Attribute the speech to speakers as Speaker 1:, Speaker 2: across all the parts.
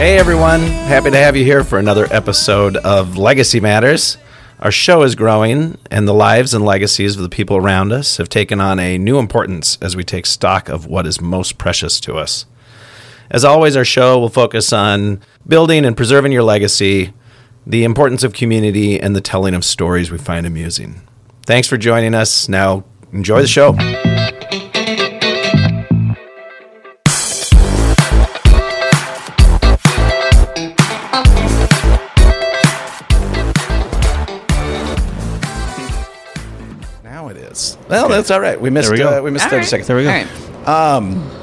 Speaker 1: Hey everyone, happy to have you here for another episode of Legacy Matters. Our show is growing, and the lives and legacies of the people around us have taken on a new importance as we take stock of what is most precious to us. As always, our show will focus on building and preserving your legacy, the importance of community, and the telling of stories we find amusing. Thanks for joining us. Now, enjoy the show. Now it is. Well, that's all right. We missed.
Speaker 2: There we go.
Speaker 1: Uh, we missed
Speaker 3: All
Speaker 1: thirty
Speaker 3: right.
Speaker 1: seconds.
Speaker 2: There we go.
Speaker 3: All right.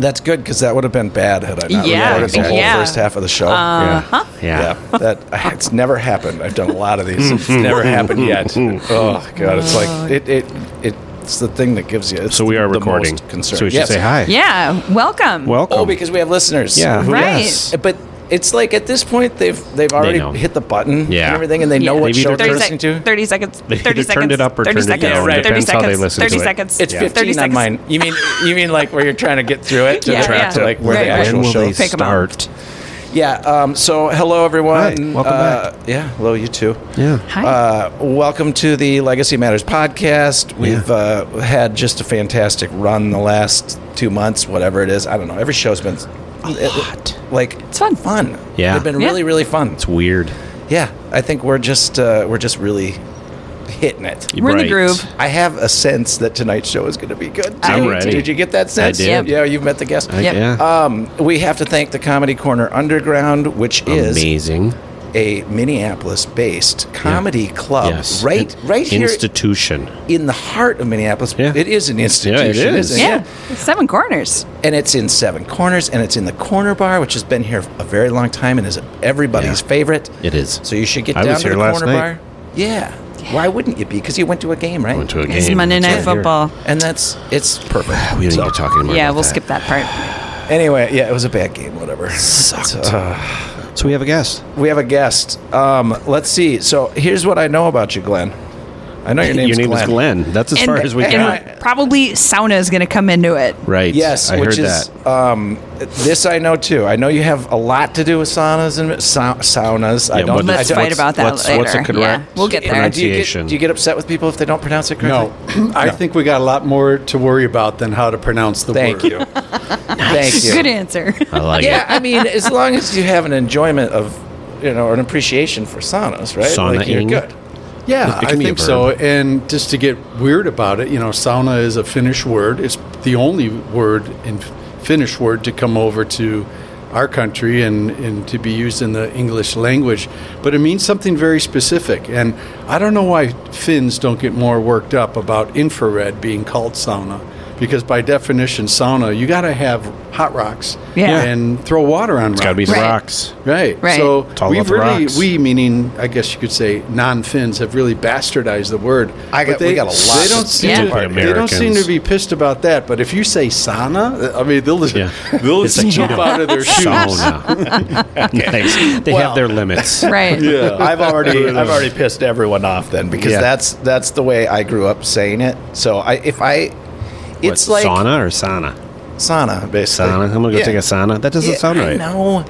Speaker 1: That's good because that would have been bad had I not
Speaker 3: Yeah,
Speaker 1: recorded the whole
Speaker 3: yeah.
Speaker 1: first half of the show.
Speaker 3: Uh-huh.
Speaker 2: Yeah.
Speaker 1: Yeah, that it's never happened. I've done a lot of these. It's never happened yet.
Speaker 2: Mm-hmm.
Speaker 1: Oh god, it's like it it it. It's the thing that gives you. It's
Speaker 2: So we are
Speaker 1: the
Speaker 2: recording.
Speaker 1: Most concern.
Speaker 2: So we should
Speaker 1: Yes.
Speaker 2: say hi.
Speaker 3: Yeah. Welcome.
Speaker 2: Welcome.
Speaker 1: Oh, because we have listeners.
Speaker 2: Yeah.
Speaker 1: who-
Speaker 3: Right.
Speaker 2: Yes.
Speaker 1: But it's like at this point they've they've already
Speaker 2: know.
Speaker 1: hit the button
Speaker 2: Yeah.
Speaker 1: and everything, and they know
Speaker 3: Yeah.
Speaker 1: what
Speaker 2: They've
Speaker 1: show
Speaker 2: either
Speaker 1: they're
Speaker 3: 30,
Speaker 2: turned-
Speaker 1: listening to.
Speaker 3: 30 seconds. 30
Speaker 2: either
Speaker 3: seconds.
Speaker 2: turned it up or
Speaker 3: 30
Speaker 2: turned it
Speaker 3: seconds.
Speaker 2: down.
Speaker 3: 30
Speaker 2: Depends how
Speaker 3: seconds.
Speaker 2: they listen
Speaker 3: 30
Speaker 2: to it.
Speaker 3: seconds.
Speaker 1: It's 15 on
Speaker 3: seconds.
Speaker 1: mine. You mean you mean like where you're trying to get through it to
Speaker 3: Yeah,
Speaker 1: track to
Speaker 3: yeah.
Speaker 1: like where
Speaker 3: Right,
Speaker 1: the
Speaker 3: right.
Speaker 1: actual
Speaker 2: when will
Speaker 1: show
Speaker 2: they
Speaker 1: is?
Speaker 3: Pick 'em up.
Speaker 2: start?
Speaker 1: Yeah. Um, so, hello everyone.
Speaker 2: Hi, welcome
Speaker 1: Uh, Yeah. Hello, you too.
Speaker 2: Yeah.
Speaker 3: Hi.
Speaker 1: Uh, welcome to the Legacy Matters podcast. We've
Speaker 2: Yeah.
Speaker 1: uh, had just a fantastic run the last two months, whatever it is. I don't know. Every show's been a lot. Like it's
Speaker 3: fun.
Speaker 1: fun.
Speaker 2: Yeah.
Speaker 1: they've been
Speaker 3: Yeah.
Speaker 1: really, really fun.
Speaker 2: It's weird.
Speaker 1: Yeah, I think we're just uh, we're just really hitting it.
Speaker 3: We're in the
Speaker 2: Right.
Speaker 3: groove.
Speaker 1: I have a sense that tonight's show is going to be good.
Speaker 3: I
Speaker 1: too.
Speaker 3: do, too.
Speaker 1: Did you get that sense?
Speaker 2: did.
Speaker 1: Yeah, you've met the guest.
Speaker 2: I-
Speaker 3: Yep.
Speaker 2: Yeah.
Speaker 1: Um, we have to thank the Comedy Corner Underground, which is
Speaker 2: Amazing.
Speaker 1: a Minneapolis-based comedy club
Speaker 2: Yes.
Speaker 1: Uh, right
Speaker 2: An
Speaker 1: right here
Speaker 2: Institution.
Speaker 1: in the heart of Minneapolis.
Speaker 2: Yeah.
Speaker 1: It is an institution.
Speaker 2: Yeah, it is.
Speaker 1: isn't it?
Speaker 3: Yeah. Seven corners.
Speaker 1: And it's in Seven Corners, and it's in the Corner Bar, which has been here a very long time and is everybody's
Speaker 2: Yeah.
Speaker 1: favorite.
Speaker 2: It is.
Speaker 1: So you should get
Speaker 2: I
Speaker 1: down
Speaker 2: was
Speaker 1: to
Speaker 2: here
Speaker 1: the
Speaker 2: last
Speaker 1: Corner
Speaker 2: night.
Speaker 1: Bar. Yeah. Why wouldn't you be? Because you went to a game, right?
Speaker 2: Went to a game.
Speaker 3: It's Monday Night
Speaker 2: It's right here.
Speaker 3: Football.
Speaker 1: and that's it's perfect.
Speaker 2: We didn't
Speaker 1: So-
Speaker 2: get talking more
Speaker 3: Yeah,
Speaker 2: about
Speaker 3: we'll
Speaker 2: that.
Speaker 3: skip that part.
Speaker 1: Anyway, yeah, it was a bad game. Whatever. Sucked.
Speaker 2: So we have a guest.
Speaker 1: we have a guest. Um, let's see. So here's what I know about you, Glenn. I know your name's
Speaker 2: Your name
Speaker 1: Glenn.
Speaker 2: is Glenn. That's as
Speaker 3: And-
Speaker 2: far as we
Speaker 1: and-
Speaker 2: got.
Speaker 3: And probably sauna is going to come into it.
Speaker 2: right.
Speaker 1: Yes,
Speaker 2: I
Speaker 1: which
Speaker 2: heard
Speaker 1: is
Speaker 2: that.
Speaker 1: um, this I know too. I know you have a lot to do with saunas and sau- saunas. I
Speaker 2: Yeah,
Speaker 1: don't.
Speaker 2: what-
Speaker 1: I
Speaker 3: Let's
Speaker 1: don't-
Speaker 3: fight about that
Speaker 2: what's-
Speaker 3: later.
Speaker 2: what's the
Speaker 3: yeah.
Speaker 2: correct
Speaker 3: We'll get there.
Speaker 1: Do you, get,
Speaker 2: pronunciation.
Speaker 1: do you get upset with people if they don't pronounce it correctly?
Speaker 4: No, I think we got a lot more to worry about than how to pronounce the
Speaker 1: Thank
Speaker 4: word.
Speaker 1: you. Thank you.
Speaker 3: Good answer.
Speaker 2: I like
Speaker 1: Yeah,
Speaker 2: it.
Speaker 1: I mean, as long as you have an enjoyment of, you know, an appreciation for saunas, right? Like you're
Speaker 2: Saunaing.
Speaker 1: good.
Speaker 4: Yeah,
Speaker 2: It
Speaker 4: I
Speaker 2: can be a
Speaker 4: think
Speaker 2: verb.
Speaker 4: so. And just to get weird about it, you know, sauna is a Finnish word. It's the only word in Finnish word to come over to our country and, and to be used in the English language. But it means something very specific. And I don't know why Finns don't get more worked up about infrared being called sauna. Because by definition, sauna, you got to have hot rocks
Speaker 3: Yeah.
Speaker 4: and throw water on
Speaker 2: It's
Speaker 4: rocks.
Speaker 2: got to be
Speaker 3: Right.
Speaker 2: rocks.
Speaker 4: Right.
Speaker 3: Right.
Speaker 4: So
Speaker 2: It's all about
Speaker 4: we've
Speaker 2: the
Speaker 4: really,
Speaker 2: rocks.
Speaker 4: we meaning, I guess you could say, non-Finns have really bastardized the word.
Speaker 1: I got-
Speaker 4: But
Speaker 1: we got a lot
Speaker 4: They don't
Speaker 1: to
Speaker 4: seem
Speaker 3: do.
Speaker 4: to,
Speaker 2: Stupid
Speaker 4: they don't seem
Speaker 2: Americans.
Speaker 4: to be pissed about that. But if you say sauna, I mean, they'll just,
Speaker 2: Yeah.
Speaker 4: they'll just jump out of their shoes.
Speaker 2: Sauna. Nice. They
Speaker 1: Well-
Speaker 2: have their limits.
Speaker 3: right.
Speaker 4: Yeah.
Speaker 1: I've already I've already pissed everyone off then because
Speaker 2: Yeah.
Speaker 1: that's that's the way I grew up saying it. So I if I, it's
Speaker 2: What,
Speaker 1: like
Speaker 2: sauna or sauna?
Speaker 1: sauna basically.
Speaker 2: Sauna. I'm gonna go
Speaker 1: Yeah.
Speaker 2: take a sauna. That doesn't
Speaker 1: Yeah,
Speaker 2: sound
Speaker 1: I
Speaker 2: right.
Speaker 1: know,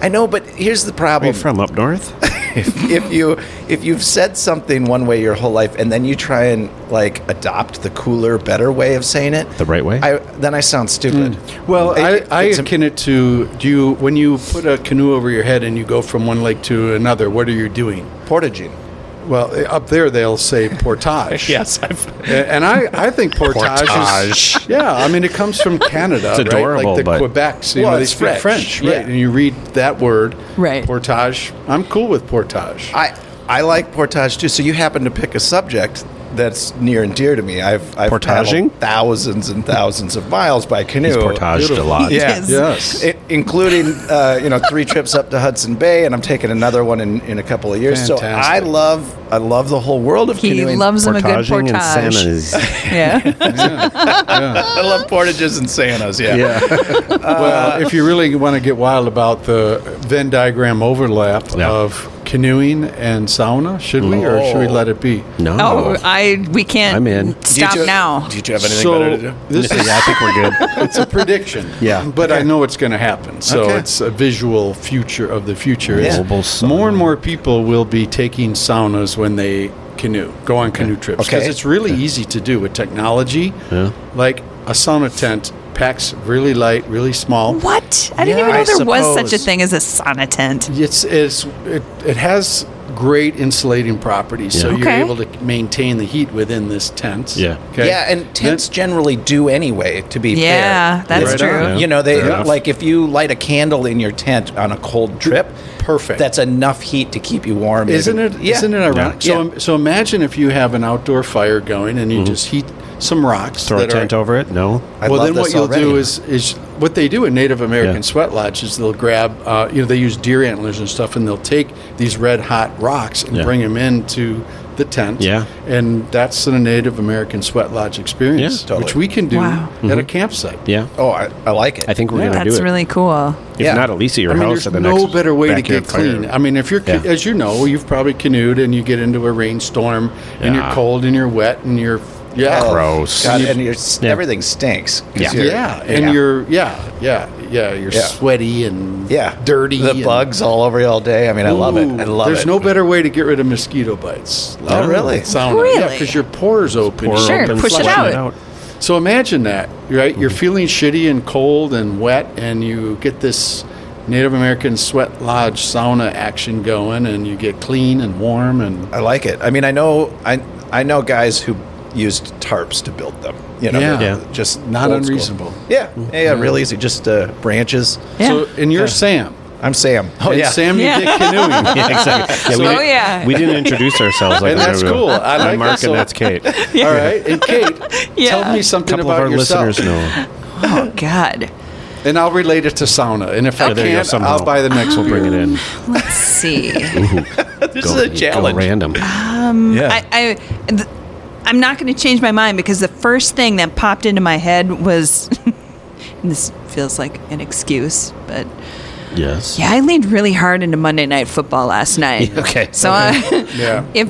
Speaker 1: I know, but here's the
Speaker 2: Where
Speaker 1: problem.
Speaker 2: you from? Up north?
Speaker 1: if you if you've said something one way your whole life and then you try and like adopt the cooler, better way of saying it,
Speaker 2: The right way? Hmm.
Speaker 1: I, then I sound stupid.
Speaker 4: Well, I,
Speaker 1: It-
Speaker 4: I
Speaker 1: it's a-
Speaker 4: akin it to do you when you put a canoe over your head and you go from one lake to another. What are you doing?
Speaker 1: portaging.
Speaker 4: Well, up there they'll say portage.
Speaker 1: Yes, I've,
Speaker 4: A- And I, I think portage,
Speaker 2: Portage.
Speaker 4: is yeah. I mean, it comes from Canada,
Speaker 2: It's adorable,
Speaker 4: right? Like the
Speaker 2: but-
Speaker 4: Quebecs, you
Speaker 1: Well,
Speaker 4: know, they
Speaker 1: it's
Speaker 4: speak
Speaker 1: French,
Speaker 4: French,
Speaker 1: yeah.
Speaker 4: right? And you read that word,
Speaker 3: Right.
Speaker 4: Portage. I'm cool with portage.
Speaker 1: I I like portage too. So you happen to pick a subject that's near and dear to me. I've, I've
Speaker 2: Portaging?
Speaker 1: paddled thousands and thousands of miles by canoe.
Speaker 2: He's portaged a lot.
Speaker 1: Yeah.
Speaker 3: Yes.
Speaker 4: yes.
Speaker 1: I- including uh, you know three trips up to Hudson Bay, and I'm taking another one in, in a couple of years. So I
Speaker 4: Fantastic.
Speaker 1: love I love the whole world of
Speaker 3: He
Speaker 1: canoeing.
Speaker 3: loves him a good
Speaker 2: Portaging and
Speaker 3: portage.
Speaker 2: saunas.
Speaker 3: Yeah.
Speaker 1: I love portages and Santas. Yeah.
Speaker 4: uh, well, if you really want to get wild about the Venn diagram overlap
Speaker 2: Yeah.
Speaker 4: of canoeing and sauna? Should we, or should we let it be?
Speaker 5: No.
Speaker 3: Oh, I we can't
Speaker 5: I'm in. Do
Speaker 3: stop
Speaker 1: do you two,
Speaker 3: now.
Speaker 1: Do you two have anything
Speaker 4: So,
Speaker 1: better to do?
Speaker 4: this is
Speaker 5: yeah, I think we're good.
Speaker 4: it's a prediction.
Speaker 5: Yeah.
Speaker 4: But I know it's going to happen. So
Speaker 1: Okay.
Speaker 4: it's a visual future of the future.
Speaker 5: Yeah.
Speaker 4: It's-
Speaker 5: Mobile sauna.
Speaker 4: More and more people will be taking saunas when they canoe, go on canoe trips. Because
Speaker 1: Okay.
Speaker 4: it's really easy to do with technology.
Speaker 5: Yeah.
Speaker 4: Like a sauna tent packs really light, really small.
Speaker 3: What? I didn't
Speaker 1: Yeah,
Speaker 3: even know
Speaker 1: I
Speaker 3: there was such a
Speaker 1: suppose.
Speaker 3: thing as a sauna tent.
Speaker 4: It's, it's it, it has great insulating properties, so
Speaker 5: Yeah.
Speaker 4: you're
Speaker 3: Okay.
Speaker 4: able to maintain the heat within this tent.
Speaker 5: Yeah.
Speaker 4: Okay?
Speaker 1: Yeah, and tents generally do anyway. To be
Speaker 3: Yeah,
Speaker 1: fair.
Speaker 3: that's
Speaker 4: Right
Speaker 3: true.
Speaker 4: on,
Speaker 5: yeah.
Speaker 1: You know, they
Speaker 5: Fair enough.
Speaker 1: like if you light a candle in your tent on a cold trip,
Speaker 4: Perfect.
Speaker 1: That's enough heat to keep you warm.
Speaker 4: Isn't it?
Speaker 1: Yeah.
Speaker 4: not it ironic?
Speaker 1: Yeah.
Speaker 4: So, so imagine if you have an outdoor fire going and you just heat some rocks.
Speaker 5: Mm-hmm. Throw a
Speaker 4: that are-
Speaker 5: tent over it. No.
Speaker 1: I
Speaker 4: well,
Speaker 1: love
Speaker 4: then what
Speaker 1: this
Speaker 4: you'll do
Speaker 1: already.
Speaker 4: is is what they do in Native American
Speaker 5: Yeah.
Speaker 4: sweat lodge is they'll grab uh, you know they use deer antlers and stuff and they'll take these red hot rocks and
Speaker 5: Yeah.
Speaker 4: bring them into the tent.
Speaker 5: Yeah.
Speaker 4: and that's a Native American sweat lodge experience,
Speaker 5: Yeah, Mm-hmm.
Speaker 1: totally.
Speaker 4: which we can do
Speaker 3: Wow.
Speaker 4: at a campsite.
Speaker 5: Yeah.
Speaker 1: Oh, I, I like it.
Speaker 5: I think we're gonna do it.
Speaker 3: That's really cool.
Speaker 5: if
Speaker 1: Yeah.
Speaker 5: not, at least at your
Speaker 4: I mean,
Speaker 5: house
Speaker 4: there's
Speaker 5: at the
Speaker 4: no
Speaker 5: next
Speaker 4: better way to
Speaker 5: backyard
Speaker 4: get clean.
Speaker 5: fire.
Speaker 4: I mean, if you're, ca-
Speaker 5: Yeah.
Speaker 4: as you know, you've probably canoed and you get into a rainstorm and you're
Speaker 5: Yeah.
Speaker 4: cold and you're wet and you're, yeah,
Speaker 1: Oh,
Speaker 5: Gross.
Speaker 1: God, and your
Speaker 5: Yeah.
Speaker 1: everything stinks. 'cause
Speaker 5: Yeah.
Speaker 1: you're-
Speaker 4: yeah, and you're, yeah, yeah, yeah, you're
Speaker 1: Yeah.
Speaker 4: sweaty and
Speaker 1: yeah
Speaker 4: dirty.
Speaker 1: The
Speaker 4: and-
Speaker 1: bugs all over you all day. I mean, I love it. I
Speaker 4: Ooh,
Speaker 1: love
Speaker 4: there's
Speaker 1: it.
Speaker 4: no better way to get rid of mosquito bites.
Speaker 1: Oh, really?
Speaker 4: Sauna. Yeah,
Speaker 3: Really?
Speaker 4: because your pores open.
Speaker 5: Pour
Speaker 3: Sure,
Speaker 5: open,
Speaker 3: push it
Speaker 5: flushing
Speaker 3: out.
Speaker 4: So imagine that, right?
Speaker 5: Mm-hmm.
Speaker 4: You're feeling shitty and cold and wet, and you get this Native American sweat lodge sauna action going, and you get clean and warm. And
Speaker 1: I like it. I mean, I know I I know guys who used tarps to build them. You know,
Speaker 4: Yeah. Yeah.
Speaker 1: just
Speaker 4: Not
Speaker 1: old school.
Speaker 4: unreasonable.
Speaker 1: Yeah. yeah, yeah, real easy. Just uh, branches.
Speaker 3: Yeah.
Speaker 4: so, and you're Sam.
Speaker 1: I'm Sam. Oh
Speaker 4: and
Speaker 1: yeah,
Speaker 4: Sam, you
Speaker 3: Yeah.
Speaker 4: get canoeing.
Speaker 5: Yeah, exactly. Yeah, we
Speaker 3: Oh,
Speaker 5: didn't-
Speaker 3: yeah.
Speaker 5: We didn't introduce ourselves. Like
Speaker 4: And
Speaker 5: that.
Speaker 4: that's
Speaker 5: We were-
Speaker 4: cool. I like
Speaker 5: I'm Mark,
Speaker 4: that.
Speaker 5: and that's Kate. A
Speaker 4: All right. And Kate,
Speaker 3: Yeah.
Speaker 4: tell me something
Speaker 5: couple
Speaker 4: about
Speaker 5: of our
Speaker 4: yourself.
Speaker 5: listeners know.
Speaker 3: Oh God.
Speaker 4: And I'll relate it to sauna. And if I
Speaker 5: Yeah, there you go,
Speaker 4: can't,
Speaker 5: somehow.
Speaker 4: I'll buy the next
Speaker 5: We'll
Speaker 4: beer.
Speaker 5: bring it in.
Speaker 3: Let's see.
Speaker 1: this is a challenge.
Speaker 5: Go random.
Speaker 1: yeah,
Speaker 3: I, I th- I'm not going to change my mind because the first thing that popped into my head was, and this feels like an excuse, but
Speaker 5: Yes.
Speaker 3: yeah, I leaned really hard into Monday Night Football last night.
Speaker 5: Okay.
Speaker 3: So I,
Speaker 4: Yeah.
Speaker 3: if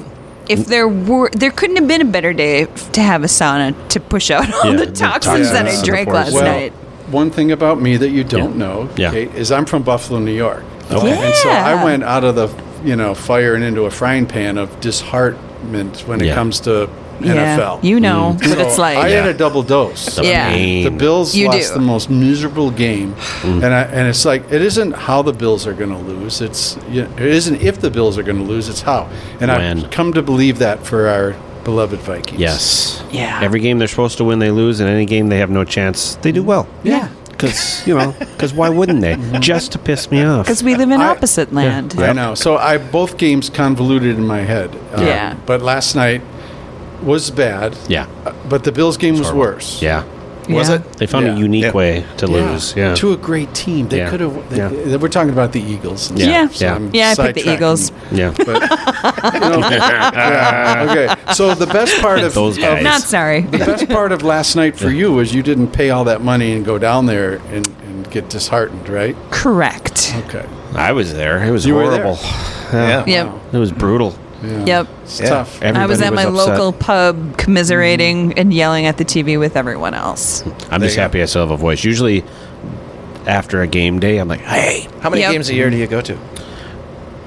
Speaker 3: if there were there couldn't have been a better day f- to have a sauna to push out all
Speaker 5: Yeah,
Speaker 3: the
Speaker 5: the
Speaker 3: toxins that
Speaker 5: toxins
Speaker 3: I
Speaker 5: and
Speaker 3: drank
Speaker 5: the
Speaker 3: last
Speaker 5: poison.
Speaker 4: Well,
Speaker 3: night.
Speaker 4: one thing about me that you don't
Speaker 5: Yeah.
Speaker 4: know,
Speaker 5: Yeah. Oh,
Speaker 4: Kate, is I'm from Buffalo, New York.
Speaker 5: Okay. Yeah.
Speaker 4: And so I went out of the, you know, fire and into a frying pan of disheartment when it
Speaker 5: Yeah.
Speaker 4: comes to
Speaker 3: Yeah,
Speaker 4: NFL.
Speaker 3: you know what
Speaker 4: So
Speaker 3: it's like.
Speaker 4: I had
Speaker 5: Yeah.
Speaker 4: a double dose.
Speaker 5: The
Speaker 3: Yeah.
Speaker 5: pain. Mm.
Speaker 4: The Bills
Speaker 3: You
Speaker 4: lost
Speaker 3: do.
Speaker 4: the most miserable game, and I, and it's like it isn't how the Bills are going to lose. It's you it isn't if the Bills are going to lose. It's how.
Speaker 5: When.
Speaker 4: And I've come to believe that for our beloved Vikings.
Speaker 5: Yes.
Speaker 3: Yeah.
Speaker 5: Every game they're supposed to win, they lose, and any game they have no chance, they do well.
Speaker 3: Yeah.
Speaker 5: Because you know, because why wouldn't they?
Speaker 4: Mm-hmm.
Speaker 5: Just to piss me off.
Speaker 3: Because we live in opposite land.
Speaker 4: I know. So I both games convoluted in my head. Um,
Speaker 3: Yeah.
Speaker 4: But last night was bad.
Speaker 5: Yeah.
Speaker 4: Uh, But the Bills game was worse.
Speaker 5: Yeah.
Speaker 1: was
Speaker 3: Yeah.
Speaker 1: it?
Speaker 5: They found
Speaker 4: Yeah.
Speaker 5: a unique
Speaker 1: Yeah.
Speaker 5: way to lose. Yeah.
Speaker 4: To a great team. They
Speaker 5: Yeah.
Speaker 4: could have.
Speaker 5: Yeah.
Speaker 4: We're talking about the Eagles. and
Speaker 5: Yeah.
Speaker 4: stuff,
Speaker 5: Yeah. Yeah.
Speaker 4: I'm
Speaker 3: Yeah, I picked the
Speaker 4: sidetracking.
Speaker 3: Eagles.
Speaker 5: yeah.
Speaker 4: But, you know, yeah, Okay. So the best part of
Speaker 5: Those
Speaker 4: of-
Speaker 5: guys.
Speaker 3: Not sorry.
Speaker 4: the best part of last night for you was you didn't pay all that money and go down there and, and get disheartened, right?
Speaker 3: Correct.
Speaker 4: Okay.
Speaker 5: I was there. It was
Speaker 4: You were there.
Speaker 5: horrible.
Speaker 1: yeah.
Speaker 3: Yep.
Speaker 5: It was brutal.
Speaker 4: Yeah.
Speaker 3: Yep.
Speaker 4: It's
Speaker 1: Yeah.
Speaker 4: tough.
Speaker 3: I was
Speaker 5: Everybody
Speaker 3: at my
Speaker 5: upset.
Speaker 3: local pub commiserating and yelling at the TV with everyone else.
Speaker 5: I'm just happy I still have a voice. Usually, after a game day, I'm like, hey,
Speaker 1: How many
Speaker 3: Yep.
Speaker 1: games a year do you go to?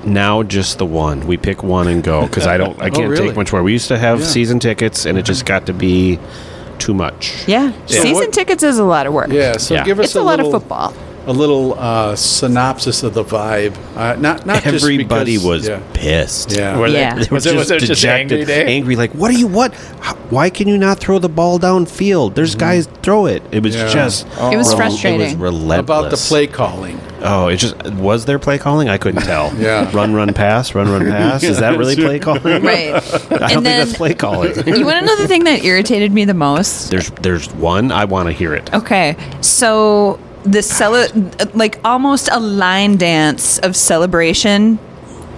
Speaker 5: now just the one. We pick one and go because I don't. I can't
Speaker 4: Oh, really?
Speaker 5: take much more. We used to have
Speaker 4: Yeah.
Speaker 5: season tickets, and it just got to be too much.
Speaker 3: Yeah. Season
Speaker 4: what-
Speaker 3: tickets is a lot of work.
Speaker 4: Yeah. So
Speaker 5: Yeah.
Speaker 4: give us
Speaker 3: It's a, lot of
Speaker 4: little-
Speaker 3: football.
Speaker 4: a little uh, synopsis of the vibe. Uh, not not just
Speaker 5: Everybody
Speaker 4: because-
Speaker 5: was
Speaker 4: yeah.
Speaker 5: pissed.
Speaker 4: Yeah.
Speaker 5: Were they-
Speaker 3: Yeah.
Speaker 5: they were
Speaker 1: Was it- was
Speaker 5: just
Speaker 1: it just
Speaker 5: dejected,
Speaker 1: angry day?
Speaker 5: angry, like, what are you? What? How- Why can you not throw the ball downfield? There's guys throw it. It was
Speaker 4: Yeah.
Speaker 5: just.
Speaker 3: It was
Speaker 5: rel- It was
Speaker 3: Oh. frustrating.
Speaker 5: relentless.
Speaker 4: about the play calling.
Speaker 5: Oh, it just was there play calling? I couldn't tell.
Speaker 4: Yeah.
Speaker 5: Run, run, pass. Run, run, pass. Is that really play calling? I don't
Speaker 3: Right. and
Speaker 5: think
Speaker 3: then
Speaker 5: that's play calling.
Speaker 3: you want to know the thing that irritated me the most?
Speaker 5: There's there's one I want to hear it.
Speaker 3: Okay. So the cele- like almost a line dance of celebration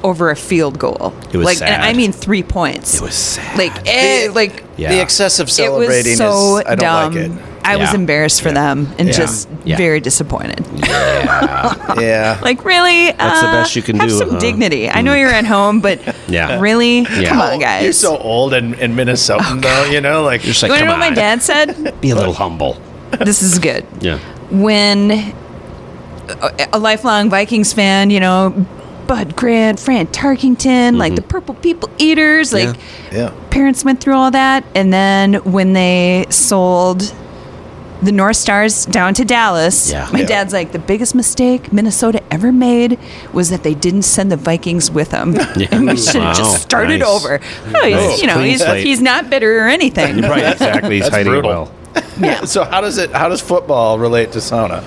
Speaker 3: over a field goal.
Speaker 5: It was
Speaker 3: like
Speaker 5: sad.
Speaker 3: and I mean 3 points.
Speaker 5: It was sad.
Speaker 3: like eh, like
Speaker 5: Yeah.
Speaker 1: The excessive
Speaker 3: it
Speaker 1: celebrating
Speaker 3: was so
Speaker 1: is I don't
Speaker 3: dumb.
Speaker 1: like it.
Speaker 3: I was
Speaker 5: Yeah.
Speaker 3: embarrassed for them and
Speaker 1: Yeah.
Speaker 3: just
Speaker 5: Yeah.
Speaker 3: very disappointed.
Speaker 1: Yeah.
Speaker 3: Like really,
Speaker 6: That's the
Speaker 3: uh,
Speaker 6: best you can
Speaker 3: have
Speaker 6: do,
Speaker 3: Some
Speaker 6: huh?
Speaker 3: dignity. I know you're at home, but
Speaker 5: Yeah.
Speaker 3: really,
Speaker 5: Yeah.
Speaker 3: come on, guys. Oh,
Speaker 1: You're so old and, and Minnesotan, though, you know? Like,
Speaker 5: Just
Speaker 3: you
Speaker 5: like,
Speaker 3: want to
Speaker 5: come
Speaker 3: know what my
Speaker 5: on.
Speaker 3: dad said?
Speaker 5: Be a little humble.
Speaker 3: this is good.
Speaker 5: Yeah.
Speaker 3: When a, a lifelong Vikings fan, you know, Bud Grant, Fran Tarkington, like
Speaker 5: Mm-hmm.
Speaker 3: the Purple People Eaters, like
Speaker 1: yeah.
Speaker 3: parents went through all that and then when they sold the north stars down to dallas
Speaker 5: Yeah.
Speaker 3: my
Speaker 5: Yeah.
Speaker 3: dad's like the biggest mistake minnesota ever made was that they didn't send the vikings with them and we should have
Speaker 5: Wow.
Speaker 3: just started
Speaker 5: Nice.
Speaker 3: over no, he's,
Speaker 5: Nice.
Speaker 3: you know
Speaker 5: Clean
Speaker 3: he's,
Speaker 5: slate.
Speaker 3: he's not bitter or anything
Speaker 5: Right, exactly. He's
Speaker 1: That's
Speaker 5: hiding it
Speaker 1: brutal.
Speaker 5: well.
Speaker 1: So how does it? How does football relate to sauna?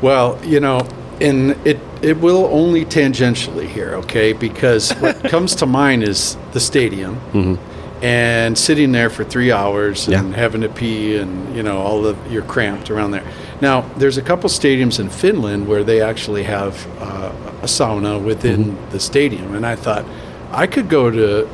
Speaker 4: Well, you know, and it it will only tangentially here, okay? Because what comes to mind is the stadium
Speaker 5: Mm-hmm.
Speaker 4: and sitting there for three hours and having to pee, and you know, all of you're cramped around there. Now, there's a couple stadiums in Finland where they actually have uh, a sauna within
Speaker 5: Mm-hmm.
Speaker 4: the stadium, and I thought I could go to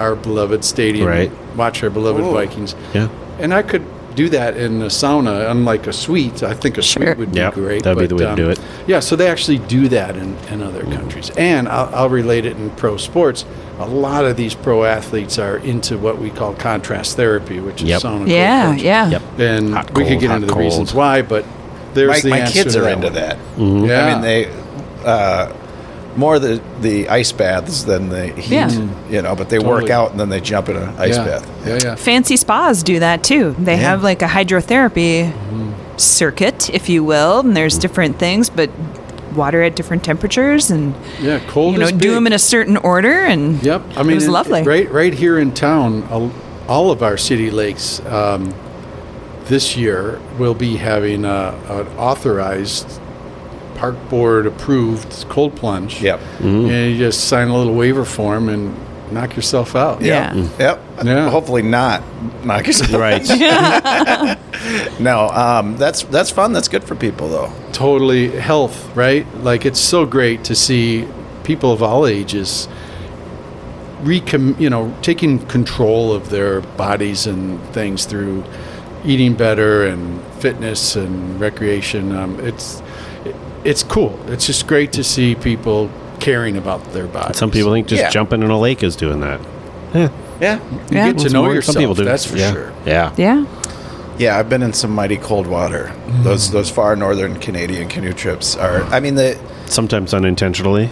Speaker 4: our beloved stadium,
Speaker 5: Right. Oh.
Speaker 4: watch our beloved Vikings,
Speaker 5: Yeah.
Speaker 4: and I could do that in a sauna, unlike a suite. I think a
Speaker 3: Sure.
Speaker 4: suite would
Speaker 5: Yeah,
Speaker 4: be great. um,
Speaker 5: that'd be the way to do it.
Speaker 4: Yeah, so they actually do that in, in other countries. And I'll, I'll relate it in pro sports. A lot of these pro athletes are into what we call contrast therapy, which is
Speaker 5: Yep.
Speaker 4: sauna. cold
Speaker 3: yeah
Speaker 4: culture.
Speaker 3: yeah
Speaker 5: Yep.
Speaker 4: And
Speaker 5: Hot,
Speaker 4: we could
Speaker 5: cold,
Speaker 4: get
Speaker 5: hot,
Speaker 4: into the
Speaker 5: cold.
Speaker 4: reasons why, but there's
Speaker 1: My,
Speaker 4: the
Speaker 1: my
Speaker 4: answer
Speaker 1: kids
Speaker 4: to
Speaker 1: are
Speaker 4: that
Speaker 1: into
Speaker 4: one. Mm-hmm.
Speaker 1: that. I
Speaker 4: Yeah.
Speaker 1: mean, they uh, more the the ice baths than the heat.
Speaker 3: Yeah.
Speaker 1: You know, but they work
Speaker 4: Totally.
Speaker 1: out and then they jump in an ice
Speaker 4: yeah.
Speaker 1: bath.
Speaker 4: Yeah, yeah.
Speaker 3: fancy spas do that too. They have like a hydrotherapy circuit, if you will, and there's different things, but water at different temperatures and
Speaker 4: Yeah, cold
Speaker 3: you know
Speaker 4: is
Speaker 3: do them
Speaker 4: big.
Speaker 3: in a certain order and
Speaker 4: Yep. I mean,
Speaker 3: it was
Speaker 4: and-
Speaker 3: lovely
Speaker 4: Right, right here in town, all- all of our city lakes um, this year will be having a, an authorized park board approved cold plunge.
Speaker 1: Yep.
Speaker 4: And you just sign a little waiver form and knock yourself out.
Speaker 3: Yeah.
Speaker 1: Yep.
Speaker 4: Yeah.
Speaker 1: Hopefully not. Knock yourself.
Speaker 5: Right.
Speaker 1: No. Um, that's that's fun. That's good for people though.
Speaker 4: totally health, right? Like it's so great to see people of all ages recom you know taking control of their bodies and things through eating better and fitness and recreation. Um, it's it's cool. It's just great to see people caring about their bodies.
Speaker 5: Some people think just
Speaker 1: Yeah.
Speaker 5: jumping in a lake is doing that.
Speaker 1: Yeah.
Speaker 4: you
Speaker 3: Yeah.
Speaker 4: get to know
Speaker 5: Some
Speaker 4: yourself.
Speaker 5: people do.
Speaker 4: That's for
Speaker 5: Yeah.
Speaker 4: sure.
Speaker 5: Yeah.
Speaker 3: yeah
Speaker 1: Yeah, I've been in some mighty cold water.
Speaker 4: Mm.
Speaker 1: Those those far northern Canadian canoe trips are. I mean, the
Speaker 5: Sometimes unintentionally.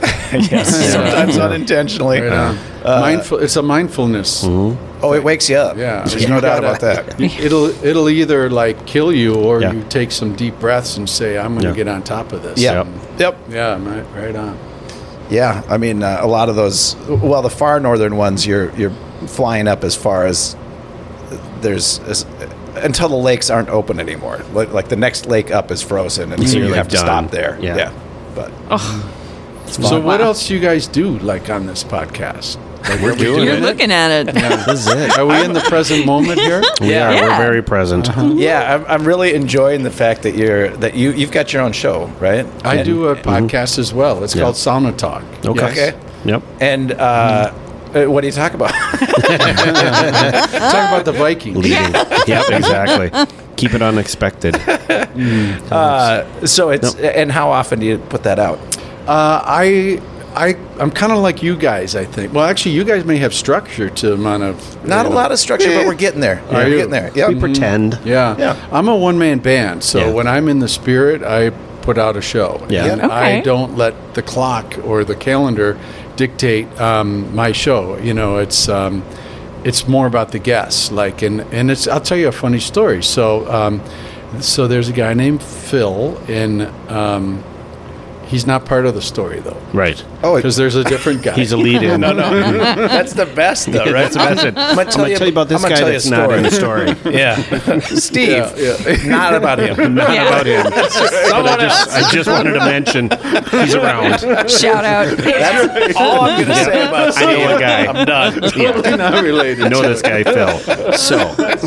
Speaker 1: sometimes unintentionally.
Speaker 4: Right on. Mindful. It's a
Speaker 5: Mm-hmm.
Speaker 4: mindfulness.
Speaker 5: Hmm?
Speaker 1: Oh, it wakes you up.
Speaker 4: Yeah.
Speaker 1: There's
Speaker 4: You
Speaker 1: no doubt
Speaker 4: gotta-
Speaker 1: about that.
Speaker 4: Y- It'll it'll either like kill you or
Speaker 5: Yeah.
Speaker 4: you take some deep breaths and say, "I'm going to
Speaker 5: Yeah.
Speaker 4: get on top of this."
Speaker 1: Yeah.
Speaker 4: And-
Speaker 1: Yep.
Speaker 4: yeah, I'm right, right on.
Speaker 1: Yeah, I mean, uh, a lot of those. Well, the far northern ones, you're you're flying up as far as there's as, until the lakes aren't open anymore. Like, like the next lake up is frozen, and so
Speaker 5: You're,
Speaker 1: you
Speaker 5: like,
Speaker 1: have to
Speaker 5: done.
Speaker 1: stop there.
Speaker 5: Yeah.
Speaker 1: but
Speaker 4: So, what else do you guys do like on this podcast? Like, we're
Speaker 5: doing
Speaker 3: you're
Speaker 5: it.
Speaker 3: looking at it
Speaker 5: this is it.
Speaker 4: Are we in the present moment here?
Speaker 5: We are.
Speaker 3: Yeah.
Speaker 5: We're very present.
Speaker 1: yeah, I'm, I'm really enjoying the fact that you're that you you've got your own show, right?
Speaker 4: I
Speaker 1: And-
Speaker 4: do a podcast as well. It's
Speaker 5: Yeah.
Speaker 4: called Sauna Talk.
Speaker 5: Okay.
Speaker 1: Okay.
Speaker 5: Yep.
Speaker 1: And uh,
Speaker 5: Mm-hmm.
Speaker 1: uh, what do you talk about?
Speaker 3: Oh,
Speaker 4: Talk about the Vikings.
Speaker 5: Leading. yep. Exactly. Keep it unexpected.
Speaker 1: Uh, so it's and how often do you put that out?
Speaker 4: Uh, I. I, I'm kind of like you guys, I think. Well, actually, you guys may have structure to the amount of.
Speaker 1: Not a
Speaker 4: you know-
Speaker 1: lot of structure, but we're getting there.
Speaker 4: Are
Speaker 1: we're
Speaker 4: you?
Speaker 1: getting there. Yep.
Speaker 5: We pretend.
Speaker 4: Mm-hmm. Yeah.
Speaker 1: Yeah.
Speaker 4: I'm a one man band. So
Speaker 5: Yeah.
Speaker 4: when I'm in the spirit, I put out a show.
Speaker 5: Yeah.
Speaker 4: And
Speaker 5: Yeah.
Speaker 4: I
Speaker 3: Okay.
Speaker 4: don't let the clock or the calendar dictate um, my show. You know, it's. Um, it's more about the guests, like, and, and it's. I'll tell you a funny story. So, um, so there's a guy named Phil, and um, he's not part of the story though,
Speaker 5: Right.
Speaker 1: Oh, it-
Speaker 4: because there's a different guy.
Speaker 5: He's a lead in. no, no.
Speaker 1: That's the best, though, right?
Speaker 5: That's the best. I'm
Speaker 1: I'm
Speaker 5: gonna
Speaker 1: gonna
Speaker 5: tell you about this
Speaker 1: I'm gonna
Speaker 5: guy
Speaker 1: tell you
Speaker 5: that's
Speaker 1: a
Speaker 5: not
Speaker 1: story.
Speaker 5: in the story.
Speaker 1: Yeah, Steve.
Speaker 4: Yeah,
Speaker 1: Not about him.
Speaker 5: Not
Speaker 3: Yeah.
Speaker 5: about him. But I just, I just wanted to mention he's around.
Speaker 3: shout out
Speaker 1: That's all I'm going to say about
Speaker 5: I
Speaker 1: Steve.
Speaker 5: know a guy. I'm done. Yeah.
Speaker 4: not related.
Speaker 5: I know this guy Phil. So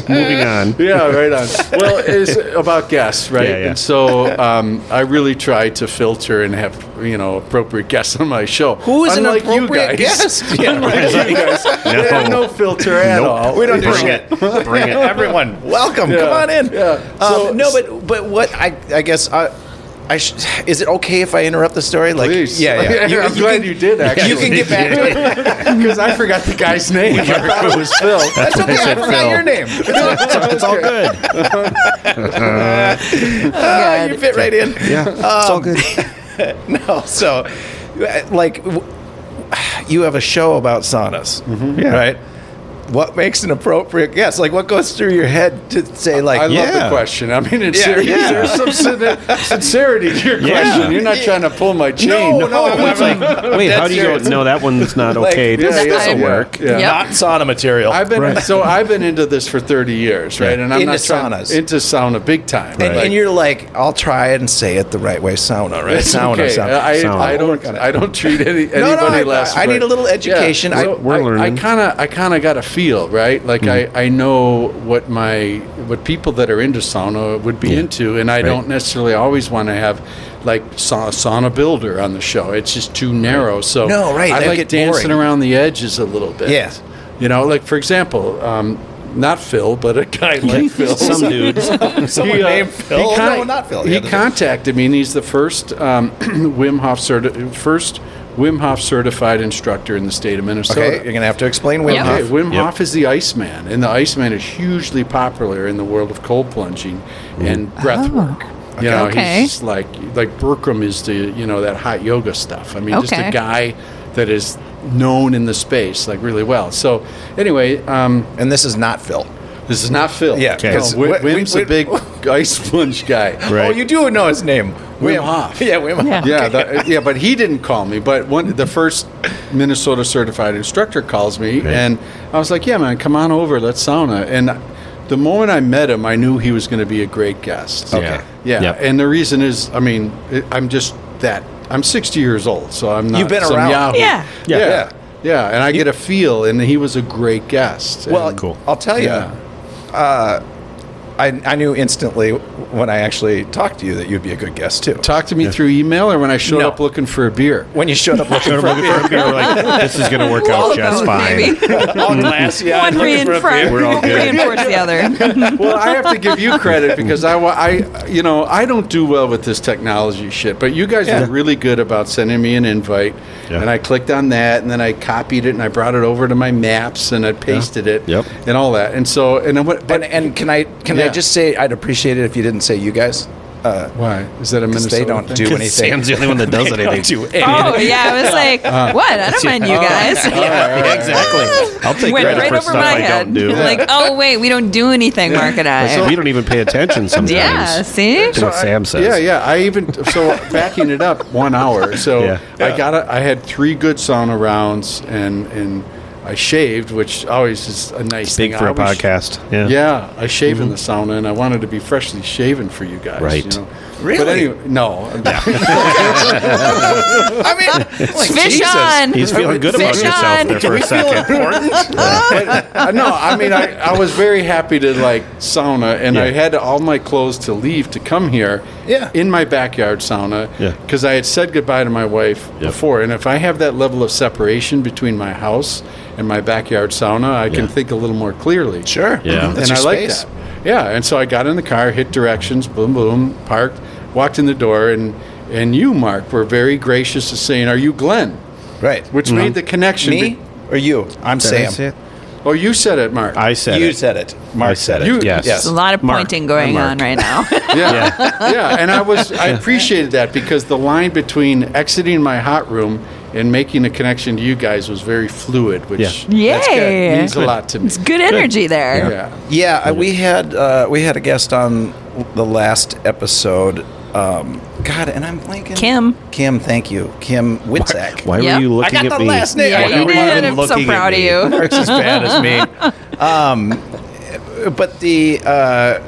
Speaker 5: moving on.
Speaker 4: yeah, right on. Well, it's about guests, right?
Speaker 5: Yeah, yeah.
Speaker 4: And so um, I really try to filter and have you know appropriate guest on my show.
Speaker 1: Who is an
Speaker 4: Unlike you
Speaker 1: appropriate
Speaker 4: guys.
Speaker 1: guest? Yeah,
Speaker 4: Unlike you guys, they have no filter at
Speaker 5: Nope.
Speaker 4: all.
Speaker 1: We don't do
Speaker 4: It's-
Speaker 5: Bring
Speaker 1: shit.
Speaker 5: it. Bring it.
Speaker 1: Everyone, welcome.
Speaker 4: Yeah,
Speaker 1: Come on in.
Speaker 4: yeah. So-
Speaker 1: um, no, but but what I I guess I. I sh- is it okay if I interrupt the story? Like,
Speaker 4: Please.
Speaker 1: yeah, yeah.
Speaker 4: I'm glad you did,
Speaker 1: You can
Speaker 4: actually.
Speaker 1: get back to it.
Speaker 4: Because I forgot the guy's name. I thought it was Phil.
Speaker 1: That's okay. I forgot your name.
Speaker 5: It's all good. Oh,
Speaker 1: Ah, you fit right in. Um,
Speaker 7: Yeah, it's all good.
Speaker 1: No, so uh, like w- you have a show about saunas, right? What makes an appropriate guess? Like, what goes through your head to say, like,
Speaker 4: I
Speaker 1: yeah,
Speaker 4: love the question. I mean, it's serious.
Speaker 1: yeah.
Speaker 4: There's some sin- sincerity to your
Speaker 5: Yeah.
Speaker 4: question. You're not trying to pull my chain.
Speaker 1: No, no,
Speaker 5: It's like, wait, how do you go? No, that one's not
Speaker 1: Like,
Speaker 5: okay.
Speaker 4: yeah,
Speaker 5: This
Speaker 4: yeah,
Speaker 5: this'll
Speaker 4: yeah,
Speaker 5: work.
Speaker 4: yeah.
Speaker 3: Yep.
Speaker 1: not sauna material?
Speaker 4: I've been so I've been into this for 30 years, right? And I'm
Speaker 1: Into
Speaker 4: not trying-
Speaker 1: saunas.
Speaker 4: into sauna big time.
Speaker 1: and,
Speaker 4: Like,
Speaker 1: and you're like, I'll try and say it the right way, sauna, right? uh,
Speaker 4: it's
Speaker 1: Sauna,
Speaker 4: okay.
Speaker 1: sauna.
Speaker 4: I,
Speaker 5: sauna.
Speaker 4: I don't I don't treat any, anybody
Speaker 1: I-
Speaker 4: less.
Speaker 1: I- I need a little education. I-
Speaker 5: We're
Speaker 4: I
Speaker 5: learning.
Speaker 4: kind of I kind of got a feel, right? Like I, I know what my what people that are into sauna would be into, and I don't necessarily always want to have like sa- sauna builder on the show. It's just too narrow. So
Speaker 1: No, right,
Speaker 4: I
Speaker 1: that'd
Speaker 4: like
Speaker 1: get
Speaker 4: dancing
Speaker 1: boring.
Speaker 4: around the edges a little bit.
Speaker 1: Yeah.
Speaker 4: You know, like for example, um, not Phil, but a guy like Phil.
Speaker 5: Some dudes.
Speaker 1: Someone
Speaker 4: uh,
Speaker 1: named Phil.
Speaker 4: he con-
Speaker 1: Oh, no, not Phil.
Speaker 4: He
Speaker 1: Yeah, the-
Speaker 4: contacted me, and he's the first um, Wim Hof certi- first Wim Hof certified instructor in the state of Minnesota.
Speaker 1: okay, you're gonna have to explain Wim
Speaker 3: Yep.
Speaker 1: Hof.
Speaker 4: Okay, Wim
Speaker 5: Yep.
Speaker 4: Hof is the Iceman, and the Iceman is hugely popular in the world of cold plunging
Speaker 5: Mm.
Speaker 4: and breath work. You know,
Speaker 3: Oh. Okay.
Speaker 4: he's like like Burkram is the you know that hot yoga stuff. I mean, just
Speaker 3: Okay.
Speaker 4: a guy that is known in the space like really well. So anyway, um,
Speaker 1: And this is not Phil.
Speaker 4: this is not Phil.
Speaker 1: Yeah,
Speaker 4: no,
Speaker 1: 'cause
Speaker 4: Wim,
Speaker 1: Wim-
Speaker 4: Wim's
Speaker 1: Wim-
Speaker 4: a big ice plunge guy.
Speaker 1: Oh,
Speaker 5: Right.
Speaker 1: you do know his name,
Speaker 4: Wim Hof.
Speaker 1: Yeah, Wim Hof.
Speaker 4: Yeah, the, yeah, but he didn't call me. But one, the first Minnesota certified instructor calls me, and I was like, "Yeah, man, come on over, let's sauna." And the moment I met him, I knew he was going to be a great guest.
Speaker 5: Yeah.
Speaker 4: yeah,
Speaker 5: Yep.
Speaker 4: and the reason is, I mean, it, I'm just that. I'm 60 years old, so I'm not.
Speaker 1: You've been
Speaker 4: some
Speaker 1: around.
Speaker 4: Yahoo.
Speaker 3: Yeah.
Speaker 5: Yeah.
Speaker 4: yeah, yeah, and I get a feel, and he was a great guest.
Speaker 1: Well,
Speaker 4: And-
Speaker 5: Cool.
Speaker 1: I'll tell you,
Speaker 4: Yeah.
Speaker 1: I, I knew instantly when I actually talked to you that you'd be a good guest too.
Speaker 4: talk to me through email or when I showed
Speaker 1: No.
Speaker 4: up looking for a beer.
Speaker 1: when you showed up looking
Speaker 5: Showed
Speaker 1: for
Speaker 5: up looking for a beer. We're like, this is going to work out
Speaker 3: All of
Speaker 5: just
Speaker 3: those,
Speaker 5: fine.
Speaker 3: maybe.
Speaker 1: on glass, yeah,
Speaker 3: One
Speaker 1: looking for a beer.
Speaker 3: reinforce,
Speaker 5: We're all good.
Speaker 3: reinforce the other.
Speaker 4: well, I have to give you credit because I, wa- I, you know, I don't do well with this technology shit. But you guys were really good about sending me an invite,
Speaker 5: Yeah.
Speaker 4: and I clicked on that, and then I copied it, and I brought it over to my maps, and I pasted it,
Speaker 5: Yep.
Speaker 4: and all that. And so, and then what? But
Speaker 1: And, and can I can I
Speaker 4: Yeah.
Speaker 1: just say I'd appreciate it if you didn't say you guys uh,
Speaker 4: why is that a
Speaker 1: because
Speaker 4: Minnesota?
Speaker 1: they don't
Speaker 4: thing?
Speaker 1: do anything.
Speaker 5: Sam's the only one that does
Speaker 1: They
Speaker 5: anything.
Speaker 1: don't do anything.
Speaker 3: Oh yeah, I was like,
Speaker 5: Uh,
Speaker 3: what? I don't mind
Speaker 5: Oh,
Speaker 3: you guys.
Speaker 5: Yeah, exactly. I'll take
Speaker 3: Went
Speaker 5: credit
Speaker 3: right
Speaker 5: for
Speaker 3: over
Speaker 5: stuff
Speaker 3: my
Speaker 5: I
Speaker 3: head.
Speaker 5: don't do.
Speaker 3: Like, oh wait, we don't do anything, Mark and
Speaker 5: So uh, we
Speaker 3: I.
Speaker 5: don't even pay attention sometimes
Speaker 3: Yeah, see.
Speaker 5: to what Sam says.
Speaker 4: Yeah, yeah. I even so backing it up one hour. So
Speaker 5: Yeah.
Speaker 4: I got a, I had three good sauna rounds and and I shaved, which always is a nice
Speaker 5: Big
Speaker 4: thing.
Speaker 5: for
Speaker 4: I
Speaker 5: a
Speaker 4: always-
Speaker 5: podcast. Yeah. Mm-hmm.
Speaker 4: Yeah, I shave in the sauna, and I wanted to be freshly shaven for you guys.
Speaker 5: Right.
Speaker 4: You know? But
Speaker 1: Really?
Speaker 4: anyway, no.
Speaker 1: I mean, like,
Speaker 3: Fish
Speaker 1: Jesus.
Speaker 3: on.
Speaker 5: He's feeling good about
Speaker 3: Fish
Speaker 5: yourself
Speaker 3: on.
Speaker 5: there for a second.
Speaker 4: Uh, no, I mean, I, I was very happy to like sauna, and I had all my clothes to leave to come here
Speaker 1: Yeah.
Speaker 4: in my backyard sauna
Speaker 5: Yeah.
Speaker 4: because I had said goodbye to my wife before. And if I have that level of separation between my house and my backyard sauna, I can think a little more clearly.
Speaker 1: Sure.
Speaker 5: Yeah.
Speaker 1: That's
Speaker 4: Mm-hmm. and I
Speaker 1: your
Speaker 4: like
Speaker 1: space.
Speaker 4: that. Yeah, and so I got in the car, hit directions, boom, boom, parked, walked in the door, and and you, Mark, were very gracious to saying, "Are you Glenn?"
Speaker 1: Right. Mm-hmm.
Speaker 4: Which made the connection.
Speaker 1: me or you? I'm
Speaker 7: Did I say
Speaker 1: Sam.
Speaker 7: it?
Speaker 4: oh, you said it, Mark.
Speaker 5: I said
Speaker 1: You
Speaker 5: it.
Speaker 1: said it. Mark said it.
Speaker 4: You-
Speaker 1: Yes.
Speaker 5: Yes.
Speaker 3: There's a lot of
Speaker 5: Mark.
Speaker 3: pointing going
Speaker 5: Mark.
Speaker 3: on right now.
Speaker 4: yeah. yeah, and I was I appreciated that because the line between exiting my hot room and making a connection to you guys was very fluid, which
Speaker 5: Yeah.
Speaker 4: that's good.
Speaker 3: Yay.
Speaker 4: means a lot to me.
Speaker 3: It's good energy there.
Speaker 4: Yeah.
Speaker 1: Yeah, uh, we had uh, we had a guest on the last episode. Um, God, and I'm blanking.
Speaker 3: Kim.
Speaker 1: Kim, thank you, Kim Witzak.
Speaker 5: Why
Speaker 3: Yep.
Speaker 5: were you
Speaker 1: I
Speaker 5: looking
Speaker 1: got
Speaker 5: at
Speaker 1: the
Speaker 5: me?
Speaker 1: last name.
Speaker 3: Yeah,
Speaker 1: I
Speaker 5: Why
Speaker 3: you
Speaker 5: were
Speaker 3: did.
Speaker 5: even
Speaker 3: I'm so
Speaker 5: looking at
Speaker 3: proud of
Speaker 5: me?
Speaker 3: you.
Speaker 1: works as bad as me. Um, but the uh,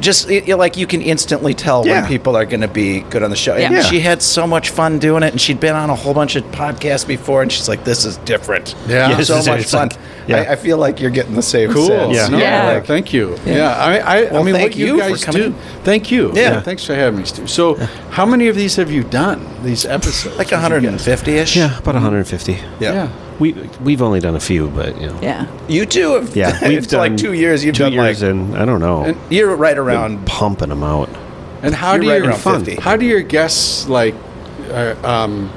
Speaker 1: just y- y- like you can instantly tell
Speaker 8: Yeah.
Speaker 1: when people are going to be good on the show. And
Speaker 3: Yeah.
Speaker 1: she had so much fun doing it, and she'd been on a whole bunch of podcasts before, and she's like, "This is different.
Speaker 4: Yeah.
Speaker 1: It's so
Speaker 9: Yes,
Speaker 1: much
Speaker 9: it's
Speaker 1: fun.
Speaker 9: like- yeah.
Speaker 1: I, I feel like you're getting the same.
Speaker 4: Cool.
Speaker 1: sense.
Speaker 9: Yeah.
Speaker 4: No,
Speaker 3: Yeah.
Speaker 4: like, thank you. Yeah. I, I, I
Speaker 1: Well,
Speaker 4: mean,
Speaker 1: thank
Speaker 4: what you,
Speaker 1: you for
Speaker 4: guys
Speaker 1: coming
Speaker 4: do.
Speaker 1: in.
Speaker 4: Thank you.
Speaker 1: Yeah.
Speaker 4: Thanks for having me, Steve. So, how many of these have you done? These episodes,
Speaker 1: like 150 ish.
Speaker 5: Yeah, about 150.
Speaker 4: Yeah.
Speaker 5: We we've only done a few, but you know.
Speaker 3: Yeah.
Speaker 1: You two have.
Speaker 5: Yeah,
Speaker 1: it's like two years. You've
Speaker 5: two
Speaker 1: done
Speaker 5: years
Speaker 1: like.
Speaker 5: and I don't know,
Speaker 4: And
Speaker 1: you're right
Speaker 5: around
Speaker 1: around.
Speaker 5: pumping them out.
Speaker 4: And how
Speaker 1: You're
Speaker 4: do
Speaker 1: right
Speaker 4: your
Speaker 1: around
Speaker 5: fun.
Speaker 1: 50.
Speaker 4: how do your guests like? Uh, um,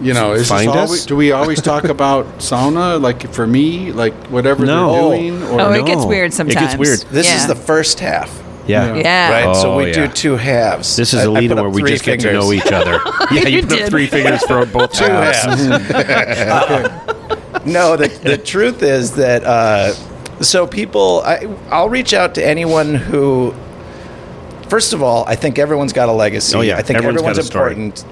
Speaker 4: you know, is this
Speaker 5: Find
Speaker 4: always-
Speaker 5: us?
Speaker 4: do we always talk about sauna? Like for me, like whatever
Speaker 5: No.
Speaker 4: they're doing, or
Speaker 5: no.
Speaker 3: Oh, it gets
Speaker 5: It
Speaker 3: weird
Speaker 5: gets
Speaker 3: sometimes.
Speaker 5: weird.
Speaker 1: This
Speaker 3: yeah.
Speaker 1: is the first half,
Speaker 5: Yeah.
Speaker 4: Yeah.
Speaker 3: Yeah.
Speaker 1: right? so
Speaker 5: Oh,
Speaker 1: we
Speaker 5: yeah.
Speaker 1: do two halves.
Speaker 5: This is
Speaker 1: I-
Speaker 5: a
Speaker 1: I
Speaker 5: lead
Speaker 1: put
Speaker 5: in
Speaker 1: up
Speaker 5: where we
Speaker 1: three
Speaker 5: just get to
Speaker 1: fingers.
Speaker 5: know each other.
Speaker 9: Yeah, you,
Speaker 3: You
Speaker 9: put up
Speaker 3: did.
Speaker 9: three fingers for both
Speaker 1: two
Speaker 9: halves.
Speaker 1: halves. Uh, no, the, the truth is that uh, so people, I, I'll reach out to anyone who. First of all, I think everyone's got a legacy.
Speaker 5: Oh, yeah.
Speaker 1: I think
Speaker 9: Everyone's
Speaker 1: everyone's,
Speaker 9: got a story.
Speaker 1: important.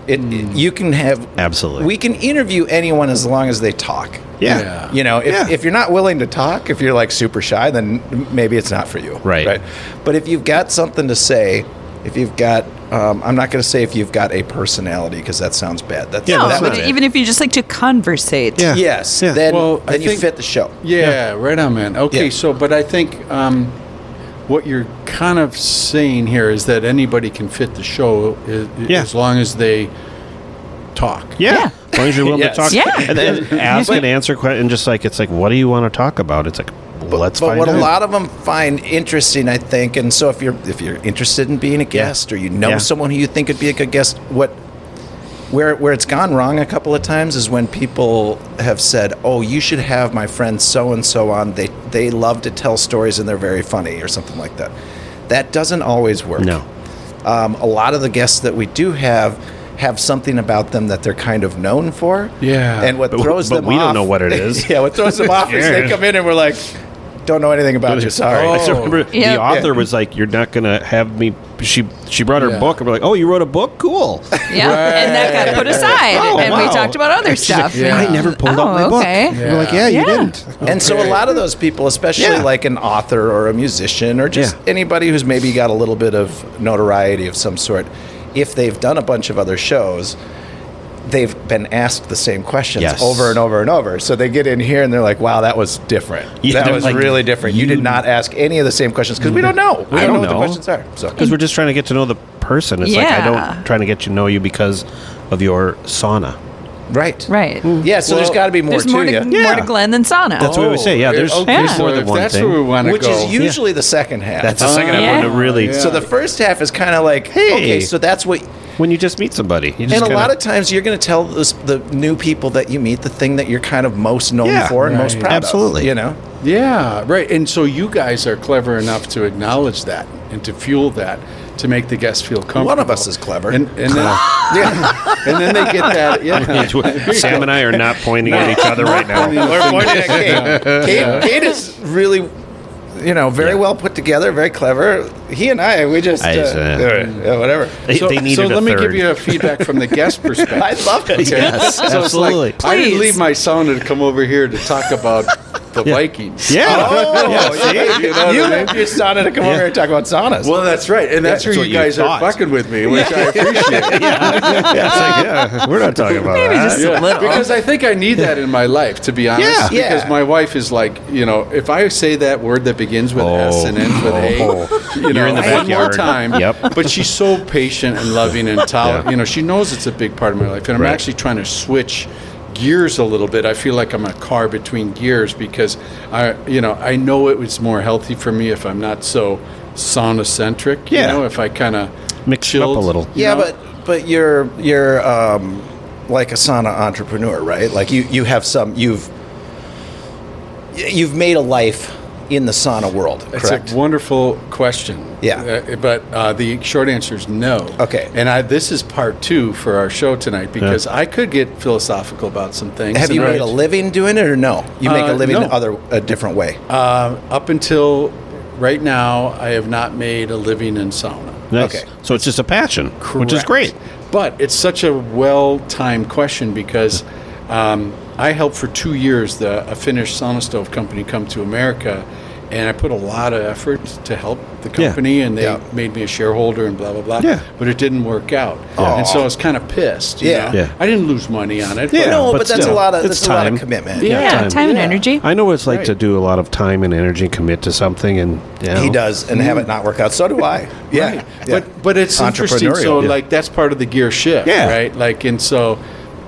Speaker 1: It, you can have
Speaker 5: Absolutely.
Speaker 1: We can interview anyone as long as they talk.
Speaker 5: Yeah.
Speaker 4: Yeah.
Speaker 1: You know, if,
Speaker 5: Yeah.
Speaker 1: if you're not willing to talk, if you're like super shy, then maybe it's not for you.
Speaker 5: Right.
Speaker 1: But if you've got something to say, if you've got, um, I'm not going to say if you've got a personality because that sounds bad. That's,
Speaker 5: Yeah,
Speaker 3: No,
Speaker 1: that
Speaker 5: that's
Speaker 1: would-
Speaker 3: but
Speaker 5: not it.
Speaker 3: even if you just like to conversate.
Speaker 5: Yeah.
Speaker 1: Yes.
Speaker 5: Yeah.
Speaker 1: Then,
Speaker 4: Well, I
Speaker 1: then you
Speaker 4: think-
Speaker 1: fit the show.
Speaker 4: Yeah, right on, man. Okay,
Speaker 1: Yeah.
Speaker 4: so but I think um, what you're kind of saying here is that anybody can fit the show as,
Speaker 5: Yeah.
Speaker 4: as long as they talk.
Speaker 3: Yeah.
Speaker 5: As long as you're willing
Speaker 1: Yes.
Speaker 5: to talk.
Speaker 3: Yeah.
Speaker 5: And then ask and answer questions. And just like, it's like, what do you want to talk about? It's like, let's
Speaker 1: but
Speaker 5: find
Speaker 1: what
Speaker 5: out.
Speaker 1: a lot of them find interesting, I think, and so if you're if you're interested in being a guest or you know
Speaker 5: Yeah.
Speaker 1: someone who you think would be a good guest, what where where it's gone wrong a couple of times is when people have said, "Oh, you should have my friend so and so on. They they love to tell stories and they're very funny or something like that." That doesn't always work.
Speaker 5: No.
Speaker 1: Um, a lot of the guests that we do have have something about them that they're kind of known for.
Speaker 4: Yeah.
Speaker 1: And what
Speaker 5: But we-
Speaker 1: throws
Speaker 5: but
Speaker 1: them
Speaker 5: we don't
Speaker 1: off-
Speaker 5: know what it is.
Speaker 1: yeah, what throws them off is they
Speaker 9: Yeah.
Speaker 1: come in and we're like, don't know anything about you. Sorry.
Speaker 5: I still remember
Speaker 3: Yeah.
Speaker 5: the author was like, "You're not gonna have me." She she brought her
Speaker 4: Yeah.
Speaker 5: book, and we're like, "Oh, you wrote a book? Cool."
Speaker 3: Yeah, and that got put aside,
Speaker 5: Oh,
Speaker 3: and we
Speaker 5: wow.
Speaker 3: talked about other
Speaker 5: She's like,
Speaker 3: stuff.
Speaker 4: Yeah.
Speaker 5: I never pulled
Speaker 3: Oh,
Speaker 5: out my book.
Speaker 3: okay.
Speaker 5: We're like, "Yeah, you
Speaker 3: Yeah.
Speaker 5: didn't."
Speaker 1: And so a lot of those people, especially
Speaker 5: Yeah.
Speaker 1: like an author or a musician or just
Speaker 5: Yeah.
Speaker 1: anybody who's maybe got a little bit of notoriety of some sort, if they've done a bunch of other shows, they've been asked the same questions
Speaker 5: Yes.
Speaker 1: over and over and over. So they get in here and they're like, wow, that was different.
Speaker 5: Yeah,
Speaker 1: that
Speaker 5: they're
Speaker 1: was
Speaker 5: like,
Speaker 1: really different. You, did not ask any of the same questions because we don't know. We
Speaker 5: I
Speaker 1: don't,
Speaker 5: don't
Speaker 1: know,
Speaker 5: know.
Speaker 1: what the questions are. So
Speaker 5: Because we're just trying to get to know the person. It's like I
Speaker 3: Yeah.
Speaker 5: don't trying to get to know you because of your sauna.
Speaker 1: right.
Speaker 3: Right.
Speaker 1: Yeah, so there's
Speaker 4: Well,
Speaker 1: got to be more
Speaker 3: There's
Speaker 1: to
Speaker 3: more to,
Speaker 1: you.
Speaker 3: more to Glenn than sauna.
Speaker 5: That's what we say. Yeah, there's,
Speaker 4: Oh, okay,
Speaker 5: there's
Speaker 3: Yeah.
Speaker 5: more
Speaker 4: so
Speaker 5: than
Speaker 4: if
Speaker 5: one
Speaker 4: that's
Speaker 5: thing.
Speaker 4: where we want to
Speaker 1: Which
Speaker 4: go.
Speaker 1: is usually the second half.
Speaker 5: that's the second
Speaker 3: Yeah.
Speaker 5: one to really.
Speaker 4: Yeah.
Speaker 1: So the first half is kind of like,
Speaker 5: Hey.
Speaker 1: okay, so that's what.
Speaker 5: When you just meet somebody, you just
Speaker 1: And a
Speaker 5: kinda-
Speaker 1: lot of times you're going to tell this, the new people that you meet the thing that you're kind of most known
Speaker 5: Yeah.
Speaker 1: for and most
Speaker 4: Right.
Speaker 1: proud
Speaker 5: Absolutely.
Speaker 1: of. You know?
Speaker 4: Yeah, right. And so you guys are clever enough to acknowledge that and to fuel that to make the guests feel comfortable.
Speaker 1: One of us is clever.
Speaker 4: And, and, then, yeah, and then they get that. Yeah.
Speaker 5: Sam and I are not pointing at each other right now.
Speaker 1: We're pointing at Kate. Kate, Kate is really, you know, very well put together, very clever. He and I, we just.
Speaker 5: I
Speaker 1: uh,
Speaker 5: just, uh,
Speaker 1: yeah, whatever.
Speaker 5: They,
Speaker 4: So,
Speaker 5: they needed
Speaker 4: so
Speaker 5: a
Speaker 4: let me
Speaker 5: third.
Speaker 4: give you a feedback from the guest perspective.
Speaker 1: I love it.
Speaker 5: yes,
Speaker 4: So it's like,
Speaker 5: absolutely.
Speaker 4: I didn't
Speaker 3: Please.
Speaker 4: leave my sauna to come over here to talk about the Vikings.
Speaker 5: yeah.
Speaker 1: Oh,
Speaker 4: see?
Speaker 1: you,
Speaker 4: You know what I
Speaker 1: left your sauna to come over here and talk about saunas.
Speaker 4: Well, that's right, and that's where
Speaker 5: that's
Speaker 4: you
Speaker 5: what you
Speaker 4: guys are
Speaker 5: thought.
Speaker 4: fucking with me, which I appreciate.
Speaker 5: Yeah, it's like, yeah, we're not talking about
Speaker 3: Maybe
Speaker 5: that.
Speaker 3: just a little.
Speaker 4: Because I think I need that in my life, to be honest.
Speaker 5: Yeah.
Speaker 4: Because
Speaker 1: Yeah.
Speaker 4: my wife is like, you know, if I say that word that begins with S and ends with A, you know,
Speaker 5: Oh. You're in the
Speaker 4: one more
Speaker 5: backyard.
Speaker 4: time.
Speaker 5: Yep.
Speaker 4: But she's so patient and loving and tolerant.
Speaker 5: Yeah.
Speaker 4: You know, she knows it's a big part of my life, and I'm
Speaker 5: Right.
Speaker 4: actually trying to switch gears a little bit. I feel like I'm a car between gears because I, you know, I know it was more healthy for me if I'm not so sauna centric. You
Speaker 5: Yeah.
Speaker 4: know, if I kind of
Speaker 5: Mix it up a little.
Speaker 1: yeah, but but you're you're um, like a sauna entrepreneur, right? Like you you have some you've you've made a life in the sauna world,
Speaker 4: It's
Speaker 1: correct?
Speaker 4: a wonderful question.
Speaker 1: Yeah.
Speaker 4: Uh, but uh, the short answer is no.
Speaker 1: Okay.
Speaker 4: And I, this is part two for our show tonight because I could get philosophical about some things.
Speaker 1: have you
Speaker 4: and I-
Speaker 1: made a living doing it or no? You make a
Speaker 4: Uh,
Speaker 1: living
Speaker 4: no.
Speaker 1: other a different way.
Speaker 4: Uh, up until right now, I have not made a living in sauna.
Speaker 5: Nice.
Speaker 1: Okay.
Speaker 5: So it's just a passion, which is great.
Speaker 4: Correct. But it's such a well-timed question because um, I helped for two years the a Finnish sauna stove company come to America, and I put a lot of effort to help the company, and they
Speaker 1: Yeah.
Speaker 4: made me a shareholder and blah blah blah.
Speaker 10: Yeah.
Speaker 4: But it didn't work out, and so I was kind of pissed. you
Speaker 1: Yeah.
Speaker 4: know?
Speaker 10: Yeah.
Speaker 4: I didn't lose money on it.
Speaker 10: Yeah.
Speaker 1: no, but,
Speaker 10: but
Speaker 1: that's
Speaker 10: still,
Speaker 1: a lot of
Speaker 10: it's
Speaker 1: that's a lot
Speaker 10: time.
Speaker 1: of commitment.
Speaker 4: Yeah.
Speaker 3: Yeah, time, and
Speaker 4: Yeah.
Speaker 3: energy.
Speaker 5: I know what it's like to
Speaker 4: Right.
Speaker 5: do a lot of time and energy, commit to something, and you know,
Speaker 1: He does, and have it not work out. So do I. Yeah,
Speaker 4: Mm-hmm. Right.
Speaker 1: yeah.
Speaker 4: But but it's interesting. So
Speaker 1: Entrepreneurial. Yeah.
Speaker 4: like that's part of the gear shift,
Speaker 1: Yeah.
Speaker 4: right? Like and so,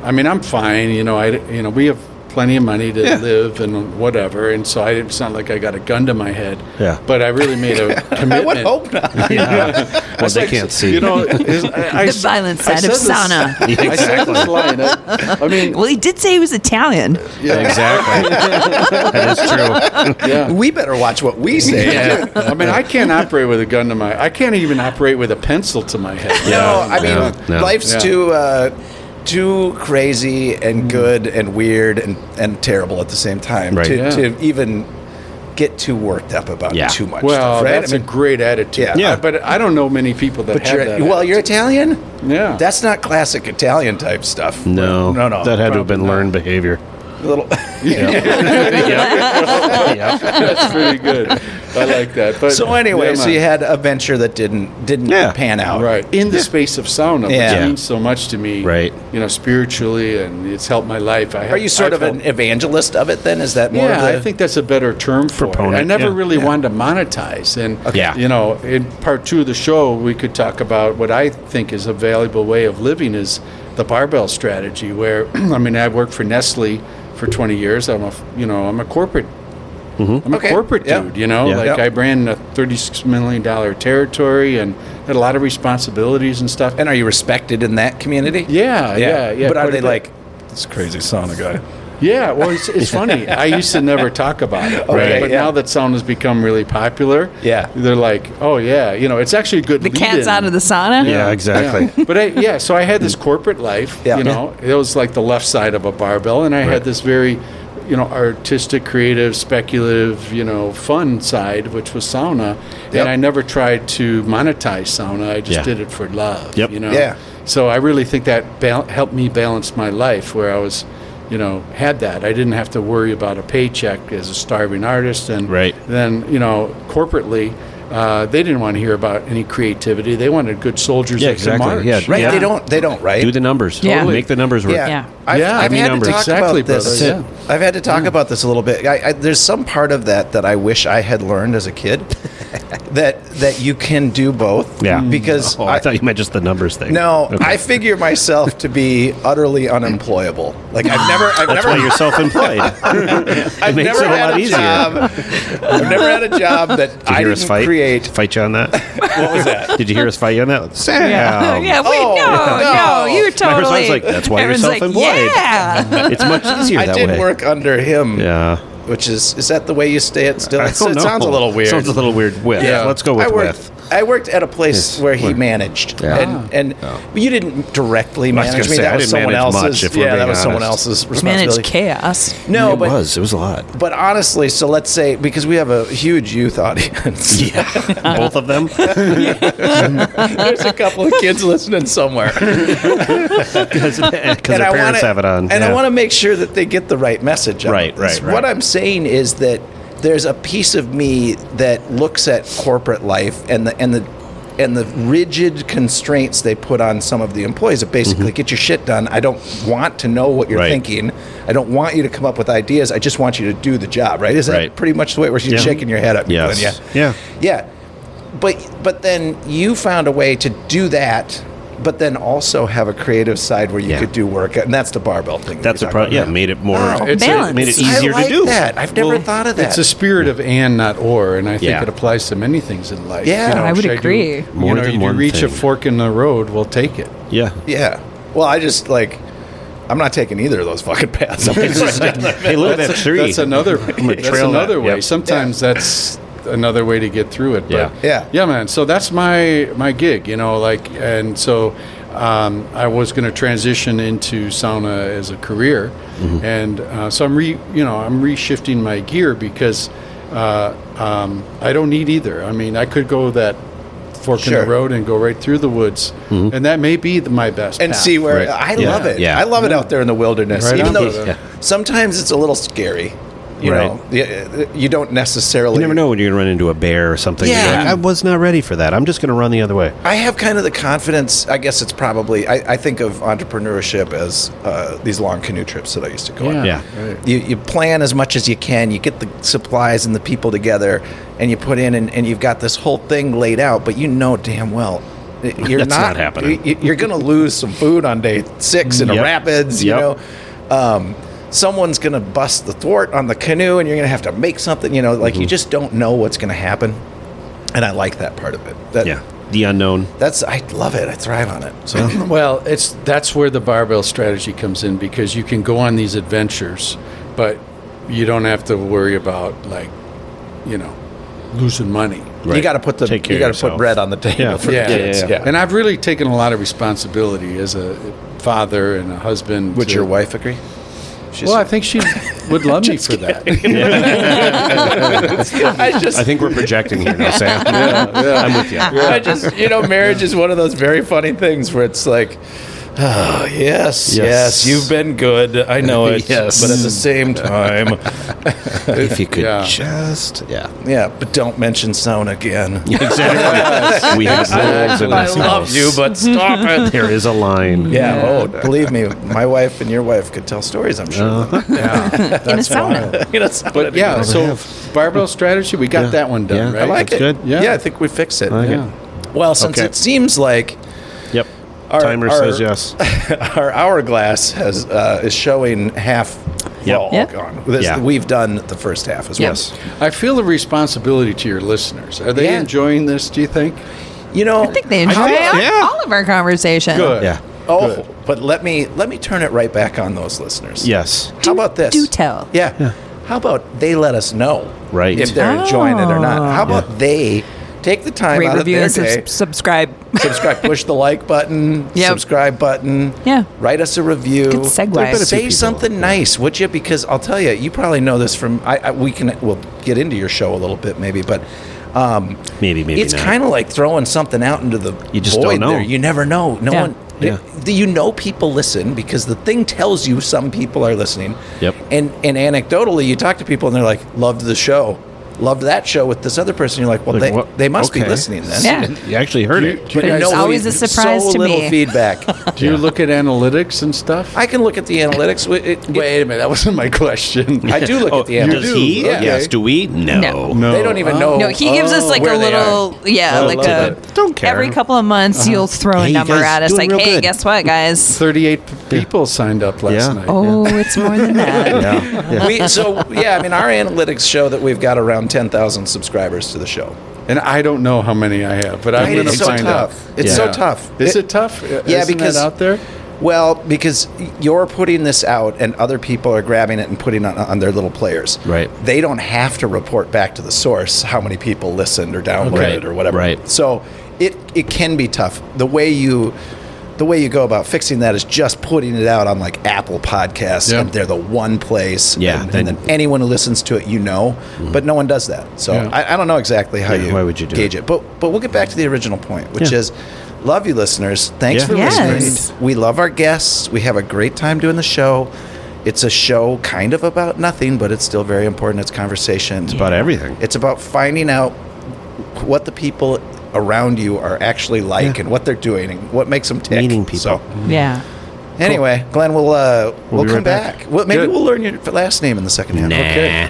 Speaker 4: I mean, I'm fine. You know, I you know we have plenty of money to live and whatever, and so I didn't sound like I got a gun to my head.
Speaker 10: Yeah.
Speaker 4: But I really made a commitment.
Speaker 1: I would hope not.
Speaker 5: Well, they can't see.
Speaker 4: You know, is- I, I,
Speaker 3: The violent
Speaker 4: I
Speaker 3: side of
Speaker 4: said
Speaker 3: sauna.
Speaker 4: This, I said this line. I, I mean,
Speaker 3: Well, he did say he was Italian.
Speaker 4: yeah,
Speaker 5: exactly. that is true.
Speaker 4: yeah.
Speaker 1: we better watch what we say.
Speaker 4: Yeah. I mean, I can't operate with a gun to my. I can't even operate with a pencil to my head.
Speaker 1: No, I mean
Speaker 5: Yeah, no.
Speaker 1: life's
Speaker 4: Yeah. Mm-hmm.
Speaker 1: too uh, too crazy and good and weird and, and terrible at the same time
Speaker 5: Right.
Speaker 1: to,
Speaker 4: Yeah.
Speaker 1: to even get too worked up about
Speaker 5: Yeah.
Speaker 1: too much.
Speaker 4: Well,
Speaker 1: stuff, right?
Speaker 4: that's
Speaker 1: I mean,
Speaker 4: a great attitude.
Speaker 1: Yeah. Yeah.
Speaker 4: But I don't know many people that
Speaker 1: but
Speaker 4: have
Speaker 1: you're
Speaker 4: that.
Speaker 1: well, you're Italian.
Speaker 4: Yeah.
Speaker 1: that's not classic Italian type stuff.
Speaker 5: No,
Speaker 1: no, no.
Speaker 5: That had to have
Speaker 4: probably
Speaker 5: been
Speaker 4: not.
Speaker 5: learned behavior.
Speaker 1: little. Oh,
Speaker 4: That's pretty good. I like that. But
Speaker 1: so anyway,
Speaker 4: Yeah,
Speaker 1: so
Speaker 4: man.
Speaker 1: you had a venture that didn't didn't
Speaker 10: Yeah.
Speaker 1: pan out.
Speaker 4: right in the space of sauna,
Speaker 1: Yeah.
Speaker 4: which means so much to me.
Speaker 5: Right.
Speaker 4: You know, spiritually, and it's helped my life. I
Speaker 1: Are you sort of an evangelist of it then? Is that more
Speaker 4: yeah,
Speaker 1: of the
Speaker 4: I think that's a better term for it. I
Speaker 5: Proponent,
Speaker 4: never
Speaker 5: yeah.
Speaker 4: really wanted to monetize. And,
Speaker 5: Yeah.
Speaker 4: you know, in part two of the show, we could talk about what I think is a valuable way of living is the barbell strategy, where, I mean, I worked for Nestle for 20 years. I'm a, f- you know, I'm a corporate. I'm a
Speaker 1: Okay.
Speaker 4: corporate
Speaker 1: Yeah.
Speaker 4: dude, you know.
Speaker 5: Mm-hmm. Yeah.
Speaker 4: Like
Speaker 1: Yeah.
Speaker 4: I ran a thirty-six million dollar territory and had a lot of responsibilities and stuff.
Speaker 1: And are you respected in that community?
Speaker 4: yeah, yeah, yeah.
Speaker 1: But are
Speaker 4: quite
Speaker 1: they
Speaker 4: a bit.
Speaker 1: like this crazy sauna guy?
Speaker 4: Yeah, well, it's, it's funny. I used to never talk about it,
Speaker 1: Okay,
Speaker 4: right? But
Speaker 1: yeah.
Speaker 4: now that sound has become really popular,
Speaker 1: Yeah.
Speaker 4: they're like, oh yeah, you know, it's actually a good.
Speaker 3: The cat's
Speaker 4: lead-in.
Speaker 3: out of the sauna.
Speaker 5: Yeah, exactly.
Speaker 4: Yeah. But I, yeah, so I had this corporate life.
Speaker 1: Yeah.
Speaker 4: You know, it was like the left side of a barbell, and I had this very, you know, artistic, creative, speculative, you know, fun side, which was sauna,
Speaker 1: Yep.
Speaker 4: and I never tried to monetize sauna. I just
Speaker 5: Yeah.
Speaker 4: did it for love.
Speaker 5: Yep.
Speaker 4: You know.
Speaker 1: Yeah.
Speaker 4: So I really think that bal- helped me balance my life, where I was. You know, had that. I didn't have to worry about a paycheck as a starving artist, and
Speaker 5: Right.
Speaker 4: then you know, corporately, uh, they didn't want to hear about any creativity. They wanted good soldiers
Speaker 5: Yeah,
Speaker 4: that could
Speaker 5: exactly.
Speaker 4: march.
Speaker 5: Yeah,
Speaker 1: Right?
Speaker 5: Yeah.
Speaker 1: They don't. They don't. Right?
Speaker 5: Do the numbers.
Speaker 3: Yeah. Totally.
Speaker 5: Make the numbers work.
Speaker 1: yeah.
Speaker 3: Yeah.
Speaker 1: I've,
Speaker 4: Yeah.
Speaker 1: I've
Speaker 4: Give me
Speaker 1: had
Speaker 5: numbers.
Speaker 1: to talk
Speaker 4: Exactly,
Speaker 1: about this.
Speaker 4: brother,
Speaker 1: I've had to talk about this a little bit. I, I, there's some part of that that I wish I had learned as a kid. that that you can do both.
Speaker 5: Yeah.
Speaker 1: Because
Speaker 5: Oh, I, thought you meant just the numbers thing.
Speaker 1: No,
Speaker 5: Okay.
Speaker 1: I figure myself to be utterly unemployable. Like I've never, I've
Speaker 5: That's
Speaker 1: never,
Speaker 5: why you're self-employed.
Speaker 1: I've
Speaker 5: makes
Speaker 1: never
Speaker 5: it a
Speaker 1: had a
Speaker 5: lot easier.
Speaker 1: job. I've never had a job that
Speaker 5: Did you
Speaker 1: I
Speaker 5: hear us
Speaker 1: didn't
Speaker 5: fight?
Speaker 1: create.
Speaker 5: Fight you on that?
Speaker 1: What was that?
Speaker 5: Did you hear us fight you on that? Sam.
Speaker 3: yeah, wait,
Speaker 1: Oh,
Speaker 3: no, no,
Speaker 1: no.
Speaker 3: you were
Speaker 5: Um, My
Speaker 3: totally.
Speaker 5: response was like, "That's why you're
Speaker 3: Aaron's like,
Speaker 5: self-employed."
Speaker 3: yeah.
Speaker 5: It's much easier
Speaker 1: I
Speaker 5: that
Speaker 1: did
Speaker 5: way.
Speaker 1: work under him.
Speaker 5: Yeah.
Speaker 1: Which is is that the way you stay at still?
Speaker 5: I
Speaker 1: It's-
Speaker 5: don't
Speaker 1: It
Speaker 5: know.
Speaker 1: sounds a little weird.
Speaker 5: Sounds a little weird with.
Speaker 4: Yeah.
Speaker 5: Let's go with
Speaker 1: I worked.
Speaker 5: with.
Speaker 1: I worked at a place
Speaker 5: Yes,
Speaker 1: where he
Speaker 5: where-
Speaker 1: managed,
Speaker 5: Yeah. Oh.
Speaker 1: and and you didn't directly
Speaker 5: I was
Speaker 1: manage
Speaker 5: gonna
Speaker 1: me.
Speaker 5: say,
Speaker 1: that
Speaker 5: I
Speaker 1: was
Speaker 5: didn't
Speaker 1: someone
Speaker 5: manage much,
Speaker 1: else's.
Speaker 5: if we're
Speaker 1: yeah, that
Speaker 5: being
Speaker 1: was someone
Speaker 5: honest.
Speaker 1: else's
Speaker 3: Manage
Speaker 1: responsibility.
Speaker 3: chaos.
Speaker 1: No,
Speaker 5: it
Speaker 1: Oh, but
Speaker 5: was. It was a lot.
Speaker 1: but honestly, so let's say because we have a huge youth audience.
Speaker 5: Both of them.
Speaker 1: There's a couple of kids listening somewhere.
Speaker 5: Because their parents
Speaker 1: wanna,
Speaker 5: have it on.
Speaker 1: And I
Speaker 5: yeah.
Speaker 1: want to make sure that they get the right message. out of
Speaker 5: Right,
Speaker 1: this.
Speaker 5: right, right.
Speaker 1: What I'm saying is that there's a piece of me that looks at corporate life and the and the and the rigid constraints they put on some of the employees of basically get your shit done. I don't want to know what you're
Speaker 5: Mm-hmm.
Speaker 1: thinking.
Speaker 5: Right.
Speaker 1: I don't want you to come up with ideas. I just want you to do the job. Right? Is that
Speaker 5: Right.
Speaker 1: pretty much the way? Where you're
Speaker 5: Yeah.
Speaker 1: shaking your head at me?
Speaker 5: Yes.
Speaker 1: Glenn?
Speaker 5: Yeah.
Speaker 1: Yeah. But but then you found a way to do that, but then also have a creative side where you
Speaker 5: Yeah.
Speaker 1: could do work, and that's the barbell thing. that
Speaker 5: That's
Speaker 1: you're
Speaker 5: a pro
Speaker 1: talking
Speaker 5: Yeah,
Speaker 1: about.
Speaker 5: made it more.
Speaker 1: Wow.
Speaker 5: It's
Speaker 3: Balance.
Speaker 5: a, made it
Speaker 3: I
Speaker 5: easier
Speaker 1: I like
Speaker 5: to do.
Speaker 1: That I've never thought of that.
Speaker 4: It's a spirit of and, not or, and I think
Speaker 5: Yeah.
Speaker 4: it applies to many things in life.
Speaker 1: Yeah.
Speaker 4: you know,
Speaker 1: I
Speaker 3: would
Speaker 4: should do-
Speaker 3: agree.
Speaker 4: you
Speaker 5: More
Speaker 4: know,
Speaker 5: than
Speaker 4: you do
Speaker 5: one
Speaker 4: reach
Speaker 5: thing.
Speaker 4: a fork in the road, we'll take it.
Speaker 5: Yeah.
Speaker 1: yeah. Well, I just like. I'm not taking either of those fucking paths.
Speaker 5: Hey, look, that's three.
Speaker 4: That's another. that's
Speaker 5: trail that.
Speaker 4: another way.
Speaker 5: Yep.
Speaker 4: Sometimes that's another way to get through it. But
Speaker 5: Yeah.
Speaker 1: Yeah.
Speaker 4: man. So that's my my gig. You know, like, and so um, I was going to transition into sauna as a career,
Speaker 5: Mm-hmm.
Speaker 4: and uh, so I'm re you know I'm reshifting my gear because uh, um, I don't need either. I mean, I could go that fork
Speaker 1: Sure.
Speaker 4: in the road and go right through the woods,
Speaker 5: Mm-hmm.
Speaker 4: and that may be the, my best.
Speaker 1: and
Speaker 4: path.
Speaker 1: see where
Speaker 5: Right.
Speaker 1: I
Speaker 5: Yeah.
Speaker 1: love it.
Speaker 5: Yeah.
Speaker 1: I love it out there in the wilderness,
Speaker 4: Right
Speaker 1: even
Speaker 4: on,
Speaker 1: though
Speaker 4: brother.
Speaker 5: Yeah.
Speaker 1: sometimes it's a little scary. You
Speaker 5: Right.
Speaker 1: know, Y- you don't necessarily.
Speaker 5: You never know when you're going to run into a bear or something. You're
Speaker 1: Yeah.
Speaker 5: like, I was not ready for that. I'm just going to run the other way.
Speaker 1: I have kind of the confidence. I guess it's probably. I, I think of entrepreneurship as uh, these long canoe trips that I used to go on.
Speaker 5: Yeah.
Speaker 1: You, you plan as much as you can. You get the supplies and the people together, and you put in, and, and you've got this whole thing laid out. But you know damn well y- you're
Speaker 5: That's not happening.
Speaker 1: y- y- You're going to lose some food on day six in the
Speaker 5: Yep.
Speaker 1: rapids.
Speaker 5: Yep.
Speaker 1: You know, um, someone's going to bust the thwart on the canoe, and you're going to have to make something. You know, like
Speaker 5: Mm-hmm.
Speaker 1: you just don't know what's going to happen. And I like that part of it. That,
Speaker 5: Yeah. The unknown.
Speaker 1: that's I love it. I thrive on it. So
Speaker 4: Well, it's that's where the barbell strategy comes in because you can go on these adventures, but you don't have to worry about like, you know, losing money.
Speaker 1: you got to put the
Speaker 5: Take care
Speaker 1: you
Speaker 5: of
Speaker 1: got to put
Speaker 5: yourself.
Speaker 1: bread on the table
Speaker 5: Yeah.
Speaker 1: for
Speaker 4: Yeah,
Speaker 1: the
Speaker 4: yeah,
Speaker 1: kids.
Speaker 5: yeah, yeah.
Speaker 4: And I've really taken a lot of responsibility as a father and a husband.
Speaker 1: Would
Speaker 4: to-
Speaker 1: your wife agree? She's,
Speaker 4: Well, I think she would love me for that.
Speaker 1: I just
Speaker 11: I think we're projecting here now, Sam. I'm with you.
Speaker 1: I just you know marriage is one of those very funny things where it's like. Oh, yes, yes,
Speaker 5: Yes.
Speaker 1: you've been good. I know it.
Speaker 5: Yes.
Speaker 1: But at the same time,
Speaker 5: if you could
Speaker 4: Yeah.
Speaker 5: just. Yeah.
Speaker 1: yeah, but don't mention sound again.
Speaker 5: Exactly. we have rules in
Speaker 1: I
Speaker 5: this
Speaker 1: love
Speaker 5: house.
Speaker 1: you, but stop it.
Speaker 5: There is a line.
Speaker 1: Yeah, oh, believe me, my wife and your wife could tell stories, I'm sure.
Speaker 5: Uh-huh.
Speaker 3: in a sauna.
Speaker 1: You know, sound
Speaker 4: But yeah, so
Speaker 5: have.
Speaker 4: barbell strategy, we got
Speaker 5: Yeah.
Speaker 4: that one done,
Speaker 5: Yeah.
Speaker 4: right?
Speaker 1: I like it.
Speaker 5: That's good.
Speaker 1: Yeah.
Speaker 4: Yeah.
Speaker 1: I think we fixed it.
Speaker 5: like it.
Speaker 4: Yeah.
Speaker 1: Well, since
Speaker 5: Okay.
Speaker 1: it seems like
Speaker 5: Yep.
Speaker 1: Our-
Speaker 5: Timer
Speaker 1: our-
Speaker 5: says yes.
Speaker 1: our hourglass has uh, is showing half.
Speaker 5: Yep.
Speaker 1: Well,
Speaker 3: Yep.
Speaker 1: gone. This-
Speaker 5: Yeah.
Speaker 1: We've done the first half as well.
Speaker 5: Yes.
Speaker 4: I feel a responsibility to your listeners. Are they
Speaker 1: Yeah.
Speaker 4: enjoying this, do you think?
Speaker 1: You know,
Speaker 3: I think they enjoy all,
Speaker 5: yeah.
Speaker 3: all of our conversation.
Speaker 5: Yeah.
Speaker 1: Oh, but let me let me turn it right back on those listeners.
Speaker 5: Yes.
Speaker 1: How about this?
Speaker 3: do tell.
Speaker 1: Yeah. How about they let us know
Speaker 5: Right.
Speaker 1: if they're enjoying it or not? How about they take the time
Speaker 3: Rate,
Speaker 1: out of
Speaker 3: Oh. review,
Speaker 1: their
Speaker 3: and subs-
Speaker 1: day,
Speaker 3: subscribe.
Speaker 1: subscribe, push the like button,
Speaker 3: Yep.
Speaker 1: subscribe button.
Speaker 3: Yeah.
Speaker 1: Write us a review.
Speaker 3: Good segue. There've been a
Speaker 1: Say something nice, would you? Because I'll tell you, you probably know this from. I, I we can we'll get into your show a little bit maybe, but. Um,
Speaker 5: Maybe, maybe
Speaker 1: it's
Speaker 5: not.
Speaker 1: kind of like throwing something out into the
Speaker 5: You just
Speaker 1: void
Speaker 5: don't know.
Speaker 1: There. You never know. No
Speaker 3: Yeah.
Speaker 1: one.
Speaker 5: Yeah.
Speaker 1: Do you know people listen because the thing tells you some people are listening.
Speaker 5: Yep.
Speaker 1: And and anecdotally, you talk to people and they're like, "Loved the show, loved that show with this other person." You're like, "Well,
Speaker 5: Like,
Speaker 1: they,
Speaker 5: what?
Speaker 1: they must be
Speaker 5: Okay.
Speaker 1: listening then."
Speaker 3: Yeah.
Speaker 5: You actually heard it.
Speaker 1: But
Speaker 3: There's
Speaker 1: no,
Speaker 3: always
Speaker 1: we-
Speaker 3: a surprise
Speaker 1: so
Speaker 3: to
Speaker 1: little
Speaker 3: me.
Speaker 1: feedback.
Speaker 4: Do you look at analytics and stuff?
Speaker 1: I can look at the analytics. Wi- It, it-
Speaker 4: Wait a minute, that wasn't my question.
Speaker 1: I do look
Speaker 5: Oh,
Speaker 1: at the
Speaker 4: you
Speaker 1: analytics.
Speaker 4: do? Okay.
Speaker 5: Do we?
Speaker 3: No.
Speaker 1: They don't even
Speaker 5: Oh,
Speaker 1: know.
Speaker 3: No, he gives us like
Speaker 1: where
Speaker 3: a
Speaker 1: they
Speaker 3: little, yeah, like
Speaker 1: love
Speaker 3: a.
Speaker 5: Don't care. Uh-huh.
Speaker 3: Every couple of months, you'll throw
Speaker 5: Hey,
Speaker 3: a
Speaker 5: you
Speaker 3: number
Speaker 5: guys
Speaker 3: at us,
Speaker 5: doing
Speaker 3: like,
Speaker 5: real
Speaker 3: "Hey,
Speaker 5: good."
Speaker 3: guess what, guys?
Speaker 4: 38 people signed up last
Speaker 5: Yeah.
Speaker 4: night.
Speaker 3: Oh, it's more than that."
Speaker 5: Yeah.
Speaker 1: are. We, so yeah, I mean, our analytics show that we've got around ten thousand subscribers to the show.
Speaker 4: And I don't know how many I have, but I'm
Speaker 1: Right,
Speaker 4: going to
Speaker 1: it's so
Speaker 4: find out.
Speaker 1: tough. It's so tough.
Speaker 4: Is
Speaker 1: It-
Speaker 4: it, tough? Uh,
Speaker 1: Yeah,
Speaker 4: Isn't that
Speaker 1: because-
Speaker 4: out there.
Speaker 1: Well, because you're putting this out, and other people are grabbing it and putting it on, on their little players.
Speaker 5: Right.
Speaker 1: They don't have to report back to the source how many people listened or downloaded
Speaker 5: Right,
Speaker 1: or whatever.
Speaker 5: right.
Speaker 1: So it it can be tough. The way you the way you go about fixing that is just putting it out on like Apple Podcasts,
Speaker 4: Yeah.
Speaker 1: and they're the one place.
Speaker 5: Yeah,
Speaker 1: And,
Speaker 5: then- Mm-hmm.
Speaker 1: and then anyone who listens to it, you know. But no one does that. So
Speaker 4: Yeah.
Speaker 1: I, I don't know exactly how
Speaker 5: Yeah,
Speaker 1: you
Speaker 5: why would you do
Speaker 1: gauge it? But but we'll get back to the original point, which
Speaker 5: Yeah.
Speaker 1: is. Love you, listeners. Thanks
Speaker 5: Yeah.
Speaker 1: for
Speaker 3: Yes.
Speaker 1: listening. We love our guests. We have a great time doing the show. It's a show kind of about nothing, but it's still very important. It's conversation. It's
Speaker 5: About everything.
Speaker 1: It's about finding out what the people around you are actually like and what they're doing and what makes them tick.
Speaker 5: Meeting people.
Speaker 1: So,
Speaker 3: Yeah.
Speaker 1: anyway, Glenn, we'll uh, we'll,
Speaker 5: be
Speaker 1: come
Speaker 5: right
Speaker 1: back.
Speaker 5: back.
Speaker 1: Well, maybe
Speaker 4: Good.
Speaker 1: we'll learn your last name in the second half.
Speaker 5: Okay.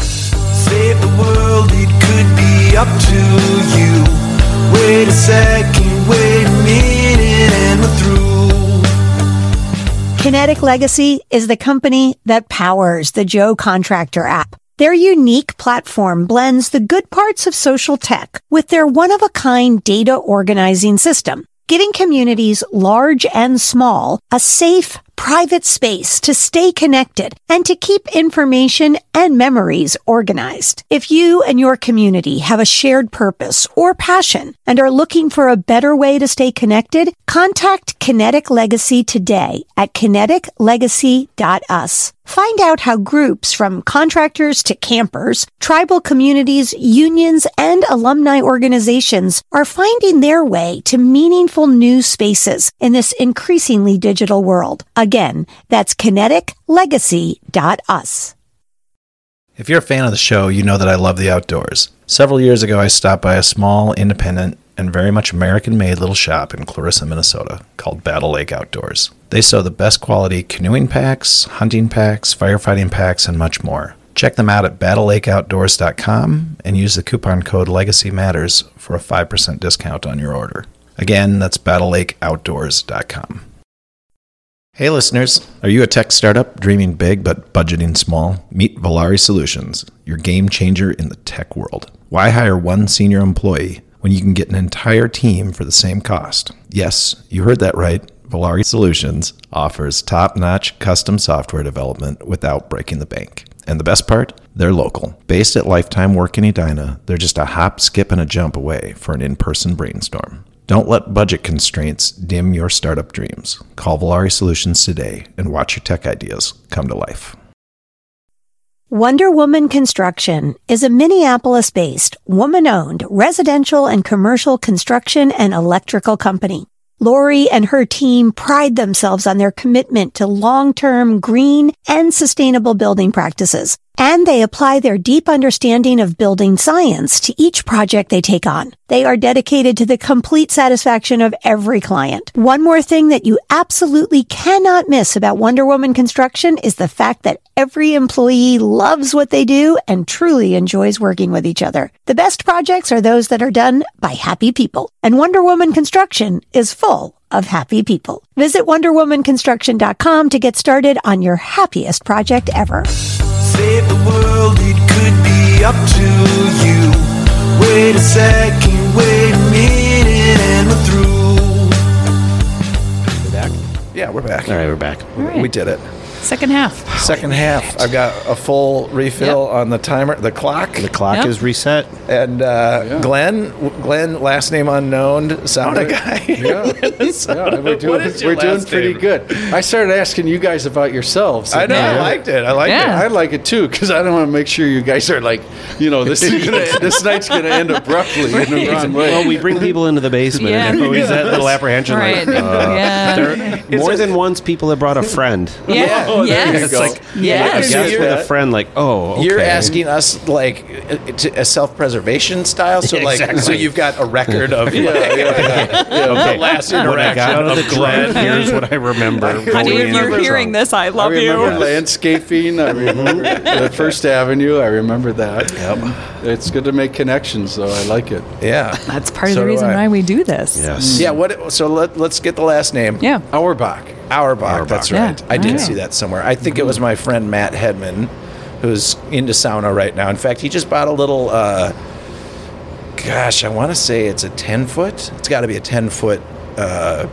Speaker 12: Save the world, it could be up to you. Wait a second, wait a minute, and we're through.
Speaker 13: Kinetic Legacy is the company that powers the Joe Contractor app. Their unique platform blends the good parts of social tech with their one of a kind data organizing system, giving communities large and small a safe, private space to stay connected and to keep information and memories organized. If you and your community have a shared purpose or passion and are looking for a better way to stay connected, contact Kinetic Legacy today at kineticlegacy.us. Find out how groups from contractors to campers, tribal communities, unions, and alumni organizations are finding their way to meaningful new spaces in this increasingly digital world. Again, that's kineticlegacy.us.
Speaker 1: If you're a fan of the show, you know that I love the outdoors. Several years ago, I stopped by a small, independent, and very much American made little shop in Clarissa, Minnesota called Battle Lake Outdoors. They sell the best quality canoeing packs, hunting packs, firefighting packs, and much more. Check them out at battlelakeoutdoors.com and use the coupon code Legacy Matters for a 5% discount on your order. Again, that's battlelakeoutdoors.com. Hey, listeners. Are you a tech startup dreaming big but budgeting small? Meet Valari Solutions, your game changer in the tech world. Why hire one senior employee when you can get an entire team for the same cost? Yes, you heard that right. Valari Solutions offers top notch custom software development without breaking the bank. And the best part? They're local. Based at Lifetime Work in Edina, they're just a hop, skip, and a jump away for an in person brainstorm. Don't let budget constraints dim your startup dreams. Call Valari Solutions today and watch your tech ideas come to life.
Speaker 13: Wonder Woman Construction is a Minneapolis based, woman owned residential and commercial construction and electrical company. Lori and her team pride themselves on their commitment to long-term green and sustainable building practices, and they apply their deep understanding of building science to each project they take on. They are dedicated to the complete satisfaction of every client. One more thing that you absolutely cannot miss about Wonder Woman Construction is the fact that every employee loves what they do and truly enjoys working with each other. The best projects are those that are done by happy people, and Wonder Woman Construction is full of happy people. Visit wonderwomanconstruction.com to get started on your happiest project ever.
Speaker 12: Save the world, it could be up to you. Wait a second, wait a minute, and we're through.
Speaker 14: Yeah, we're back.
Speaker 15: All right, we're back.
Speaker 14: We did it.
Speaker 3: Second half.
Speaker 14: Second half. I've got a full refill on the timer, the clock,
Speaker 5: The clock
Speaker 3: Yep.
Speaker 5: is reset.
Speaker 14: and uh, Glenn, Glenn, last name unknown, sound guy.
Speaker 4: Yeah, yeah we're doing,
Speaker 1: is your
Speaker 4: we're doing
Speaker 1: last
Speaker 4: pretty
Speaker 1: name?
Speaker 4: good. I started asking you guys about yourselves.
Speaker 14: I know. I liked it. I liked
Speaker 3: Yeah.
Speaker 14: it.
Speaker 4: I like it too because I don't want to make sure you guys are like, you know, this is gonna, this night's going to end abruptly in the wrong way.
Speaker 5: Well, Oh, we bring people into the basement.
Speaker 3: Yeah.
Speaker 5: And they're always that little apprehension.
Speaker 3: Right.
Speaker 5: Like, uh,
Speaker 3: yeah.
Speaker 5: there- more than once, people have brought a friend.
Speaker 3: Yeah.
Speaker 5: Oh,
Speaker 3: yes.
Speaker 4: go.
Speaker 3: Like, yes.
Speaker 5: A
Speaker 14: Yeah.
Speaker 5: guest with a friend, like, oh, okay.
Speaker 14: You're asking us like uh, a, a self-preservation style, so like so
Speaker 5: Exactly.
Speaker 14: you've got a record of like,
Speaker 5: okay.
Speaker 14: the last
Speaker 5: when I got
Speaker 14: interaction.
Speaker 5: out of the Glen, here's what I remember.
Speaker 3: Honey,
Speaker 5: going
Speaker 3: if
Speaker 5: in.
Speaker 3: you're hearing this, I
Speaker 4: I
Speaker 3: love
Speaker 4: remember
Speaker 3: you.
Speaker 4: landscaping. I
Speaker 14: Mm-hmm.
Speaker 4: remember the First Avenue. I remember that. Yep. It's good to make connections, though. I like it.
Speaker 14: Yeah,
Speaker 3: That's part of
Speaker 14: So
Speaker 3: the
Speaker 14: do
Speaker 3: reason
Speaker 14: I.
Speaker 3: why we do this.
Speaker 5: Yes.
Speaker 14: yeah. What? So let, let's get the last name.
Speaker 3: Yeah.
Speaker 14: Auerbach. Auerbach. That's
Speaker 3: Yeah, Mm-hmm.
Speaker 14: right. I did
Speaker 3: alright.
Speaker 14: see that somewhere. I think it was my friend Matt Hedman, who's into sauna right now. In fact, he just bought a little. Uh, gosh, I want to say it's a ten foot. It's got to be a ten foot. Uh,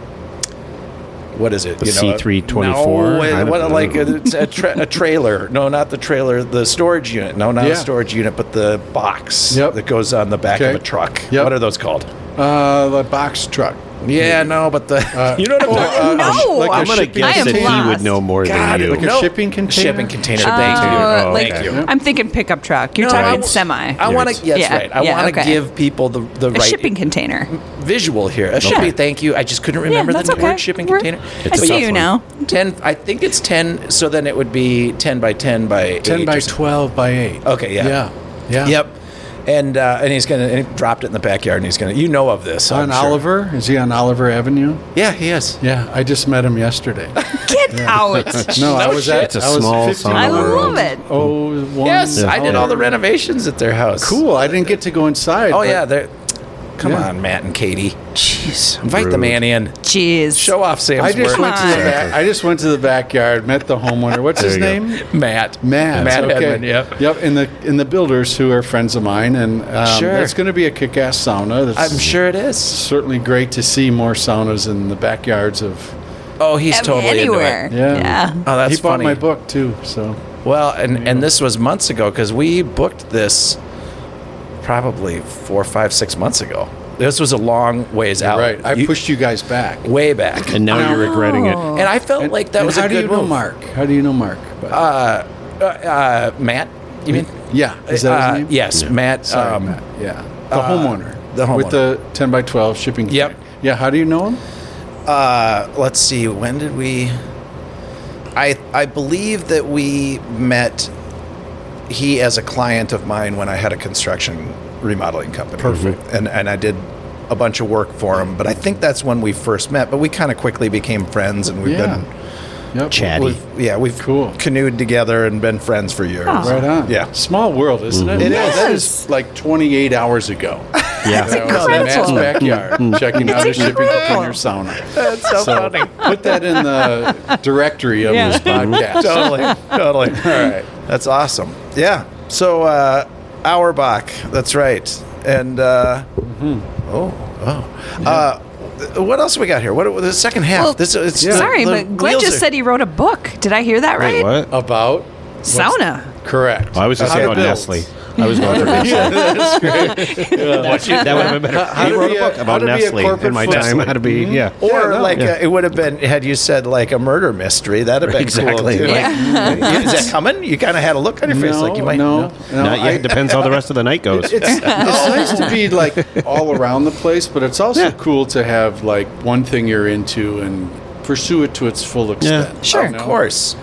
Speaker 14: what is it?
Speaker 5: The C324?
Speaker 14: No,
Speaker 5: I
Speaker 14: it-
Speaker 5: don't
Speaker 14: what, like
Speaker 5: know.
Speaker 14: it's a, tra- a trailer. No, not the trailer. The storage unit. No, not
Speaker 4: Yeah.
Speaker 14: a storage unit, but the box
Speaker 4: Yep.
Speaker 14: that goes on the back
Speaker 4: Okay.
Speaker 14: of a truck.
Speaker 4: Yep.
Speaker 14: What are those called?
Speaker 4: Uh, the box truck.
Speaker 14: Yeah, no, but the you know what I'm
Speaker 4: oh,
Speaker 14: talking
Speaker 4: uh,
Speaker 14: about.
Speaker 3: No,
Speaker 4: like a
Speaker 5: I'm going to
Speaker 4: shipping
Speaker 3: I
Speaker 5: guess
Speaker 3: am
Speaker 5: that he
Speaker 3: lost.
Speaker 5: would know more
Speaker 14: God,
Speaker 5: than
Speaker 14: it
Speaker 5: you.
Speaker 14: would
Speaker 4: Like a
Speaker 14: No.
Speaker 4: shipping container.
Speaker 14: Shipping container.
Speaker 3: Oh,
Speaker 14: Thank you.
Speaker 5: Oh,
Speaker 3: like
Speaker 5: thank you.
Speaker 3: I'm thinking pickup truck. You're
Speaker 14: No, I
Speaker 3: talking
Speaker 14: w-
Speaker 3: semi.
Speaker 14: I want to. Yes,
Speaker 3: Yeah,
Speaker 14: right. I
Speaker 3: yeah,
Speaker 14: want to
Speaker 3: okay.
Speaker 14: give people the the
Speaker 3: a
Speaker 14: right
Speaker 3: shipping container.
Speaker 14: visual here. A
Speaker 3: Sure.
Speaker 14: shipping. Thank you. I just couldn't remember
Speaker 3: yeah,
Speaker 14: the
Speaker 3: that's okay.
Speaker 14: word shipping
Speaker 3: We're-
Speaker 14: container.
Speaker 3: I
Speaker 14: But
Speaker 3: see you
Speaker 14: yeah,
Speaker 3: now.
Speaker 14: Ten. I think it's ten. So then it would be ten by ten by
Speaker 4: Ten
Speaker 14: eight
Speaker 4: by
Speaker 14: or something.
Speaker 4: twelve by eight.
Speaker 14: Okay, yeah.
Speaker 4: Yeah. Yeah.
Speaker 14: Yep. And uh, and he's gonna and he dropped it in the backyard and he's gonna. You know of this
Speaker 4: On
Speaker 14: I'm sure.
Speaker 4: Oliver, is he on Oliver Avenue?
Speaker 14: Yeah, he is.
Speaker 4: Yeah, I just met him yesterday.
Speaker 3: Get out.
Speaker 4: No, I was at
Speaker 5: It's a
Speaker 4: I was
Speaker 5: small
Speaker 4: 15
Speaker 5: summer
Speaker 3: I
Speaker 5: world.
Speaker 3: love it.
Speaker 4: Oh, one.
Speaker 14: Yes, I did
Speaker 5: Oliver.
Speaker 14: all the renovations at their house.
Speaker 4: Cool. I didn't get to go inside.
Speaker 14: Oh
Speaker 4: but
Speaker 14: yeah, they're. Come
Speaker 4: Yeah.
Speaker 14: on, Matt and Katie. Jeez, invite the man in.
Speaker 3: Jeez.
Speaker 14: Show off Sam's
Speaker 4: I just
Speaker 14: work.
Speaker 4: went to the
Speaker 3: on.
Speaker 4: back, I just went to the backyard, met the homeowner. What's his
Speaker 5: There you go.
Speaker 4: name?
Speaker 14: Matt.
Speaker 4: Matt.
Speaker 14: Matt
Speaker 4: okay.
Speaker 14: Hedman, yep.
Speaker 4: Yep. And the and the builders who are friends of mine, and um,
Speaker 14: Sure.
Speaker 4: that's going to be a kick-ass sauna. That's
Speaker 14: I'm sure it is.
Speaker 4: Certainly great to see more saunas in the backyards of.
Speaker 14: Oh, he's
Speaker 3: Ev-
Speaker 14: totally
Speaker 3: anywhere.
Speaker 14: Into it.
Speaker 4: Yeah.
Speaker 14: Oh, that's
Speaker 4: he bought
Speaker 14: funny.
Speaker 4: my book too. So
Speaker 14: Well, and and this was months ago because we booked this probably four, five, six months ago. This was a long ways out.
Speaker 4: Right. I
Speaker 14: You-
Speaker 4: pushed you guys back.
Speaker 14: way back,
Speaker 5: And now you're regretting it.
Speaker 14: and I felt like that
Speaker 4: And
Speaker 14: was
Speaker 4: how
Speaker 14: a
Speaker 4: do
Speaker 14: good
Speaker 4: you know
Speaker 14: move.
Speaker 4: Mark? How do you know Mark?
Speaker 14: Uh, uh, Matt, you mean?
Speaker 4: yeah. Is that
Speaker 14: Uh,
Speaker 4: his name?
Speaker 14: Yes, Matt.
Speaker 4: Sorry,
Speaker 14: um,
Speaker 4: Matt. Yeah. The
Speaker 14: uh,
Speaker 4: homeowner.
Speaker 14: the
Speaker 4: With the 10 by 12 shipping.
Speaker 14: Yep.
Speaker 4: container. Yeah. How do you know him?
Speaker 14: Uh, let's see. When did we? I I believe that we met. He as a client of mine when I had a construction remodeling company. Perfect. And and I did a bunch of work for him, but I think that's when we first met. But we kind of quickly became friends, and we've
Speaker 4: Yeah. Yep.
Speaker 14: been
Speaker 5: Chatty.
Speaker 14: we've, yeah we've
Speaker 4: Cool. Oh.
Speaker 14: canoed together and been friends for years.
Speaker 4: Right on.
Speaker 14: Yeah.
Speaker 4: Small world, isn't it? It
Speaker 14: It
Speaker 4: is.
Speaker 14: is.
Speaker 4: That is like 28 hours ago.
Speaker 5: Yeah.
Speaker 4: That was in Matt's
Speaker 3: incredible.
Speaker 4: backyard, checking out a shipping
Speaker 3: incredible.
Speaker 4: container sauna. That's so, funny. Put that in the directory of
Speaker 3: Yeah.
Speaker 4: this podcast.
Speaker 14: totally, totally. All right, that's awesome. Yeah. So uh, Auerbach, that's right. And uh,
Speaker 4: Mm-hmm.
Speaker 14: oh, oh. Uh, th- what else we got here? What the second half?
Speaker 3: Well,
Speaker 14: this it's
Speaker 3: Sorry,
Speaker 14: the- the
Speaker 3: but Glenn
Speaker 14: wheels
Speaker 3: just
Speaker 14: are-
Speaker 3: said he wrote a book. Did I hear that right?
Speaker 5: What?
Speaker 4: About
Speaker 3: Sauna.
Speaker 4: correct.
Speaker 5: I was just
Speaker 4: How
Speaker 5: saying
Speaker 4: to
Speaker 5: about
Speaker 4: build.
Speaker 5: Nestle. I was going for Nestle. that would have been better.
Speaker 4: How
Speaker 5: he
Speaker 4: to
Speaker 5: wrote
Speaker 4: be
Speaker 5: a
Speaker 4: a-
Speaker 5: book about
Speaker 4: how to be a
Speaker 5: Nestle in
Speaker 4: corporate
Speaker 5: my
Speaker 4: foot- Hmm?
Speaker 5: time. How to be, yeah.
Speaker 14: Or
Speaker 4: Yeah, no.
Speaker 14: like uh, it would have been had you said like a murder mystery. That'd have been
Speaker 5: Exactly.
Speaker 14: cool too. Like, is that coming? You kind of had a look on your face like you might.
Speaker 4: Uh, no, no,
Speaker 5: Not yet.
Speaker 4: I-
Speaker 5: Depends how the rest of the night goes.
Speaker 4: it's, it's nice to be like all around the place, but it's also cool to have like one thing you're into and pursue it to its full extent.
Speaker 5: Yeah.
Speaker 14: Sure,
Speaker 4: You
Speaker 14: of
Speaker 4: know?
Speaker 14: course.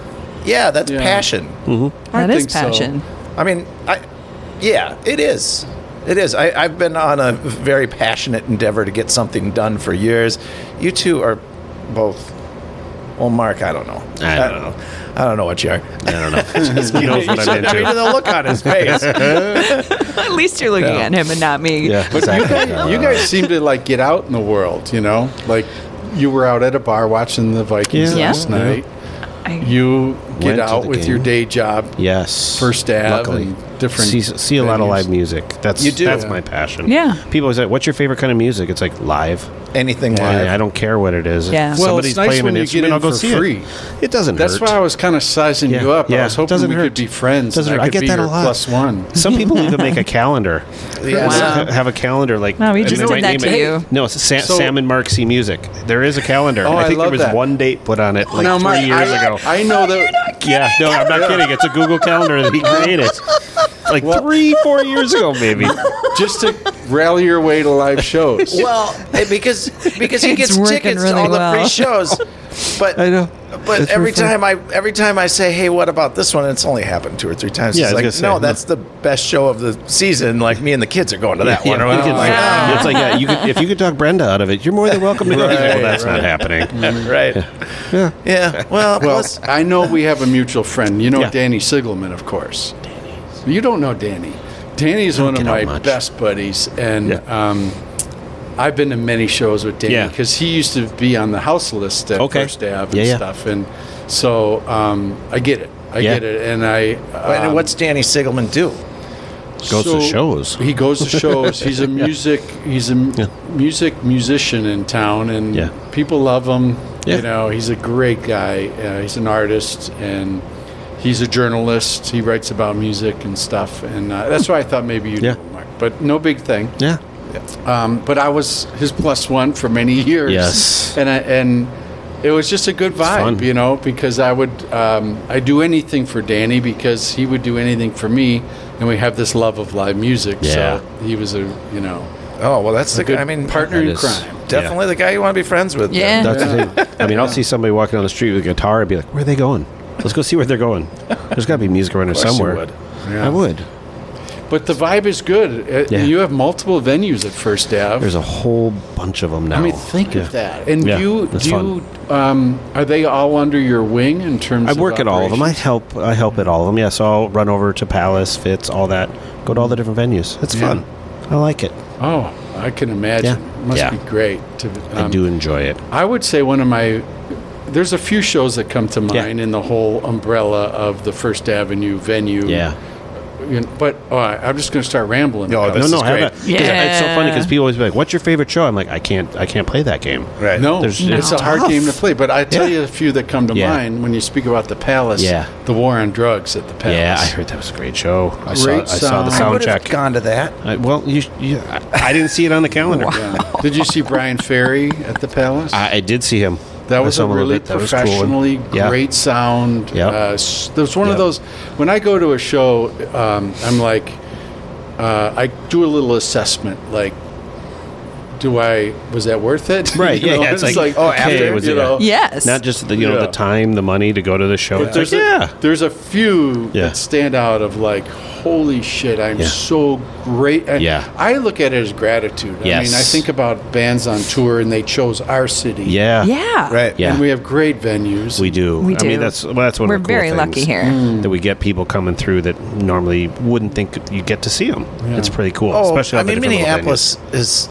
Speaker 14: Yeah, that's
Speaker 4: Yeah.
Speaker 14: passion.
Speaker 3: That
Speaker 4: I
Speaker 3: is
Speaker 4: think so.
Speaker 3: passion.
Speaker 14: I mean, I, yeah, it is. It is. I, I've been on a very passionate endeavor to get something done for years. You two are both. Well, Mark, I don't know. Uh,
Speaker 5: I don't know.
Speaker 14: I don't know what you are.
Speaker 5: I don't know. he knows
Speaker 14: You
Speaker 5: what
Speaker 14: should-
Speaker 5: I'm
Speaker 14: I mean,
Speaker 5: into.
Speaker 14: the look on his face.
Speaker 3: At least you're looking at him and not me.
Speaker 5: Yeah,
Speaker 4: But you, guys, you guys seem to like get out in the world, you know? Like you were out at a bar watching the Vikings
Speaker 5: Yeah.
Speaker 3: Yeah.
Speaker 4: last night.
Speaker 3: I-
Speaker 4: You
Speaker 5: Went
Speaker 4: get
Speaker 5: to
Speaker 4: out
Speaker 5: the
Speaker 4: with
Speaker 5: game.
Speaker 4: your day job.
Speaker 5: Uh, Yes.
Speaker 4: First Ave and different
Speaker 5: See, see a lot of
Speaker 4: venues.
Speaker 5: live music. That's
Speaker 14: You do.
Speaker 5: that's
Speaker 14: Yeah.
Speaker 5: my passion.
Speaker 3: Yeah.
Speaker 5: People always say, "What's your favorite kind of music?" It's like live.
Speaker 14: Anything
Speaker 5: I, I
Speaker 14: live.
Speaker 5: don't care what it is. If
Speaker 3: Yeah. Well, it's
Speaker 5: somebody's
Speaker 4: nice
Speaker 5: playing
Speaker 4: when
Speaker 5: an
Speaker 4: you get
Speaker 5: instrument,
Speaker 4: in
Speaker 5: I'll go
Speaker 4: for
Speaker 5: see
Speaker 4: free.
Speaker 5: it. It doesn't
Speaker 4: That's
Speaker 5: hurt.
Speaker 4: why I was kind of sizing you up. I was hoping
Speaker 5: doesn't
Speaker 4: we could
Speaker 5: hurt.
Speaker 4: be friends.
Speaker 5: Doesn't
Speaker 4: and
Speaker 5: hurt. I
Speaker 4: I, could
Speaker 5: get
Speaker 4: be
Speaker 5: that
Speaker 4: your
Speaker 5: a lot.
Speaker 4: plus one.
Speaker 5: Some people even make a calendar.
Speaker 14: Yeah.
Speaker 5: Some
Speaker 3: Wow.
Speaker 5: ha- Have a calendar like.
Speaker 3: No, we
Speaker 5: and
Speaker 3: just
Speaker 5: they
Speaker 3: did
Speaker 5: might
Speaker 3: that
Speaker 5: name it-
Speaker 3: to you.
Speaker 5: No, it's Sa-
Speaker 4: So-
Speaker 5: Sam and Mark see music. There is a calendar.
Speaker 4: Oh, I
Speaker 5: I think
Speaker 4: love
Speaker 5: there was
Speaker 4: that.
Speaker 5: one date put on it like
Speaker 4: Now,
Speaker 5: three
Speaker 4: my-
Speaker 5: years
Speaker 4: I-
Speaker 5: ago.
Speaker 4: I know that.
Speaker 5: yeah, no, I'm not kidding. It's a Google calendar that he created. Like three, four years ago, maybe.
Speaker 4: just to rally your way to live shows.
Speaker 14: Well, eh, because because he
Speaker 3: It's
Speaker 14: gets
Speaker 3: working
Speaker 14: tickets to
Speaker 3: really
Speaker 14: all the
Speaker 3: well.
Speaker 14: free shows, but I
Speaker 4: know.
Speaker 14: But
Speaker 4: It's really
Speaker 14: every time I every time I say, "Hey, what about this one?" It's only happened two or three times.
Speaker 5: Yeah,
Speaker 14: He's
Speaker 5: I was
Speaker 14: like,
Speaker 5: gonna say,
Speaker 14: no,
Speaker 5: no.
Speaker 14: that's the best show of the season. Like me and the kids are going to that
Speaker 5: Yeah,
Speaker 14: one.
Speaker 5: you
Speaker 14: Or
Speaker 5: could-
Speaker 14: I'm like,
Speaker 5: yeah, It's like yeah, you could, if you could talk Brenda out of it, you're more than welcome to go.
Speaker 14: Right,
Speaker 5: well, that's
Speaker 14: right. Mm.
Speaker 5: not happening.
Speaker 14: right. Yeah. Yeah.
Speaker 4: Well,
Speaker 14: Well, plus,
Speaker 4: I know we have a mutual friend. You know
Speaker 5: Yeah.
Speaker 4: Danny Sigelman, of course. You don't know Danny. Danny's one of
Speaker 5: get out
Speaker 4: my
Speaker 5: much.
Speaker 4: best buddies, and
Speaker 5: Yeah.
Speaker 4: um, I've been to many shows with Danny
Speaker 5: Yeah.
Speaker 4: because he used to be on the house list at
Speaker 5: Okay.
Speaker 4: First Ave and
Speaker 5: Yeah, yeah.
Speaker 4: stuff, and so um, I get it. I
Speaker 5: Yeah.
Speaker 4: get it, and I.
Speaker 14: and
Speaker 4: um,
Speaker 14: what's Danny Sigelman do?
Speaker 5: Goes to shows.
Speaker 4: He goes to shows. He's a music. He's a m- music musician in town, and
Speaker 5: Yeah.
Speaker 4: people love him.
Speaker 5: Yeah.
Speaker 4: You know, he's a great guy. Uh, he's an artist, and he's a journalist. He writes about music and stuff, and uh, that's why I thought maybe you
Speaker 5: Yeah.
Speaker 4: knew Mark. But no big thing.
Speaker 5: Yeah.
Speaker 4: Um, but I was his plus one for many years.
Speaker 5: Yes.
Speaker 4: and I, and it was just a good
Speaker 5: fun.
Speaker 4: vibe, you know, because I would um, I do anything for Danny because he would do anything for me, and we have this love of live music.
Speaker 5: Yeah.
Speaker 4: So he was a you know
Speaker 14: Oh, well, that's the
Speaker 4: good
Speaker 14: guy. I mean,
Speaker 4: partner
Speaker 5: That
Speaker 4: in
Speaker 5: is-
Speaker 4: crime.
Speaker 14: Definitely the guy you want to be friends with.
Speaker 3: Yeah.
Speaker 5: That's the thing. I mean, I'll see somebody walking down the street with a guitar and be like, "Where are they going? Let's go see where they're going. There's got to be music around here
Speaker 14: you
Speaker 5: somewhere."
Speaker 14: would.
Speaker 5: I would.
Speaker 4: But the vibe is good. Uh
Speaker 5: Yeah.
Speaker 4: You have multiple venues at First Ave.
Speaker 5: There's a whole bunch of them now.
Speaker 4: I mean, think
Speaker 5: Yeah.
Speaker 4: of that. And
Speaker 5: Yeah,
Speaker 4: do you,
Speaker 5: that's
Speaker 4: do you um, are they all under your wing in terms?
Speaker 5: I
Speaker 4: of
Speaker 5: work at all of them. I help. I help at all of them. Yeah, so I'll run over to Palace, Fitz, all that. Go to all the different venues. It's fun. I like it.
Speaker 4: operations? Oh, I can imagine.
Speaker 5: Yeah.
Speaker 4: Must
Speaker 5: Yeah.
Speaker 4: be great. To,
Speaker 5: I
Speaker 4: um,
Speaker 5: do enjoy it.
Speaker 4: I would say one of my there's a few shows that come to mind in the whole umbrella of the First Avenue venue
Speaker 5: Yeah.
Speaker 4: you know, but uh, I'm just going to start rambling.
Speaker 14: No,
Speaker 4: about
Speaker 14: this
Speaker 5: no,
Speaker 14: is
Speaker 5: no, have that.
Speaker 14: great.
Speaker 5: 'Cause It's so funny because
Speaker 3: Yeah.
Speaker 5: people always be like, "What's your favorite show?" I'm like, "I can't, I can't play that game."
Speaker 14: Right.
Speaker 4: No,
Speaker 5: There's-
Speaker 4: it's
Speaker 5: No.
Speaker 4: a hard
Speaker 5: Tough.
Speaker 4: game to play. But I tell
Speaker 5: Yeah.
Speaker 4: you a few that come to
Speaker 5: Yeah.
Speaker 4: mind when you speak about the palace.
Speaker 5: Yeah.
Speaker 4: the war on drugs at the palace.
Speaker 5: Yeah, I heard that was a great show. I saw,
Speaker 4: Great
Speaker 5: I saw the
Speaker 4: sound. I
Speaker 5: sound
Speaker 14: Would've
Speaker 5: check.
Speaker 14: Gone to that.
Speaker 5: I, well, you, you, I I didn't see it on the calendar.
Speaker 4: Yeah. Did you see Brian Ferry at the palace?
Speaker 5: I, I did see him. I
Speaker 4: That was
Speaker 5: saw
Speaker 4: a
Speaker 5: him little
Speaker 4: really
Speaker 5: bit. That was cool and-
Speaker 4: professionally
Speaker 5: Yeah.
Speaker 4: great sound.
Speaker 5: Yep.
Speaker 4: Uh, s- there's one
Speaker 5: Yep.
Speaker 4: of those when I go to a show, um, I'm like, uh, I do a little assessment, like. Do I was that worth it?
Speaker 5: Right,
Speaker 4: You
Speaker 5: yeah,
Speaker 4: know,
Speaker 5: yeah, it's like, okay, was it-
Speaker 3: Yes.
Speaker 5: Not just the, you know
Speaker 4: Yeah.
Speaker 5: the time, the money to go to the show.
Speaker 4: But
Speaker 5: It's
Speaker 4: there's
Speaker 5: like, yeah,
Speaker 4: a, there's a few
Speaker 5: Yeah.
Speaker 4: that stand out of like, holy shit, I'm
Speaker 5: Yeah.
Speaker 4: so great. And
Speaker 5: Yeah.
Speaker 4: I look at it as gratitude. I mean, I
Speaker 5: Yes.
Speaker 4: think about bands on tour and they chose our city.
Speaker 5: yeah,
Speaker 3: yeah.
Speaker 14: Right.
Speaker 5: Yeah.
Speaker 4: And we have great venues.
Speaker 5: We do. I
Speaker 3: We do.
Speaker 5: mean, that's well, that's one.
Speaker 3: We're
Speaker 5: of the cool
Speaker 3: very
Speaker 5: things,
Speaker 3: lucky here.
Speaker 4: Mm.
Speaker 5: that we get people coming through that normally wouldn't think you get to see them. It's pretty cool,
Speaker 14: Oh,
Speaker 5: especially.
Speaker 14: I
Speaker 5: all the
Speaker 14: mean,
Speaker 5: different little
Speaker 14: Minneapolis is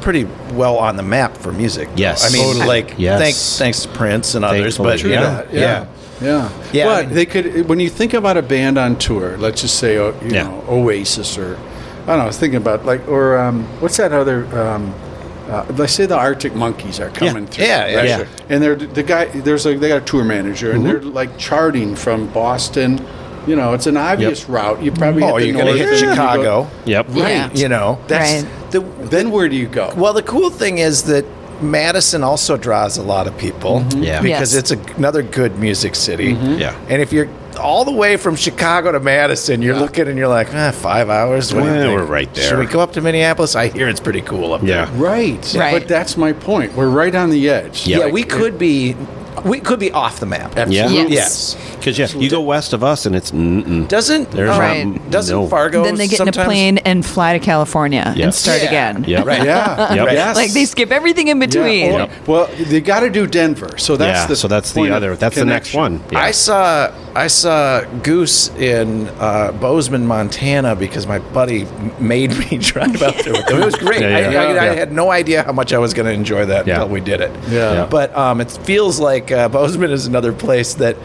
Speaker 14: pretty well on the map for music.
Speaker 5: Yes.
Speaker 14: I mean,
Speaker 5: Totally.
Speaker 14: like
Speaker 5: Yes.
Speaker 14: thanks thanks to Prince and others,
Speaker 5: Thankfully,
Speaker 14: but
Speaker 5: true
Speaker 14: you know,
Speaker 5: that.
Speaker 14: yeah.
Speaker 4: yeah. Yeah.
Speaker 14: Yeah,
Speaker 4: But
Speaker 14: I mean-
Speaker 4: they could, when you think about a band on tour, let's just say, oh, you
Speaker 5: Yeah.
Speaker 4: know, Oasis or, I don't know, I was thinking about like, or um, what's that other, um, uh, let's say the Arctic Monkeys are coming through.
Speaker 14: Yeah, yeah, yeah. Mm-hmm.
Speaker 4: And they're, the guy, there's a, they got a tour manager and they're like charting from Boston. You know, it's an obvious route. You probably
Speaker 14: Oh,
Speaker 4: hit the
Speaker 14: you're gonna
Speaker 4: north
Speaker 14: hit
Speaker 4: and you go-
Speaker 14: Chicago.
Speaker 5: Yep.
Speaker 4: Right.
Speaker 14: You know, that's
Speaker 3: Right.
Speaker 14: the
Speaker 4: Then where do you go?
Speaker 14: well. The cool thing is that Madison also draws a lot of people.
Speaker 5: Mm-hmm. Yeah. Mm-hmm.
Speaker 14: because
Speaker 3: Yes.
Speaker 14: it's a, another good music city.
Speaker 5: Yeah.
Speaker 14: and if you're all the way from Chicago to Madison, you're looking and you're like, ah, five hours. What do you
Speaker 5: Well,
Speaker 14: think?
Speaker 5: we're right there.
Speaker 14: Should we go up to Minneapolis? I hear it's pretty cool up there.
Speaker 5: Yeah.
Speaker 4: Right.
Speaker 3: Right.
Speaker 4: But that's my point. We're right on the edge.
Speaker 5: Yeah.
Speaker 14: Yeah,
Speaker 4: Like,
Speaker 14: we could be we could be off the map.
Speaker 5: Yeah.
Speaker 3: Yes.
Speaker 14: Yes.
Speaker 5: Because yeah, you go west of us and it's mm-mm.
Speaker 14: Doesn't
Speaker 5: There's
Speaker 14: um,
Speaker 3: Right.
Speaker 14: doesn't
Speaker 5: no-
Speaker 14: Fargo
Speaker 3: Then they get in a
Speaker 14: sometimes-
Speaker 3: plane and fly to California
Speaker 5: Yeah.
Speaker 3: and start
Speaker 14: Yeah.
Speaker 3: again.
Speaker 5: Yep.
Speaker 14: Right.
Speaker 4: Yeah.
Speaker 5: Yep.
Speaker 4: Yes.
Speaker 3: Like they skip everything in
Speaker 4: Yeah,
Speaker 3: between.
Speaker 4: or- Well, they got to do Denver. So that's
Speaker 5: yeah,
Speaker 4: the
Speaker 5: so that's
Speaker 4: point
Speaker 5: the
Speaker 4: of
Speaker 5: other. That's the next
Speaker 4: connection.
Speaker 5: one. Yeah.
Speaker 14: I saw I saw Goose in uh, Bozeman, Montana, because my buddy m- made me drive out there with him. It was great.
Speaker 5: Yeah, yeah.
Speaker 14: I, I,
Speaker 5: Yeah.
Speaker 14: I had no idea how much I was going to enjoy that
Speaker 5: Yeah.
Speaker 14: until we did it.
Speaker 4: Yeah. Yeah.
Speaker 14: But um, it feels like uh, Bozeman is another place that,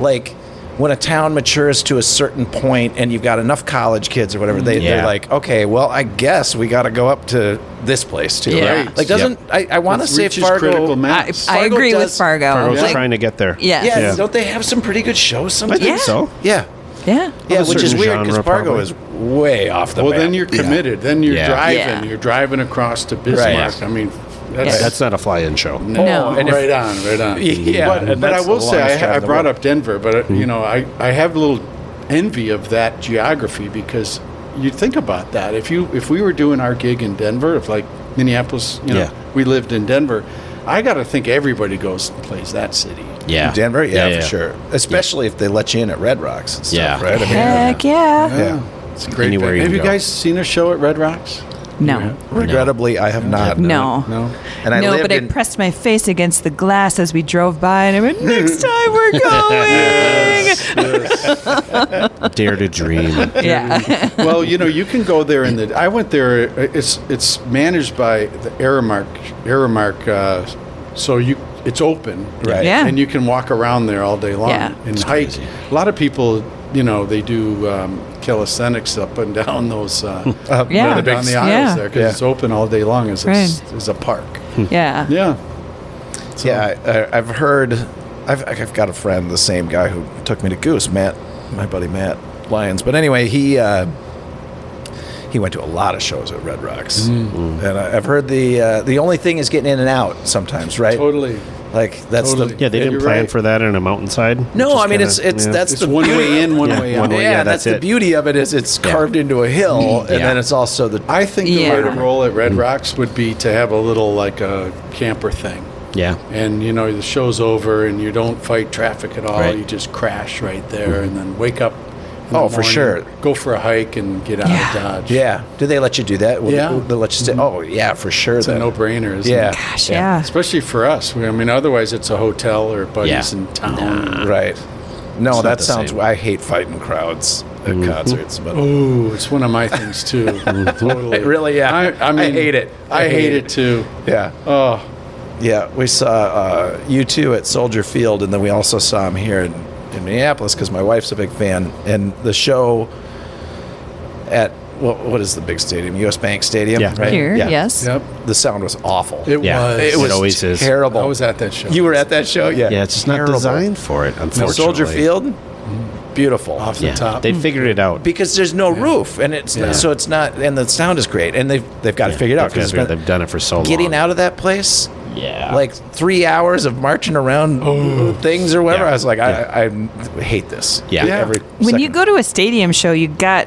Speaker 14: like, when a town matures to a certain point and you've got enough college kids or whatever, they,
Speaker 5: Yeah.
Speaker 14: they're like, okay, well, I guess we got to go up to this place too.
Speaker 3: Yeah.
Speaker 4: Right.
Speaker 14: Like, doesn't I, I want to
Speaker 4: It
Speaker 14: say
Speaker 4: reaches
Speaker 14: Fargo?
Speaker 4: critical
Speaker 3: I,
Speaker 4: mass.
Speaker 3: I
Speaker 14: Fargo
Speaker 3: agree with
Speaker 14: does-
Speaker 3: Fargo.
Speaker 5: I was
Speaker 3: Like,
Speaker 5: trying to get there.
Speaker 3: yes.
Speaker 14: Yeah,
Speaker 5: Yeah.
Speaker 14: don't they have some pretty good shows sometimes?
Speaker 5: think
Speaker 3: Yeah.
Speaker 5: so.
Speaker 14: Yeah.
Speaker 3: yeah.
Speaker 14: Yeah,
Speaker 5: Of a
Speaker 14: which is
Speaker 5: certain
Speaker 14: weird because
Speaker 5: genre,
Speaker 14: Fargo
Speaker 5: probably.
Speaker 14: is way off the
Speaker 4: Well,
Speaker 14: map.
Speaker 4: then you're committed. Then you're
Speaker 5: Yeah.
Speaker 4: driving.
Speaker 3: Yeah.
Speaker 4: You're driving across to Bismarck. I mean, that's,
Speaker 3: Yes.
Speaker 5: That's not a fly-in show.
Speaker 3: No.
Speaker 4: Oh, right on, right on.
Speaker 14: Yeah,
Speaker 4: but,
Speaker 14: and
Speaker 4: but I
Speaker 14: that's
Speaker 4: will
Speaker 14: the
Speaker 4: say
Speaker 14: longest drive
Speaker 4: I, I
Speaker 14: in the
Speaker 4: brought
Speaker 14: world.
Speaker 4: up Denver, but uh, you know I I have a little envy of that geography because you think about that if you if we were doing our gig in Denver, if like Minneapolis, you know,
Speaker 5: Yeah.
Speaker 4: we lived in Denver, I got to think everybody goes and plays that city.
Speaker 5: Yeah,
Speaker 14: Denver, yeah,
Speaker 5: yeah.
Speaker 14: for sure. Especially if they let you in at Red Rocks and stuff,
Speaker 5: Yeah.
Speaker 14: right? I mean,
Speaker 3: Heck yeah.
Speaker 4: Yeah, it's a great.
Speaker 5: Anywhere you
Speaker 4: venue. Oh. have you
Speaker 5: go.
Speaker 4: guys seen a show at Red Rocks?
Speaker 3: No.
Speaker 14: regrettably, I have not.
Speaker 3: No.
Speaker 4: No.
Speaker 14: And I
Speaker 3: no,
Speaker 14: lived
Speaker 3: but I
Speaker 14: in-
Speaker 3: pressed my face against the glass as we drove by, and I went, "Next time we're going."
Speaker 5: Dare to dream.
Speaker 3: yeah,
Speaker 4: well, you know, you can go there in the. I went there. It's it's managed by the Aramark. Aramark, uh, so you it's open,
Speaker 14: Right.
Speaker 3: Yeah.
Speaker 4: And you can walk around there all day long
Speaker 3: Yeah.
Speaker 4: and hike. A lot of people, you know, they do um, calisthenics up and down those uh, up
Speaker 3: Yeah.
Speaker 4: and down the aisles
Speaker 3: Yeah.
Speaker 4: there because it's open all day long as a,
Speaker 3: Right.
Speaker 4: as a park.
Speaker 3: yeah,
Speaker 4: Yeah.
Speaker 14: Yeah, I, I've heard. I've, I've got a friend, the same guy who took me to Goose, Matt, my buddy Matt Lyons. But anyway, he uh, he went to a lot of shows at Red Rocks, and I, I've heard the uh, the only thing is getting in and out sometimes, right?
Speaker 4: Totally.
Speaker 14: Like that's
Speaker 4: Totally.
Speaker 14: the
Speaker 5: Yeah, they
Speaker 4: Yeah,
Speaker 5: didn't
Speaker 4: you're
Speaker 5: plan
Speaker 4: right.
Speaker 5: for that in a mountainside.
Speaker 14: no.
Speaker 5: which is
Speaker 14: I mean,
Speaker 5: kinda-
Speaker 14: it's it's
Speaker 5: yeah.
Speaker 14: that's
Speaker 4: It's
Speaker 14: the
Speaker 4: one way in, one
Speaker 5: Yeah,
Speaker 4: way out.
Speaker 5: one way
Speaker 14: yeah,
Speaker 5: yeah, that's
Speaker 14: that's, the
Speaker 5: it.
Speaker 14: beauty of it is it's carved into a hill, and
Speaker 5: Yeah.
Speaker 14: then it's also the
Speaker 4: I think the
Speaker 3: Yeah.
Speaker 4: way to roll at Red Rocks would be to have a little like a camper thing.
Speaker 5: Yeah.
Speaker 4: and you know the show's over and you don't fight traffic at all
Speaker 5: Right.
Speaker 4: you just crash right there and then wake up in the
Speaker 14: Oh,
Speaker 4: morning,
Speaker 14: for sure.
Speaker 4: go for a hike and get out
Speaker 3: Yeah.
Speaker 4: of dodge
Speaker 14: yeah. Do they let you do that? Will-
Speaker 4: Yeah.
Speaker 14: will they let you stay. Oh yeah, for sure.
Speaker 4: it's a
Speaker 14: then.
Speaker 4: no-brainer isn't
Speaker 14: Yeah.
Speaker 4: it?
Speaker 3: gosh, yeah.
Speaker 4: especially for us We- i mean otherwise it's a hotel or buddies
Speaker 5: Yeah.
Speaker 4: in town
Speaker 14: Right. No, that
Speaker 5: the
Speaker 14: sounds.
Speaker 5: same.
Speaker 14: I hate fighting crowds at concerts, but
Speaker 4: Ooh, it's one of my things too totally
Speaker 14: Really, yeah.
Speaker 4: I, I,
Speaker 14: I
Speaker 4: mean,
Speaker 14: hate it.
Speaker 4: i, hate, it. too
Speaker 14: yeah,
Speaker 4: oh
Speaker 14: yeah. We saw uh, you two at Soldier Field, and then we also saw him here in, in Minneapolis because my wife's a big fan, and the show at what, what is the big stadium? U.S. Bank Stadium,
Speaker 5: Yeah.
Speaker 14: right?
Speaker 3: Here, yes.
Speaker 4: Yep.
Speaker 14: The sound was awful.
Speaker 4: It
Speaker 5: Yeah,
Speaker 4: was.
Speaker 5: it was- always is.
Speaker 14: terrible.
Speaker 4: I was at that show.
Speaker 14: You were at that show, yeah.
Speaker 5: Yeah, it's just not
Speaker 14: Terrible.
Speaker 5: designed for it, unfortunately.
Speaker 14: No, Soldier Field, Mm-hmm. beautiful.
Speaker 4: off the
Speaker 5: Yeah,
Speaker 4: top.
Speaker 3: Mm.
Speaker 5: they figured it out.
Speaker 14: because there's no roof, and it's
Speaker 4: Yeah.
Speaker 14: so it's not, and the sound is great, and they've they've got to figure it out
Speaker 5: They've
Speaker 14: because
Speaker 5: got it. They've done it for so long.
Speaker 14: getting out of that place.
Speaker 5: Yeah.
Speaker 14: Like three hours of marching around things or whatever.
Speaker 5: Yeah.
Speaker 14: I was like, I, I hate this.
Speaker 5: Yeah. Yeah.
Speaker 14: Every
Speaker 3: When you
Speaker 14: second.
Speaker 3: go to a stadium show, you got.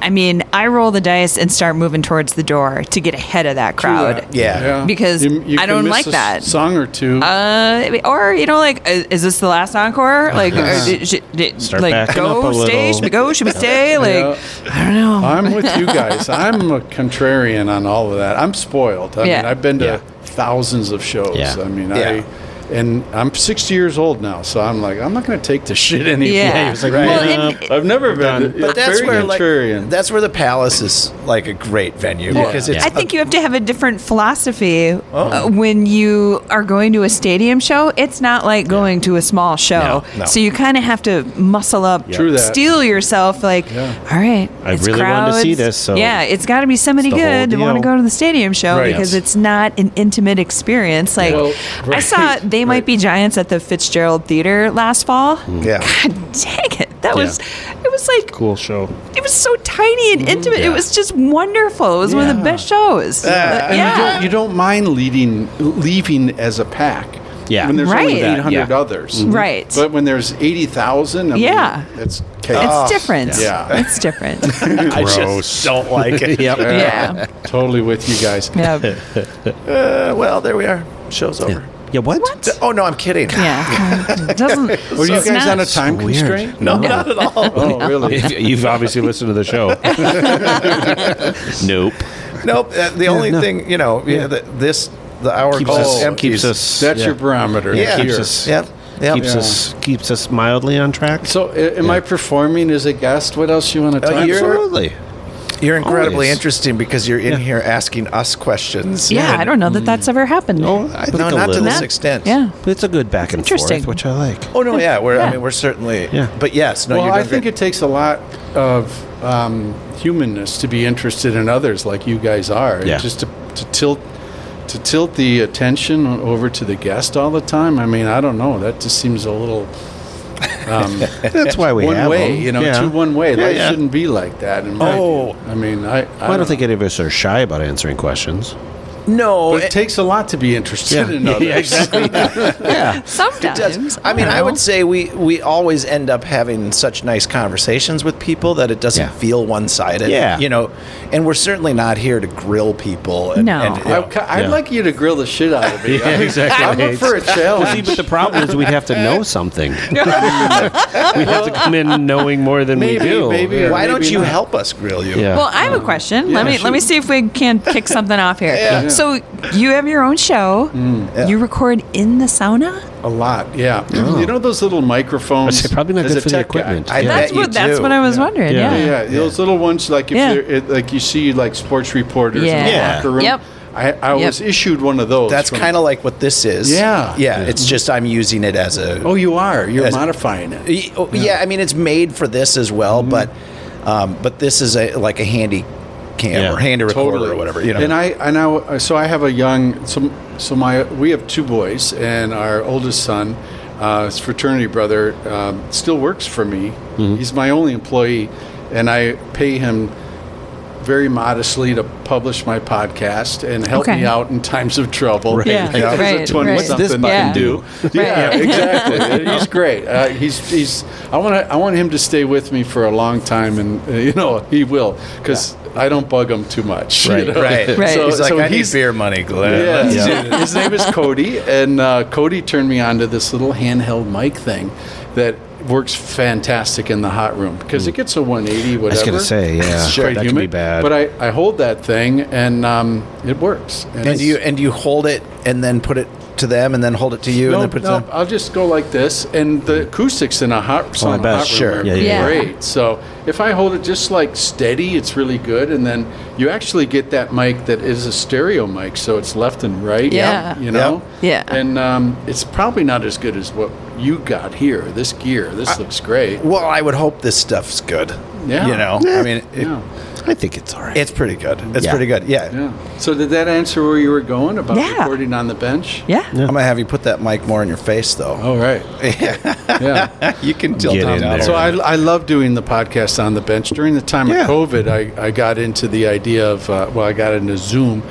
Speaker 3: I mean, I roll the dice and start moving towards the door to get ahead of that crowd.
Speaker 14: Yeah.
Speaker 3: Because I
Speaker 4: can
Speaker 3: don't
Speaker 4: miss
Speaker 3: like
Speaker 4: a s-
Speaker 3: that.
Speaker 4: song or two.
Speaker 3: Uh, or you know, like, uh, is this the last encore? Like, or, did, should, did,
Speaker 5: Start
Speaker 3: like
Speaker 5: backing up
Speaker 3: go
Speaker 5: a
Speaker 3: stay?
Speaker 5: little.
Speaker 3: Should we go? Should we stay? Like,
Speaker 4: Yeah. I'm with you guys. I'm a contrarian on all of that. I'm spoiled. I mean,
Speaker 3: Yeah.
Speaker 4: I've been to
Speaker 5: Yeah.
Speaker 4: thousands of shows.
Speaker 5: Yeah.
Speaker 4: I mean,
Speaker 14: Yeah.
Speaker 4: I and I'm 60 years old now, so I'm like, I'm not going to take the shit anymore.
Speaker 3: Yeah. Yeah, it's like,
Speaker 4: right?
Speaker 3: Well, man and- up.
Speaker 4: I've never been. To,
Speaker 14: But that's
Speaker 4: very
Speaker 14: where
Speaker 4: contrarian.
Speaker 14: like that's where the palace is like a great venue because it's
Speaker 3: I think you have to have a different philosophy
Speaker 4: Oh.
Speaker 3: uh, when you are going to a stadium show. It's not like going to a small show,
Speaker 14: No.
Speaker 3: so you kind of have to muscle up,
Speaker 4: True that.
Speaker 3: steel yourself. Like, all right,
Speaker 5: I
Speaker 3: it's
Speaker 5: really wanted to see
Speaker 3: crowds.
Speaker 5: this, so
Speaker 3: yeah, it's got to be somebody
Speaker 5: it's the whole
Speaker 3: good to want to
Speaker 5: deal.
Speaker 3: go to the stadium show
Speaker 4: Right.
Speaker 3: because
Speaker 5: Yes.
Speaker 3: it's not an intimate experience. Like,
Speaker 4: Well,
Speaker 3: I
Speaker 4: right,
Speaker 3: saw they might be giants at the Fitzgerald Theater last fall.
Speaker 14: yeah.
Speaker 3: God dang it! That was it. Was like
Speaker 5: cool show.
Speaker 3: it was so tiny and intimate. It
Speaker 5: Yeah.
Speaker 3: was just wonderful. It was one of the best shows. Uh,
Speaker 4: and
Speaker 3: yeah.
Speaker 4: you, don't, you don't mind leading, leaving as a pack.
Speaker 5: Yeah.
Speaker 4: When there's only
Speaker 3: Right.
Speaker 4: 800
Speaker 5: Yeah.
Speaker 4: others.
Speaker 3: Right.
Speaker 4: But when there's 80,000, I mean,
Speaker 3: Yeah.
Speaker 4: it's
Speaker 3: It's
Speaker 4: chaos.
Speaker 3: different.
Speaker 4: Oh, Yeah.
Speaker 3: It's different.
Speaker 14: I just don't like it.
Speaker 5: Yep.
Speaker 3: yeah.
Speaker 4: totally with you guys.
Speaker 3: Yeah.
Speaker 14: Uh, well, there we are. Show's over.
Speaker 5: Yeah, what?
Speaker 14: D- Oh no, I'm kidding.
Speaker 3: Yeah. It doesn't.
Speaker 4: Were you
Speaker 3: it's
Speaker 4: guys
Speaker 3: not-
Speaker 4: on a time constraint?
Speaker 14: No, not at all.
Speaker 4: Oh, really?
Speaker 5: If- You've obviously listened to the show. nope.
Speaker 14: nope. Uh, the only thing you know, yeah, the, this the hour
Speaker 5: Keeps
Speaker 14: call
Speaker 5: us,
Speaker 14: empties.
Speaker 5: keeps us.
Speaker 4: Oh, That's
Speaker 5: yeah.
Speaker 4: your barometer.
Speaker 14: Yeah.
Speaker 4: Here.
Speaker 5: Keeps us.
Speaker 14: Yep. Yep.
Speaker 5: Keeps
Speaker 14: Yeah.
Speaker 5: us. Keeps us mildly on track.
Speaker 4: So, a- am I performing as a guest? What else you want to talk
Speaker 14: uh, you're-
Speaker 4: about?
Speaker 5: Absolutely.
Speaker 14: You're incredibly
Speaker 5: Always.
Speaker 14: interesting because you're in here asking us questions.
Speaker 3: Yeah,
Speaker 14: And-
Speaker 3: I don't know that that's ever happened.
Speaker 5: Oh, I think
Speaker 14: No,
Speaker 5: a
Speaker 14: not to
Speaker 5: little.
Speaker 14: this
Speaker 3: Not-
Speaker 14: extent.
Speaker 3: yeah.
Speaker 5: But it's a good back and
Speaker 3: Interesting.
Speaker 5: forth, which I like.
Speaker 14: Oh no, yeah. We're. I
Speaker 3: Yeah.
Speaker 14: mean, we're certainly.
Speaker 5: Yeah.
Speaker 14: But yes. No.
Speaker 4: well,
Speaker 14: you're
Speaker 4: I
Speaker 14: doing
Speaker 4: think
Speaker 14: great.
Speaker 4: it takes a lot of um, humanness to be interested in others like you guys are.
Speaker 5: Yeah.
Speaker 4: Just to, to tilt to tilt the attention over to the guest all the time. I mean, I don't know. That just seems a little um,
Speaker 5: That's why we
Speaker 4: one
Speaker 5: have
Speaker 4: way.
Speaker 5: them.
Speaker 4: You know,
Speaker 5: Yeah.
Speaker 4: too one way.
Speaker 5: Yeah,
Speaker 4: Life
Speaker 5: yeah.
Speaker 4: shouldn't be like that. In my
Speaker 14: Oh.
Speaker 4: view. I mean, I I,
Speaker 5: Well, I don't think any of us are shy about answering questions.
Speaker 14: no.
Speaker 4: But it takes a lot to be interested
Speaker 5: Yeah.
Speaker 4: in others.
Speaker 5: Yeah.
Speaker 3: Sometimes.
Speaker 14: does. I mean, I would say we we always end up having such nice conversations with people that it doesn't
Speaker 5: Yeah.
Speaker 14: feel one sided.
Speaker 5: Yeah.
Speaker 14: you know, and we're certainly not here to grill people. And,
Speaker 3: No.
Speaker 14: and, you
Speaker 4: I,
Speaker 14: know,
Speaker 4: would
Speaker 5: Yeah.
Speaker 4: like you to grill the shit out of me. I mean,
Speaker 5: exactly.
Speaker 4: I'm up for a
Speaker 5: Well, see,
Speaker 4: challenge.
Speaker 5: but the problem is we'd have to know something. we'd have to come in knowing more than
Speaker 4: Maybe,
Speaker 5: we do.
Speaker 4: maybe.
Speaker 5: Yeah.
Speaker 14: why don't
Speaker 4: maybe
Speaker 14: you
Speaker 4: not.
Speaker 14: help us grill you?
Speaker 5: Yeah.
Speaker 3: Well, I have a question. let me
Speaker 4: sure.
Speaker 3: let me see if we can kick something off here. So you have your own show. You record in the sauna.
Speaker 4: a lot, yeah. You know those little microphones?
Speaker 5: It's Oh. probably not
Speaker 4: As
Speaker 5: good
Speaker 4: a
Speaker 5: for the
Speaker 4: tech guy,
Speaker 5: equipment.
Speaker 14: I
Speaker 5: Yeah.
Speaker 14: bet
Speaker 3: That's
Speaker 14: you
Speaker 3: what that's
Speaker 14: do.
Speaker 3: what I was wondering.
Speaker 5: Yeah.
Speaker 3: Yeah.
Speaker 4: Yeah, those little ones like if
Speaker 3: Yeah.
Speaker 4: they're it, like you see like sports reporters in the
Speaker 3: Yeah.
Speaker 4: locker room.
Speaker 3: Yep.
Speaker 4: I, I
Speaker 3: Yep.
Speaker 4: was issued one of those.
Speaker 14: That's kind of like what this is.
Speaker 4: Yeah.
Speaker 14: yeah. It's just I'm using it as a.
Speaker 4: oh, you are you're
Speaker 14: Yes.
Speaker 4: modifying it.
Speaker 14: Y- oh, yeah. I mean, it's made for this as well,
Speaker 4: Mm-hmm.
Speaker 14: but um, but this is a like a handy cam
Speaker 5: Yeah.
Speaker 14: or handy recorder
Speaker 4: totally
Speaker 14: or whatever. You know.
Speaker 4: And I and I so I have a young so so my we have two boys and our oldest son, uh, his fraternity brother, um, still works for me. He's my only employee, and I pay him very modestly to publish my podcast and help
Speaker 3: Okay.
Speaker 4: me out in times of trouble.
Speaker 5: Right.
Speaker 3: Yeah,
Speaker 4: Like, as a
Speaker 3: right,
Speaker 4: 20
Speaker 3: right. What's
Speaker 5: this
Speaker 4: something I
Speaker 3: button
Speaker 4: can do? Yeah, exactly. he's great. Uh, he's he's. I want to. I want him to stay with me for a long time, and uh, you know he will because I don't bug him too much. you
Speaker 5: Right.
Speaker 4: know?
Speaker 14: right.
Speaker 3: Right.
Speaker 14: So, he's like, I need
Speaker 4: he's-
Speaker 14: beer money, Glenn.
Speaker 4: Yeah, his name is Cody, and uh, Cody turned me on to this little handheld mic thing that works fantastic in the hot room because it gets a 180 whatever.
Speaker 5: I was gonna say, yeah,
Speaker 4: It's quite
Speaker 5: that could
Speaker 4: humid,
Speaker 5: be bad.
Speaker 4: But I, I hold that thing and um, it works.
Speaker 14: And you and you hold it and then put it to them and then hold it to you and
Speaker 4: no,
Speaker 14: then put it
Speaker 4: no,
Speaker 14: to them.
Speaker 4: I'll just go like this, and the acoustics in a hot sauna
Speaker 5: bet.
Speaker 4: hot room
Speaker 5: Sure.
Speaker 4: are
Speaker 5: Yeah, yeah,
Speaker 3: yeah.
Speaker 4: great. So if I hold it just like steady, it's really good, and then you actually get that mic that is a stereo mic, so it's left and right.
Speaker 3: Yeah.
Speaker 4: you know.
Speaker 3: Yeah.
Speaker 4: And um, it's probably not as good as what you got here, this gear, this looks great.
Speaker 14: Well, I would hope this stuff's good.
Speaker 4: Yeah.
Speaker 14: You know, I mean, it,
Speaker 4: Yeah.
Speaker 5: I think it's all right.
Speaker 14: it's pretty good. It's
Speaker 5: Yeah.
Speaker 14: pretty good. Yeah.
Speaker 4: Yeah. So did that answer where you were going about
Speaker 3: Yeah.
Speaker 4: recording on the bench?
Speaker 3: Yeah.
Speaker 14: I'm gonna have you put that mic more in your face, though.
Speaker 4: All right. Yeah.
Speaker 14: you can tilt
Speaker 5: Get
Speaker 14: it
Speaker 5: in
Speaker 14: out.
Speaker 5: there.
Speaker 14: So
Speaker 4: So I, I love doing the podcast on the bench. During the time
Speaker 14: Yeah.
Speaker 4: of COVID, I, I got into the idea of, uh, well, I got into Zoom.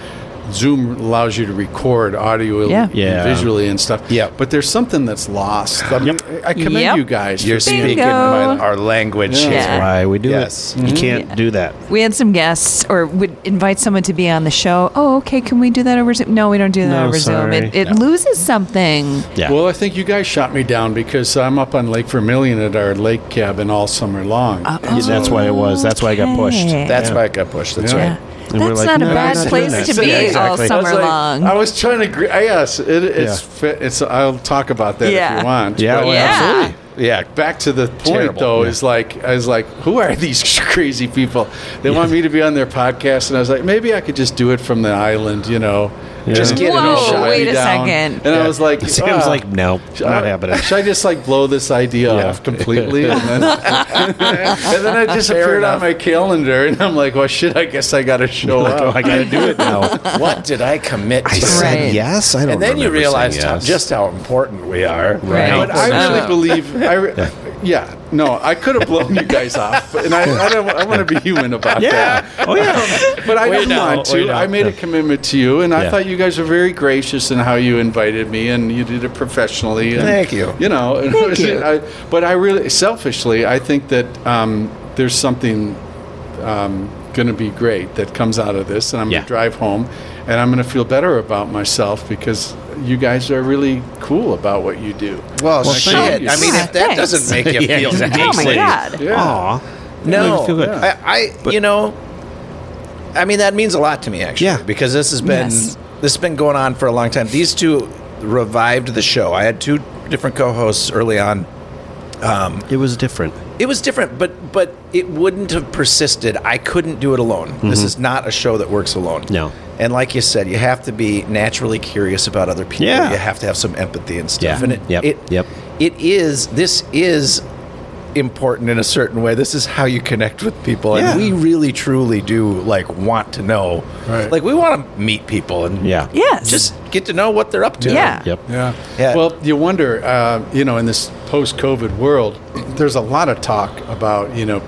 Speaker 4: Zoom allows you to record audio
Speaker 3: Yeah.
Speaker 4: and
Speaker 5: Yeah.
Speaker 4: visually and stuff.
Speaker 14: Yeah.
Speaker 4: But there's something that's lost. I, mean, I commend
Speaker 3: Yep.
Speaker 4: you guys.
Speaker 14: You're
Speaker 4: for being-
Speaker 14: speaking
Speaker 3: Bingo.
Speaker 14: my, our language
Speaker 4: Yeah.
Speaker 14: here.
Speaker 3: Yeah.
Speaker 5: why we do
Speaker 14: Yes.
Speaker 4: Mm-hmm.
Speaker 5: it. You can't do that.
Speaker 3: We had some guests, or would invite someone to be on the show. Oh, okay. Can we do that over Zoom? No, we don't do that
Speaker 5: No,
Speaker 3: over
Speaker 5: sorry.
Speaker 3: Zoom. It, it loses something.
Speaker 5: Yeah.
Speaker 4: Well, I think you guys shot me down because I'm up on Lake Vermilion at our lake cabin all summer long.
Speaker 5: Yeah, that's why it was. That's why I got pushed.
Speaker 3: Oh. Okay.
Speaker 14: That's why I got pushed. That's
Speaker 4: Yeah.
Speaker 14: right.
Speaker 3: That's
Speaker 5: we're like,
Speaker 3: not
Speaker 5: "No,
Speaker 3: a
Speaker 5: we're
Speaker 3: bad
Speaker 5: not doing
Speaker 3: place
Speaker 5: that."
Speaker 3: to be
Speaker 5: Yeah,
Speaker 3: all
Speaker 5: exactly.
Speaker 4: I was
Speaker 3: summer
Speaker 4: like-
Speaker 3: long.
Speaker 4: I was trying to. Agree. Yes, it, it's. Fit, it's. I'll talk about that
Speaker 3: Yeah.
Speaker 4: if you want.
Speaker 5: Yeah, well,
Speaker 3: yeah.
Speaker 14: Yeah.
Speaker 4: Back to the point
Speaker 14: Terrible.
Speaker 4: though
Speaker 14: Yeah.
Speaker 4: is like I was like, who are these crazy people? They want me to be on their podcast, and I was like, maybe I could just do it from the island, you know.
Speaker 5: Just
Speaker 14: get
Speaker 4: And
Speaker 14: it Whoa,
Speaker 4: they'll shut
Speaker 3: wait
Speaker 4: me
Speaker 3: a
Speaker 4: down.
Speaker 3: second.
Speaker 4: And I was like,
Speaker 5: Sam's
Speaker 4: ah,
Speaker 5: like, no, not happening.
Speaker 4: Should I just like blow this idea
Speaker 5: Yeah.
Speaker 4: off completely? And then, and then I disappeared on
Speaker 14: enough.
Speaker 4: my calendar, and I'm like, well, shit, I guess I got to show
Speaker 5: Like, oh,
Speaker 4: up.
Speaker 5: I gotta do it now.
Speaker 14: what did I commit to?
Speaker 3: said Right.
Speaker 5: yes, I don't.
Speaker 14: and then you
Speaker 5: remember
Speaker 14: realize
Speaker 5: saying
Speaker 14: how-
Speaker 5: yes.
Speaker 14: just how important we are.
Speaker 3: Right.
Speaker 4: But I really believe, I re- yeah. no, I could have blown you guys off, and I, I don't. I want to be human about that.
Speaker 5: Oh yeah.
Speaker 4: But I didn't
Speaker 14: now,
Speaker 4: want
Speaker 14: way
Speaker 4: to.
Speaker 14: now.
Speaker 4: I made a commitment to you, and I
Speaker 5: Yeah.
Speaker 4: thought you guys were very gracious in how you invited me, and you did it professionally. and,
Speaker 14: Thank you.
Speaker 4: You know, and it was- I, but I really, selfishly, I think that um, there's something um, going to be great that comes out of this, and I'm going
Speaker 5: Yeah.
Speaker 4: to drive home, and I'm going to feel better about myself because you guys are really cool about what you do.
Speaker 14: Well,
Speaker 4: thank
Speaker 14: shit.
Speaker 4: you.
Speaker 14: I mean,
Speaker 3: Yeah,
Speaker 14: if that
Speaker 3: thanks.
Speaker 14: doesn't make you
Speaker 5: Yeah,
Speaker 14: feel
Speaker 5: exactly.
Speaker 3: oh my
Speaker 5: Thanks,
Speaker 3: god.
Speaker 4: Yeah.
Speaker 5: Aw.
Speaker 14: No,
Speaker 5: feel good.
Speaker 14: I, I you know, I mean that means a lot to me actually.
Speaker 5: Yeah.
Speaker 14: because this has been
Speaker 3: Yes.
Speaker 14: this has been going on for a long time. These two revived the show. I had two different co-hosts early on.
Speaker 5: It was different.
Speaker 14: It was different, but but it wouldn't have persisted. I couldn't do it alone. This is not a show that works alone.
Speaker 5: Mm-hmm. No.
Speaker 14: And like you said, you have to be naturally curious about other people.
Speaker 5: Yeah.
Speaker 14: You have to have some empathy and stuff.
Speaker 5: Yeah.
Speaker 14: And it,
Speaker 5: Yep.
Speaker 14: it
Speaker 5: Yep.
Speaker 14: it is this is important in a certain way. This is how you connect with people,
Speaker 5: Yeah.
Speaker 14: and we really truly do like want to know.
Speaker 4: Right.
Speaker 14: Like we want to meet people and
Speaker 5: Yeah.
Speaker 3: Yes.
Speaker 14: just get to know what they're up to.
Speaker 3: yeah.
Speaker 5: Yep.
Speaker 4: Yeah.
Speaker 14: Yeah.
Speaker 4: Well, you wonder, uh, you know, in this post-COVID world, there's a lot of talk about you know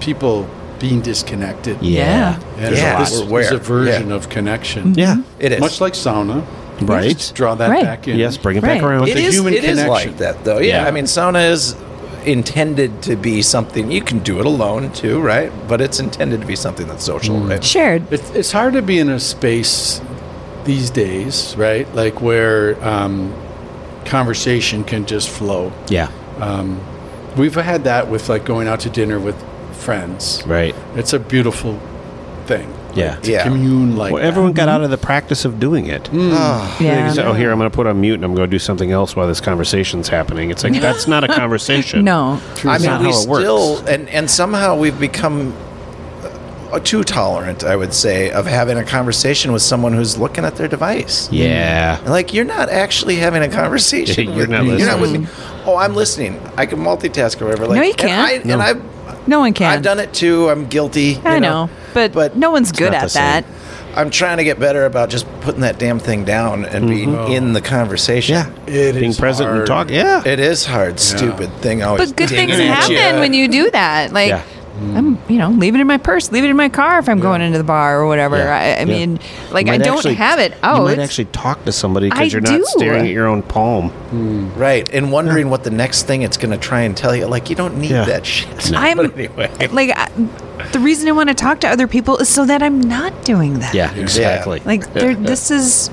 Speaker 4: people being disconnected.
Speaker 3: Yeah.
Speaker 4: And
Speaker 14: Yeah.
Speaker 4: This
Speaker 14: We're aware.
Speaker 4: is a version of connection.
Speaker 5: Yeah.
Speaker 14: It is
Speaker 4: Much like sauna.
Speaker 5: Right.
Speaker 4: Draw that
Speaker 3: Right.
Speaker 4: back in.
Speaker 5: Yes. Bring it back
Speaker 3: Right.
Speaker 5: around.
Speaker 14: It
Speaker 4: the
Speaker 14: is-
Speaker 4: human
Speaker 14: it is
Speaker 4: connection.
Speaker 14: like that though. Yeah.
Speaker 5: Yeah.
Speaker 14: I mean, sauna is intended to be something you can do it alone too, right? But it's intended to be something that's social,
Speaker 5: Mm.
Speaker 14: right?
Speaker 3: Shared.
Speaker 4: It's, it's hard to be in a space these days, right? Like where um, conversation can just flow.
Speaker 5: Yeah.
Speaker 4: We've had that with like going out to dinner with friends.
Speaker 5: Right.
Speaker 4: It's a beautiful thing.
Speaker 5: Yeah.
Speaker 4: To
Speaker 14: Yeah.
Speaker 4: commune like
Speaker 5: Well,
Speaker 4: that. Mm-hmm.
Speaker 5: everyone got out of the practice of doing it.
Speaker 3: yeah.
Speaker 5: So, oh, here I'm going to put on mute and I'm going to do something else while this conversation's happening. It's like that's not a conversation.
Speaker 3: No.
Speaker 14: I
Speaker 5: That's
Speaker 14: mean,
Speaker 5: not
Speaker 14: we
Speaker 5: how it works.
Speaker 14: still and and somehow we've become uh, too tolerant, I would say, of having a conversation with someone who's looking at their device.
Speaker 5: Yeah.
Speaker 14: Like you're not actually having a conversation.
Speaker 5: You're
Speaker 14: with
Speaker 5: not
Speaker 14: me. You're not with
Speaker 5: listening.
Speaker 14: me. Oh, I'm listening. I can multitask or whatever. Like,
Speaker 3: No, you
Speaker 14: and
Speaker 3: can't.
Speaker 14: I-
Speaker 5: No.
Speaker 14: And, I, have
Speaker 3: No one can.
Speaker 14: I've done it too. I'm guilty.
Speaker 3: I
Speaker 14: you
Speaker 3: know, but,
Speaker 14: But
Speaker 3: no one's good
Speaker 5: not
Speaker 3: at
Speaker 5: the same.
Speaker 3: that.
Speaker 14: I'm trying to get better about just putting that damn thing down and being in the conversation.
Speaker 5: Mm-hmm. Oh. Yeah.
Speaker 4: It
Speaker 5: Being
Speaker 4: is
Speaker 5: present and
Speaker 4: hard.
Speaker 5: talk. eh? Yeah.
Speaker 14: It is hard. Stupid thing. Always.
Speaker 3: But good
Speaker 14: dinging
Speaker 3: things
Speaker 14: at
Speaker 3: happen
Speaker 14: you.
Speaker 3: when you do that. Like,
Speaker 5: Yeah.
Speaker 3: I'm, you know, leave it in my purse, leave it in my car if I'm going into the bar or whatever.
Speaker 5: Yeah.
Speaker 3: I,
Speaker 5: Yeah.
Speaker 3: I mean, like,
Speaker 5: You
Speaker 3: I
Speaker 5: might
Speaker 3: don't
Speaker 5: actually-
Speaker 3: have it Oh,
Speaker 5: You
Speaker 3: out.
Speaker 5: might actually talk to somebody
Speaker 3: I
Speaker 5: because you're
Speaker 3: do.
Speaker 5: not staring at your own palm.
Speaker 14: Right, and wondering what the next thing it's going to try and tell you. Like you don't need
Speaker 5: Yeah.
Speaker 14: that shit.
Speaker 3: I'm
Speaker 14: But anyway.
Speaker 3: like, I, the reason I want to talk to other people is so that I'm not doing that.
Speaker 5: Yeah. Exactly.
Speaker 3: Like, there, this is.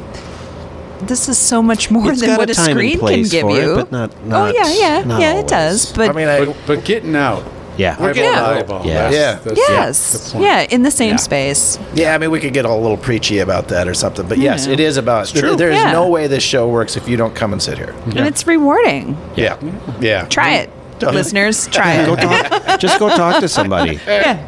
Speaker 3: This is so much more
Speaker 5: It's
Speaker 3: than
Speaker 5: got
Speaker 3: what
Speaker 5: a
Speaker 3: a
Speaker 5: time and
Speaker 3: screen can
Speaker 5: place
Speaker 3: give
Speaker 5: for it,
Speaker 3: you.
Speaker 5: but not- not-
Speaker 3: oh yeah, yeah,
Speaker 5: not
Speaker 3: yeah. It
Speaker 5: always.
Speaker 3: does, but
Speaker 14: I mean, I,
Speaker 4: But, but getting out.
Speaker 5: yeah.
Speaker 14: We're getting
Speaker 4: Eyeball to
Speaker 3: out.
Speaker 4: eyeball.
Speaker 5: Yeah.
Speaker 14: Yeah.
Speaker 4: that's
Speaker 3: yes,
Speaker 4: the point.
Speaker 3: yeah, in the same space.
Speaker 14: yeah, I mean, we could get all a little preachy about that or something. But yes,
Speaker 3: know.
Speaker 14: it is about.
Speaker 5: true.
Speaker 14: There is
Speaker 3: Yeah.
Speaker 14: no way this show works if you don't come and sit here.
Speaker 3: And it's rewarding.
Speaker 14: Yeah, yeah.
Speaker 3: Try it, listeners. Try
Speaker 5: Go
Speaker 3: it.
Speaker 5: talk, just go talk to somebody.
Speaker 3: Yeah.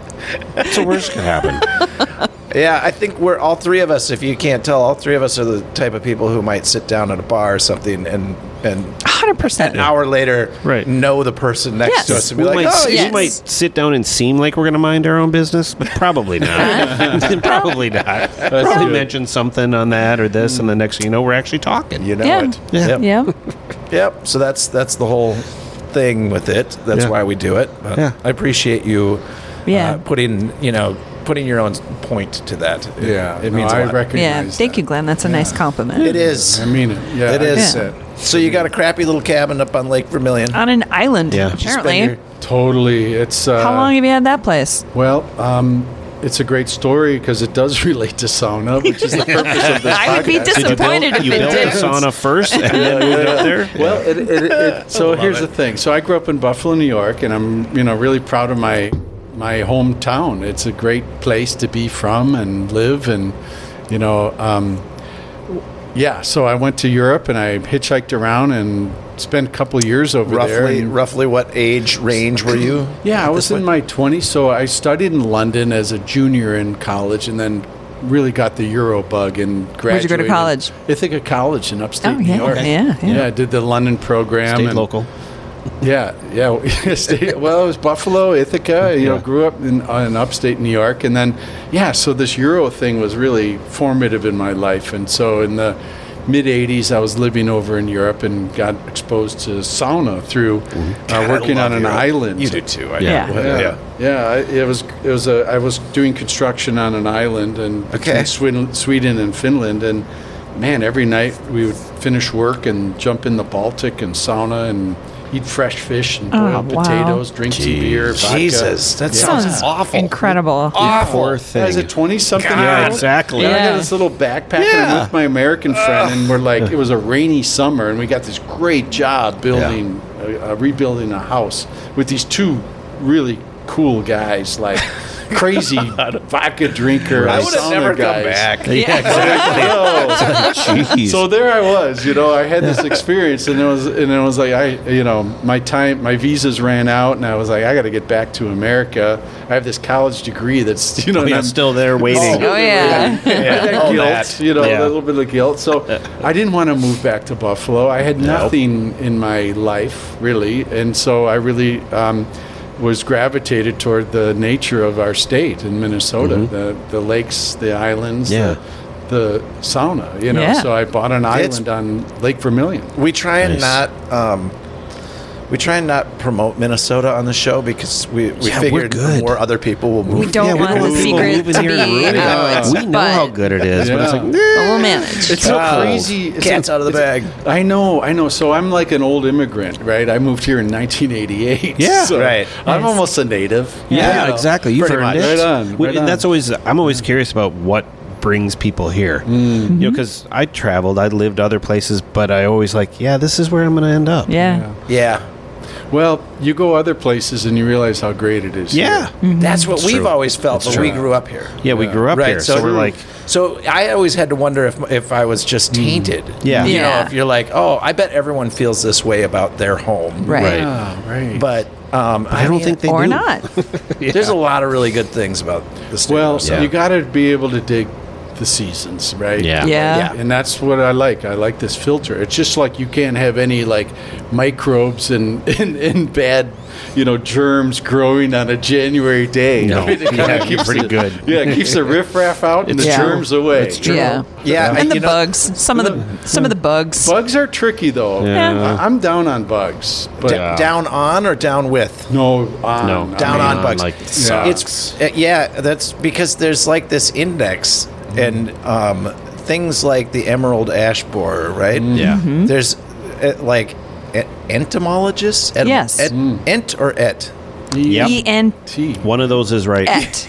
Speaker 5: That's the worst that could happen.
Speaker 14: Yeah, I think we're all three of us. If you can't tell, all three of us are the type of people who might sit down at a bar or something and and
Speaker 1: hundred percent.
Speaker 14: an hour later
Speaker 15: Right.
Speaker 14: know the person next to
Speaker 3: Yes.
Speaker 14: us and
Speaker 5: We
Speaker 14: be like,
Speaker 5: might,
Speaker 14: oh,
Speaker 5: we
Speaker 3: yes.
Speaker 5: might sit down and seem like we're going to mind our own business, but probably not. probably not. Probably
Speaker 4: good.
Speaker 5: mention something on that or this, and the next thing you know, we're actually talking.
Speaker 14: you know
Speaker 3: Yeah.
Speaker 14: it.
Speaker 5: Yeah.
Speaker 14: Yep.
Speaker 3: Yeah.
Speaker 14: Yep. So that's that's the whole thing with it. That's
Speaker 5: Yeah.
Speaker 14: why we do it. But
Speaker 5: Yeah.
Speaker 14: I appreciate you
Speaker 3: Yeah.
Speaker 14: uh, putting, you know, putting your own point to that. It-
Speaker 4: Yeah,
Speaker 14: It, means
Speaker 4: no,
Speaker 14: a
Speaker 4: I
Speaker 14: lot.
Speaker 4: recognize.
Speaker 3: Yeah. Thank you, Glenn. That's a nice compliment.
Speaker 14: it is.
Speaker 4: I mean it. Yeah,
Speaker 14: it
Speaker 4: I get
Speaker 14: is.
Speaker 4: that.
Speaker 14: So you got a crappy little cabin up on Lake Vermilion.
Speaker 3: On an island,
Speaker 5: Yeah.
Speaker 14: Spend
Speaker 3: apparently.
Speaker 14: your-
Speaker 4: Totally. It's uh,
Speaker 3: How long have you had that place?
Speaker 4: Well, um, it's a great story because it does relate to sauna, which is the purpose of this
Speaker 3: I would be
Speaker 4: podcast.
Speaker 5: Did you build,
Speaker 3: disappointed if
Speaker 5: you
Speaker 3: it
Speaker 5: built the
Speaker 3: didn't.
Speaker 5: sauna first and then moved up there?
Speaker 4: Well, it, it, it, so here's the thing. So I grew up in Buffalo, New York, and I'm you know really proud of my my hometown. It's a great place to be from and live, and you know, um, yeah. So I went to Europe and I hitchhiked around and spent a couple years over there.
Speaker 14: Roughly,
Speaker 4: and-
Speaker 14: roughly what age range were you?
Speaker 4: Yeah, I
Speaker 14: at
Speaker 4: was
Speaker 14: this
Speaker 4: in
Speaker 14: point?
Speaker 4: my 20s. So I studied in London as a junior in college and then really got the Euro bug and graduated.
Speaker 3: Where'd you go to college?
Speaker 4: Ithaca College in upstate
Speaker 3: Oh,
Speaker 4: New
Speaker 3: yeah,
Speaker 4: York.
Speaker 3: Okay. yeah, yeah.
Speaker 4: yeah. I did the London program.
Speaker 5: Stayed
Speaker 4: and-
Speaker 5: local.
Speaker 4: Yeah, yeah. Stayed- well, it was Buffalo, Ithaca. You know, grew up in, uh, in upstate New York. And then, yeah, so this Euro thing was really formative in my life. And so in the mid 80s, I was living over in Europe and got exposed to sauna through uh, working on an island.
Speaker 14: You do too. I
Speaker 3: Yeah.
Speaker 14: know.
Speaker 4: Yeah, yeah. I it was it was a. I was doing construction on an island and
Speaker 14: Okay.
Speaker 4: between Sweden, Sweden and Finland, and man, every night we would finish work and jump in the Baltic and sauna and eat fresh fish and
Speaker 3: Oh,
Speaker 4: boiled
Speaker 3: wow.
Speaker 4: potatoes, drink some beer, vodka.
Speaker 14: Jesus, that sounds awful.
Speaker 3: Incredible.
Speaker 14: Awful.
Speaker 5: Poor thing.
Speaker 4: As a twenty-something,
Speaker 5: Yeah,
Speaker 4: year old,
Speaker 5: exactly.
Speaker 4: And I
Speaker 3: Yeah.
Speaker 4: got this little backpack and
Speaker 14: Yeah.
Speaker 4: I'm with my American friend, and we're like, it was a rainy summer, and we got this great job building, uh, uh, rebuilding a house with these two really cool guys, like crazy vodka drinker.
Speaker 14: I would have
Speaker 4: sauna
Speaker 14: never come
Speaker 4: guys.
Speaker 14: back.
Speaker 5: Yeah, exactly. Jeez.
Speaker 4: So there I was, you know, I had this experience, and it was, and it was like I, you know, my time, my visas ran out, and I was like, I got to get back to America. I have this college degree that's, you know, and
Speaker 5: yeah,
Speaker 4: I'm-
Speaker 5: still there waiting.
Speaker 3: Oh, yeah.
Speaker 4: yeah, that guilt, you know,
Speaker 5: Yeah.
Speaker 4: a little bit of guilt. So I didn't want to move back to Buffalo. I had nothing in my life really, and so I really um, was gravitated toward the nature of our state in Minnesota, the the lakes, the islands,
Speaker 5: Mm-hmm. Yeah.
Speaker 4: the, the sauna. You know,
Speaker 3: Yeah.
Speaker 4: so I bought an island on Lake Vermilion.
Speaker 14: We try and
Speaker 5: Nice.
Speaker 14: not um, we try and not promote Minnesota on the show because we, we
Speaker 5: Yeah, we're
Speaker 14: figured
Speaker 5: good.
Speaker 14: more other people will move.
Speaker 3: We don't
Speaker 5: Yeah, we
Speaker 3: want
Speaker 5: don't
Speaker 3: the
Speaker 5: want people
Speaker 3: secret
Speaker 5: moving
Speaker 3: to
Speaker 5: here and
Speaker 3: be
Speaker 5: ruining it.
Speaker 3: out.
Speaker 5: we know
Speaker 3: but,
Speaker 5: how good it is, but it's
Speaker 4: Yeah.
Speaker 5: like, nah.
Speaker 3: but we'll manage.
Speaker 4: It's so
Speaker 14: Cold.
Speaker 4: crazy. It's
Speaker 14: Cat's
Speaker 4: like-
Speaker 14: out of the
Speaker 4: it's-
Speaker 14: bag.
Speaker 4: I know, I know. So I'm like an old immigrant, right? I moved here in 1988.
Speaker 5: Yeah.
Speaker 4: so
Speaker 14: Right.
Speaker 4: I'm almost a native.
Speaker 5: Yeah,
Speaker 4: You know,
Speaker 5: exactly. You've
Speaker 4: pretty
Speaker 5: earned
Speaker 4: much.
Speaker 5: it.
Speaker 4: Right on.
Speaker 5: We-
Speaker 4: right
Speaker 5: and
Speaker 4: on.
Speaker 5: that's always I'm always curious about what brings people here. You know, because I traveled, I lived other places, but I always like, yeah, this is where I'm going to end up.
Speaker 3: yeah.
Speaker 14: Yeah,
Speaker 4: Well, you go other places and you realize how great it is.
Speaker 5: yeah, yeah.
Speaker 3: Mm-hmm.
Speaker 14: that's what we've
Speaker 5: true.
Speaker 14: always felt when we
Speaker 4: true.
Speaker 14: grew up here.
Speaker 5: we grew up
Speaker 14: right.
Speaker 5: here,
Speaker 14: So,
Speaker 5: so, we're like, Mm.
Speaker 14: so I always had to wonder if if I was just tainted.
Speaker 5: Yeah.
Speaker 14: you
Speaker 3: Yeah.
Speaker 14: know, if you're like, oh, I bet everyone feels this way about their home,
Speaker 3: Right.
Speaker 5: right.
Speaker 4: Ah, right.
Speaker 14: But um,
Speaker 5: I don't think they
Speaker 3: Or
Speaker 5: do.
Speaker 3: not.
Speaker 14: there's a lot of really good things about the state. of
Speaker 4: well,
Speaker 14: Minnesota.
Speaker 4: you got to be able to dig the seasons, right?
Speaker 5: Yeah.
Speaker 3: Yeah.
Speaker 4: And that's what I like. I like this filter. It's just like you can't have any like microbes and, and, and bad, you know, germs growing on a January day.
Speaker 5: No.
Speaker 4: I mean, it
Speaker 5: Yeah,
Speaker 4: kinda
Speaker 5: you're
Speaker 4: keeps
Speaker 5: pretty
Speaker 4: the-
Speaker 5: good.
Speaker 4: Yeah, it keeps the riffraff out and the
Speaker 3: It's true.
Speaker 4: germs away.
Speaker 5: It's true.
Speaker 3: Yeah.
Speaker 14: yeah,
Speaker 3: And the
Speaker 14: you know,
Speaker 3: bugs. Some of the some of the bugs.
Speaker 4: Bugs are tricky though.
Speaker 5: Yeah. Yeah.
Speaker 4: I- I'm down on bugs, but
Speaker 14: d- down on or down with.
Speaker 4: no, on,
Speaker 5: No.
Speaker 4: I
Speaker 14: down
Speaker 4: mean,
Speaker 14: on bugs.
Speaker 5: like,
Speaker 4: Yeah.
Speaker 14: It's uh, yeah, that's because there's like this index
Speaker 5: Mm-hmm.
Speaker 14: and um, things like the emerald ash borer, right?
Speaker 5: Yeah. Mhm.
Speaker 3: Mm-hmm.
Speaker 14: there's uh, like e- entomologists. Et-
Speaker 3: Yes.
Speaker 14: et-
Speaker 5: Mm.
Speaker 14: ent or et?
Speaker 5: Yep.
Speaker 3: E N
Speaker 4: T.
Speaker 5: One of those is right.
Speaker 3: et.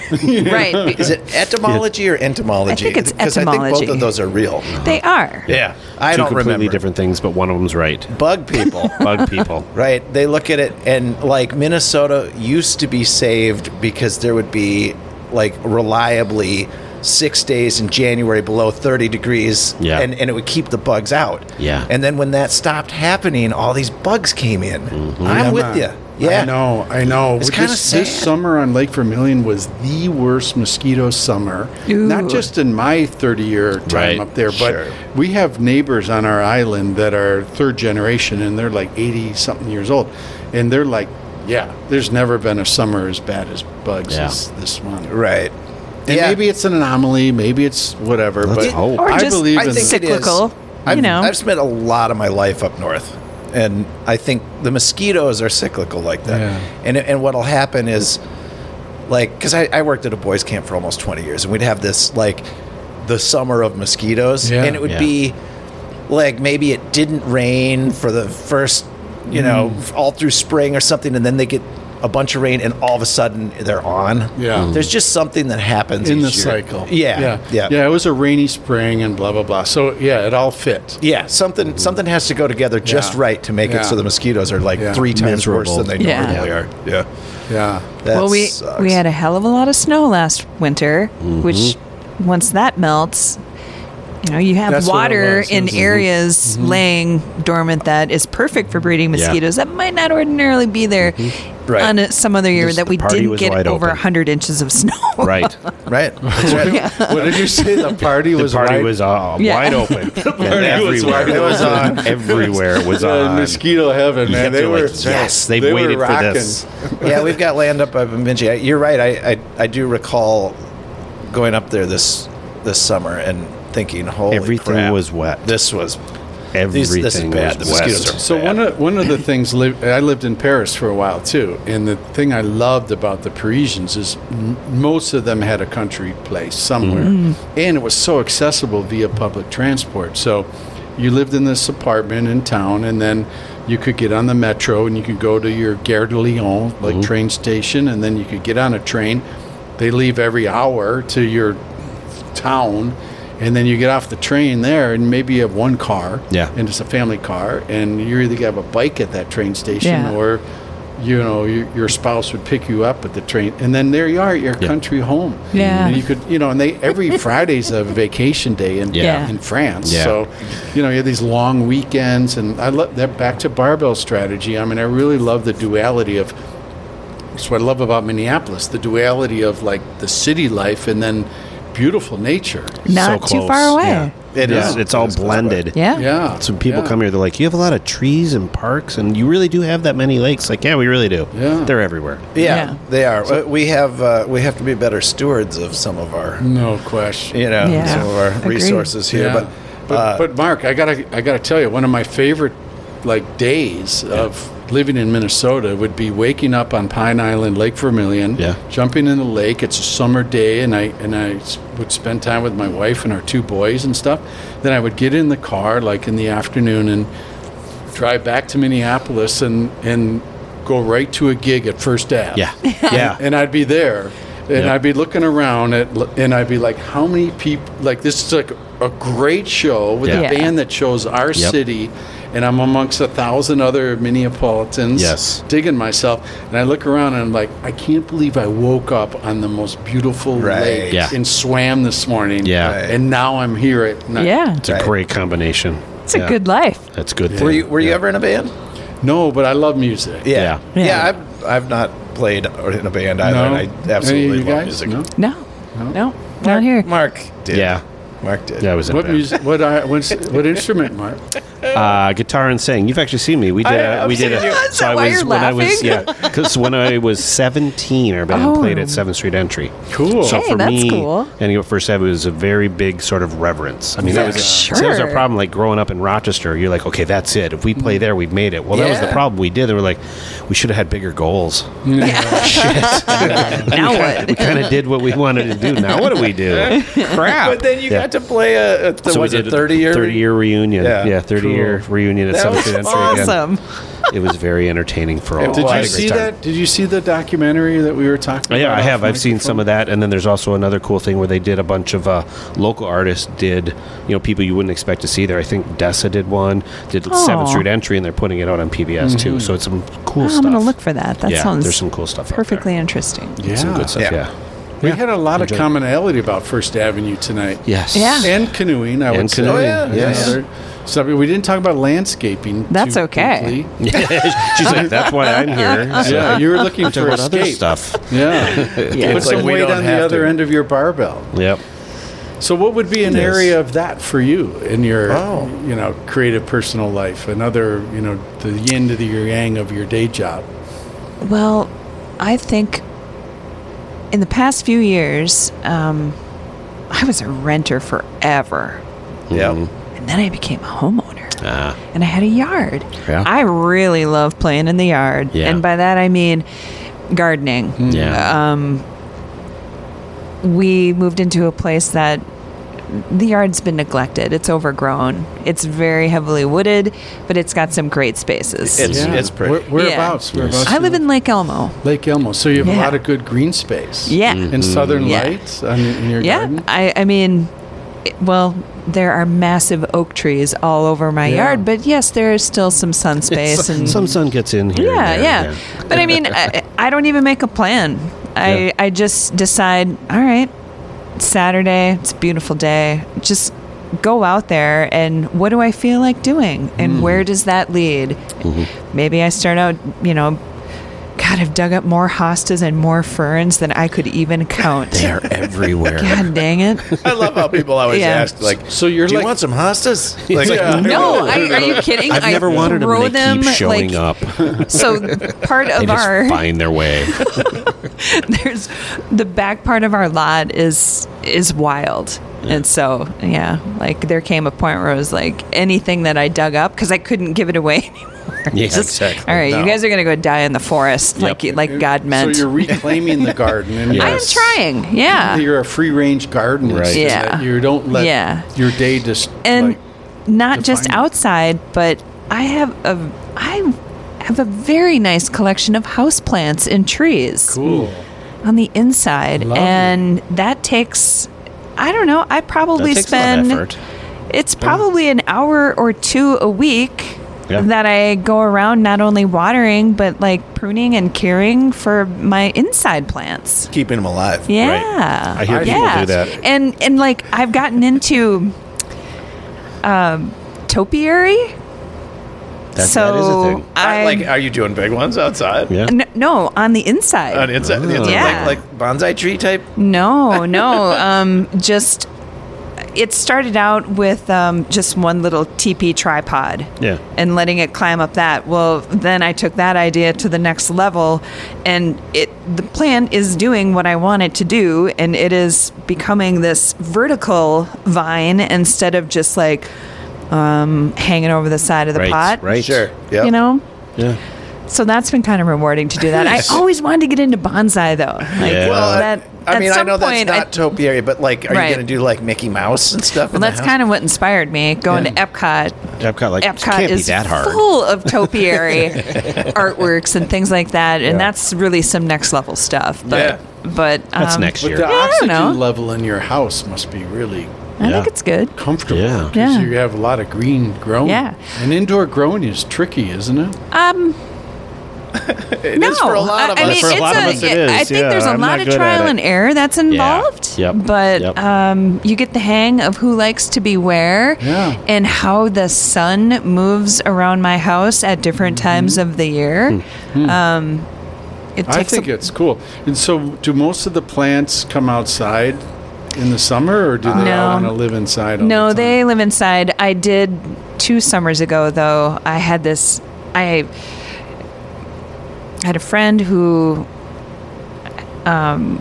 Speaker 3: right.
Speaker 14: Is it etymology or entomology?
Speaker 3: I think it's
Speaker 14: Because I think both
Speaker 3: etymology.
Speaker 14: of those are real.
Speaker 3: They are.
Speaker 14: Yeah, I
Speaker 5: Two
Speaker 14: don't
Speaker 5: completely
Speaker 14: remember.
Speaker 5: different things, but one of them's right.
Speaker 14: Bug people.
Speaker 5: Bug people.
Speaker 14: Right. They look at it and like Minnesota used to be saved because there would be like reliably six days in January below 30 degrees
Speaker 5: Yeah.
Speaker 14: and, and it would keep the bugs out.
Speaker 5: Yeah. Mm-hmm.
Speaker 14: And then when that stopped happening, all these bugs came in. I'm with you. Yeah.
Speaker 4: I know, I know.
Speaker 14: It's
Speaker 4: This-
Speaker 14: kinda
Speaker 4: This
Speaker 14: sad.
Speaker 4: summer on Lake Vermilion was the worst mosquito summer. Not just in my 30 year
Speaker 1: Right,
Speaker 4: time up there, but
Speaker 14: sure.
Speaker 4: we have neighbors on our island that are third generation and they're like 80 something years old. And they're like, yeah, there's never been a summer as bad as bugs as this one.
Speaker 14: Right.
Speaker 4: And
Speaker 14: Yeah.
Speaker 4: maybe it's an anomaly, maybe it's whatever, but
Speaker 5: hope.
Speaker 3: Or
Speaker 4: I
Speaker 3: just
Speaker 4: believe in
Speaker 14: it is.
Speaker 3: cyclical,
Speaker 14: I've,
Speaker 3: you know.
Speaker 14: I've spent a lot of my life up north, and I think the mosquitoes are cyclical like that.
Speaker 4: Yeah.
Speaker 14: And and what'll happen is, like, because I, I worked at a boys' camp for almost twenty years, and we'd have this like the summer of mosquitoes,
Speaker 4: Yeah.
Speaker 14: and it would
Speaker 1: Yeah.
Speaker 14: be like maybe it didn't rain for the first, you
Speaker 4: Mm.
Speaker 14: know, f- all through spring or something, and then they get a bunch of rain, and all of a sudden they're on.
Speaker 4: Yeah. Mm.
Speaker 14: there's just something that happens
Speaker 4: in the
Speaker 14: each year.
Speaker 4: cycle.
Speaker 14: Yeah, yeah,
Speaker 4: yeah, yeah. It was a rainy spring and blah blah blah. So yeah, it all fit.
Speaker 14: Yeah, something something has to go together just
Speaker 4: Yeah.
Speaker 14: right to make
Speaker 4: Yeah.
Speaker 14: it so the mosquitoes are like
Speaker 4: Yeah.
Speaker 14: three times worse than they
Speaker 3: Yeah.
Speaker 14: normally are. Yeah,
Speaker 4: Yeah,
Speaker 14: that
Speaker 3: well, we
Speaker 14: sucks.
Speaker 3: we had a hell of a lot of snow last winter,
Speaker 5: Mm-hmm.
Speaker 3: which once that melts, you know, you have
Speaker 4: That's what it
Speaker 3: water
Speaker 4: was,
Speaker 3: in
Speaker 4: isn't it?
Speaker 3: areas
Speaker 5: Mm-hmm.
Speaker 3: laying dormant that is perfect for breeding mosquitoes that might not ordinarily be there
Speaker 5: Mm-hmm.
Speaker 14: Right.
Speaker 3: on a, some other year
Speaker 5: Just
Speaker 3: that
Speaker 5: the
Speaker 3: we
Speaker 5: party
Speaker 3: didn't
Speaker 5: was
Speaker 3: get
Speaker 5: wide
Speaker 3: over
Speaker 5: open.
Speaker 3: 100 inches of snow.
Speaker 5: Right.
Speaker 14: right. That's right.
Speaker 4: what did you say? The party
Speaker 5: The
Speaker 4: was
Speaker 5: party
Speaker 4: right?
Speaker 5: was uh,
Speaker 3: Yeah.
Speaker 5: wide open. And
Speaker 4: was
Speaker 5: everywhere.
Speaker 4: wide
Speaker 5: was on. Everywhere it was
Speaker 4: Uh,
Speaker 5: on.
Speaker 4: mosquito heaven, man. They
Speaker 5: they're
Speaker 4: were
Speaker 5: like, yes, they've
Speaker 4: they were
Speaker 5: waited for
Speaker 4: rocking.
Speaker 5: this.
Speaker 14: yeah, we've got land up by Bemidji. I, you're right. I, I I do recall going up there this this summer and thinking, holy
Speaker 5: Everything
Speaker 14: crap,
Speaker 5: was wet.
Speaker 14: This was these,
Speaker 5: Everything
Speaker 14: this is bad. The
Speaker 5: was west.
Speaker 14: mosquitoes are
Speaker 4: So
Speaker 14: bad.
Speaker 4: one of one of the things li- I lived in Paris for a while too, and the thing I loved about the Parisians is m- most of them had a country place somewhere, and it was so accessible via public transport. So you lived in this apartment in town, and then you could get on the metro, and you could go to your Gare de Lyon like train station, and then you could get on a train. They leave every hour to your town and then you get off the train there and maybe you have one car
Speaker 5: Yeah.
Speaker 4: and it's a family car and you either have a bike at that train station
Speaker 3: Yeah.
Speaker 4: or you know your, your spouse would pick you up at the train and then there you are at your country home
Speaker 3: Yeah.
Speaker 4: and you could you know and they every friday's a vacation day in,
Speaker 3: Yeah.
Speaker 4: in france
Speaker 5: Yeah.
Speaker 4: so you know you have these long weekends and i love that back to barbell strategy i mean i really love the duality of that's what I love about Minneapolis, the duality of like the city life and then beautiful nature.
Speaker 3: Not
Speaker 5: so
Speaker 3: too far
Speaker 5: close.
Speaker 3: away.
Speaker 5: Yeah. It
Speaker 4: Yeah.
Speaker 5: is. It's all blended.
Speaker 3: Yeah.
Speaker 4: Yeah.
Speaker 5: So people
Speaker 4: yeah.
Speaker 5: come here, they're like, you have a lot of trees and parks, and you really do have that many lakes. Like, yeah, we really do.
Speaker 4: Yeah.
Speaker 5: They're everywhere.
Speaker 14: yeah,
Speaker 3: Yeah.
Speaker 14: they are. we have uh, we have to be better stewards of some of our
Speaker 4: No question.
Speaker 14: you know
Speaker 3: Yeah.
Speaker 14: some of our
Speaker 3: Agreed.
Speaker 14: resources here,
Speaker 4: Yeah.
Speaker 14: but
Speaker 4: But,
Speaker 14: uh,
Speaker 4: but Mark, I gotta I gotta tell you, one of my favorite like days of living in Minnesota would be waking up on Pine Island, Lake Vermilion,
Speaker 5: Yeah.
Speaker 4: jumping in the lake. It's a summer day, and I and I s- would spend time with my wife and our two boys and stuff. Then I would get in the car like in the afternoon and drive back to Minneapolis and and go right to a gig at First Ave.
Speaker 5: Yeah. Yeah.
Speaker 4: Ah. and I'd be there, and I'd be looking around at, and I'd be like, how many people? Like this is like a great show with
Speaker 3: Yeah.
Speaker 4: a band that shows our city, and I'm amongst a thousand other Minneapolitans.
Speaker 5: Yes.
Speaker 4: digging myself, and I look around and I'm like, I can't believe I woke up on the most beautiful
Speaker 14: Right.
Speaker 4: lake
Speaker 5: Yeah.
Speaker 4: and swam this morning.
Speaker 5: Yeah.
Speaker 14: Right.
Speaker 4: and now I'm here at night.
Speaker 3: Yeah.
Speaker 5: It's a great combination.
Speaker 3: It's a good life.
Speaker 5: That's good.
Speaker 14: were
Speaker 5: thing.
Speaker 14: you were you ever in a band?
Speaker 4: No, but I love music.
Speaker 14: Yeah.
Speaker 3: Yeah.
Speaker 14: Yeah,
Speaker 3: Yeah.
Speaker 14: I've, I've not played in a band either.
Speaker 4: No,
Speaker 14: And I
Speaker 4: Any
Speaker 14: absolutely
Speaker 4: of you
Speaker 14: love
Speaker 4: guys?
Speaker 14: music.
Speaker 4: No?
Speaker 3: No. No. Not here.
Speaker 14: Mark did.
Speaker 5: Yeah.
Speaker 14: Mark did.
Speaker 5: Yeah, I was in a
Speaker 4: What
Speaker 5: band.
Speaker 4: music? What I what's, what instrument, Mark?
Speaker 5: uh, guitar and sing. You've actually seen me. We did. a- we did.
Speaker 3: Is
Speaker 5: A,
Speaker 3: that
Speaker 5: I
Speaker 3: why
Speaker 5: was
Speaker 3: you're
Speaker 5: when I was
Speaker 3: laughing?
Speaker 5: yeah. Because when I was seventeen, our band
Speaker 3: Oh.
Speaker 5: played at Seventh Street Entry.
Speaker 4: Cool.
Speaker 5: So
Speaker 3: Hey,
Speaker 5: for
Speaker 3: that's
Speaker 5: me,
Speaker 3: cool.
Speaker 5: and you first have it was a very big sort of reverence. I mean, that was
Speaker 3: Yeah. Sure.
Speaker 5: so that was our problem. Like growing up in Rochester, you're like, okay, that's it. If we play there, we've made it. Well, that was the
Speaker 14: Yeah.
Speaker 5: problem. We did. They were like, we should have had bigger goals.
Speaker 3: Now what?
Speaker 5: we kind of did what we wanted to do. Now what do we do? Crap.
Speaker 14: But then you
Speaker 5: Yeah.
Speaker 14: got to play a, a the,
Speaker 5: So we
Speaker 14: was
Speaker 5: did
Speaker 14: it thirty year
Speaker 5: thirty year reunion.
Speaker 14: Yeah.
Speaker 5: Yeah, thirty year reunion at
Speaker 14: That
Speaker 5: Seventh
Speaker 14: was
Speaker 5: Street Entry. again.
Speaker 3: Awesome.
Speaker 5: It was very entertaining for all.
Speaker 14: Did
Speaker 5: of
Speaker 4: Did
Speaker 5: us.
Speaker 14: Well, I
Speaker 4: you
Speaker 14: had a
Speaker 4: see
Speaker 14: great
Speaker 4: that? Did you see the documentary that we were talking about?
Speaker 5: Yeah, I
Speaker 4: off
Speaker 5: have. I've seen some
Speaker 4: microphone?
Speaker 5: of that, and then there's also another cool thing where they did a bunch of uh, local artists did you know people you wouldn't expect to see there. I think Dessa did one, did Seventh
Speaker 3: Aw.
Speaker 5: Street Entry, and they're putting it out on PBS too. So it's some cool
Speaker 3: Oh,
Speaker 5: stuff.
Speaker 3: I'm gonna look for that. That
Speaker 5: yeah,
Speaker 3: sounds
Speaker 5: there's some cool stuff. out there.
Speaker 3: perfectly interesting.
Speaker 4: Yeah.
Speaker 5: some good stuff.
Speaker 14: Yeah.
Speaker 5: Yeah,
Speaker 4: We had a lot of commonality about First Avenue tonight.
Speaker 5: Yes.
Speaker 3: Yeah.
Speaker 4: And canoeing, I
Speaker 5: And
Speaker 4: would say.
Speaker 5: canoeing,
Speaker 4: is
Speaker 5: yes.
Speaker 4: another subject. We didn't talk about landscaping.
Speaker 3: That's
Speaker 4: too
Speaker 3: okay.
Speaker 4: quickly.
Speaker 5: She's like, that's why I'm here. So
Speaker 4: Yeah, you were looking for
Speaker 5: talk about other
Speaker 4: escape.
Speaker 5: stuff.
Speaker 4: Yeah. Put
Speaker 14: It's like
Speaker 4: some
Speaker 14: we
Speaker 4: weight
Speaker 14: don't
Speaker 4: on
Speaker 14: have
Speaker 4: the other
Speaker 14: to.
Speaker 4: end of your barbell.
Speaker 5: Yep.
Speaker 4: So, what would be an
Speaker 14: Yes.
Speaker 4: area of that for you in your,
Speaker 14: Oh.
Speaker 4: you know, creative personal life? Another, you know, the yin to the yang of your day job.
Speaker 3: Well, I think in the past few years, um, I was a renter forever,
Speaker 14: Yeah.
Speaker 5: Mm-hmm.
Speaker 3: and then I became a homeowner. And I had a yard.
Speaker 5: Ah. Yeah.
Speaker 3: I really love playing in the yard,
Speaker 5: Yeah. Mm.
Speaker 3: and by that I mean gardening.
Speaker 5: Yeah.
Speaker 3: Um, we moved into a place that the yard's been neglected. It's overgrown. It's very heavily wooded, but it's got some great spaces.
Speaker 14: It's, it's pretty.
Speaker 4: Where, whereabouts? whereabouts
Speaker 3: I
Speaker 4: you
Speaker 3: live in Lake Elmo.
Speaker 4: Lake Elmo. So you have
Speaker 3: Yeah.
Speaker 4: a lot of good green space.
Speaker 3: Yeah.
Speaker 5: Mm-hmm.
Speaker 4: And Southern
Speaker 3: Yeah.
Speaker 4: Lights on, in your
Speaker 3: Yeah,
Speaker 4: garden.
Speaker 3: I, I mean, it- well, there are massive oak trees all over my yard, but yes, there is still some sun space and
Speaker 5: Some sun gets in here.
Speaker 3: yeah,
Speaker 5: and there,
Speaker 3: yeah. But I mean, I, I don't even make a plan. I
Speaker 5: Yeah.
Speaker 3: I just decide. All right, it's Saturday. It's a beautiful day. Just go out there and what do I feel like doing? And where does that lead? Maybe I start out, you know. God, I've dug up more hostas and more ferns than I could even count.
Speaker 5: They're everywhere.
Speaker 3: God dang it.
Speaker 14: I love how people always
Speaker 3: Yeah.
Speaker 14: ask, like,
Speaker 4: So you're
Speaker 14: do
Speaker 4: like-
Speaker 14: you want some hostas? Like,
Speaker 4: Yeah.
Speaker 3: No, I, are you kidding?
Speaker 5: I've
Speaker 3: I
Speaker 5: never wanted them.
Speaker 3: throw
Speaker 5: and They keep showing
Speaker 3: like,
Speaker 5: up.
Speaker 3: So part
Speaker 5: They
Speaker 3: of
Speaker 5: just
Speaker 3: our
Speaker 5: find their way.
Speaker 3: there's the back part of our lot is is wild. And so, yeah, like there came a point where I was like anything that I dug up because I couldn't give it away anymore.
Speaker 5: Yeah,
Speaker 3: Just,
Speaker 5: exactly.
Speaker 3: All right, you
Speaker 5: No.
Speaker 3: guys are gonna go die in the forest, like you- like God meant.
Speaker 4: So you're reclaiming the garden. And
Speaker 5: I am
Speaker 3: I'm
Speaker 5: yes.
Speaker 3: trying, yeah.
Speaker 4: You're a free range gardener.
Speaker 5: Right.
Speaker 4: so
Speaker 3: Yeah.
Speaker 4: that You don't let
Speaker 3: Yeah.
Speaker 4: your day just.
Speaker 3: and
Speaker 4: like-
Speaker 3: not just
Speaker 4: define it.
Speaker 3: outside, but I have a I have a very nice collection of houseplants and trees
Speaker 5: Mm.
Speaker 4: cool.
Speaker 3: on the inside,
Speaker 4: Lovely.
Speaker 3: and that takes I don't know. I
Speaker 5: That
Speaker 3: probably
Speaker 5: takes
Speaker 3: spend
Speaker 5: a lot of effort.
Speaker 3: it's probably an hour or two a week
Speaker 5: Yeah.
Speaker 3: that I go around not only watering but like pruning and caring for my inside plants.
Speaker 14: keeping them alive.
Speaker 3: Yeah.
Speaker 5: I hear people
Speaker 3: yeah.
Speaker 5: do that.
Speaker 3: And and like I've gotten into um topiary.
Speaker 5: That,
Speaker 3: so
Speaker 5: that is a thing.
Speaker 14: I,
Speaker 3: I
Speaker 14: like, are you doing big ones outside?
Speaker 5: Yeah.
Speaker 3: n- no, on the inside.
Speaker 14: On inside, the inside
Speaker 3: Yeah.
Speaker 14: like, like bonsai tree type.
Speaker 3: No, no. um, just it started out with um, just one little TP tripod.
Speaker 5: Yeah.
Speaker 3: And letting it climb up that. Well, then I took that idea to the next level, and it the plant is doing what I want it to do, and it is becoming this vertical vine instead of just like um, hanging over the side of the
Speaker 5: Right,
Speaker 3: pot.
Speaker 5: right.
Speaker 14: Sure. Yep.
Speaker 3: You know.
Speaker 5: Yeah.
Speaker 3: So that's been kind of rewarding to do that. I always wanted to get into bonsai though. Like,
Speaker 5: Yeah.
Speaker 14: Well, I-
Speaker 3: that-
Speaker 14: I
Speaker 3: at
Speaker 14: mean, I
Speaker 3: some
Speaker 14: know that's
Speaker 3: point, I-
Speaker 14: not topiary, but like, are
Speaker 3: Right.
Speaker 14: you going to do like Mickey Mouse and stuff?
Speaker 3: Well, that's kind of what inspired me going to Epcot.
Speaker 5: Epcot, like, it
Speaker 3: Epcot
Speaker 5: can't
Speaker 3: is
Speaker 5: be that hard.
Speaker 3: full of topiary artworks and things like that, and that's really some next level stuff. But but um,
Speaker 5: That's next
Speaker 4: But
Speaker 5: year.
Speaker 4: the
Speaker 3: I don't know.
Speaker 4: oxygen level in your house must be really
Speaker 3: I
Speaker 5: Yeah.
Speaker 3: think it's good.
Speaker 4: comfortable.
Speaker 5: Yeah.
Speaker 4: 'cause
Speaker 3: Yeah.
Speaker 4: You have a lot of green growing.
Speaker 3: Yeah.
Speaker 4: And indoor growing is tricky, isn't it?
Speaker 3: Um,
Speaker 14: It
Speaker 3: no,
Speaker 14: is for a lot
Speaker 3: I-
Speaker 14: of
Speaker 3: I,
Speaker 14: us.
Speaker 3: mean,
Speaker 5: For a
Speaker 3: it's
Speaker 5: lot of us it is,
Speaker 3: I think
Speaker 5: yeah.
Speaker 3: there's a
Speaker 5: I'm
Speaker 3: lot
Speaker 5: not
Speaker 3: of
Speaker 5: good at
Speaker 3: trial
Speaker 5: it.
Speaker 3: and error that's involved.
Speaker 5: Yep.
Speaker 3: But
Speaker 5: Yep.
Speaker 3: Um, you get the hang of who likes to be where
Speaker 4: Yeah.
Speaker 3: and how the sun moves around my house at different
Speaker 5: Mm-hmm.
Speaker 3: times of the year.
Speaker 5: Hmm.
Speaker 3: Um, it takes
Speaker 4: I think
Speaker 3: a,
Speaker 4: it's cool. And so, do most of the plants come outside in the summer, or do they
Speaker 3: No.
Speaker 4: all want to live inside? All
Speaker 3: No,
Speaker 4: the time?
Speaker 3: they live inside. I did two summers ago though. I had this I had a friend who um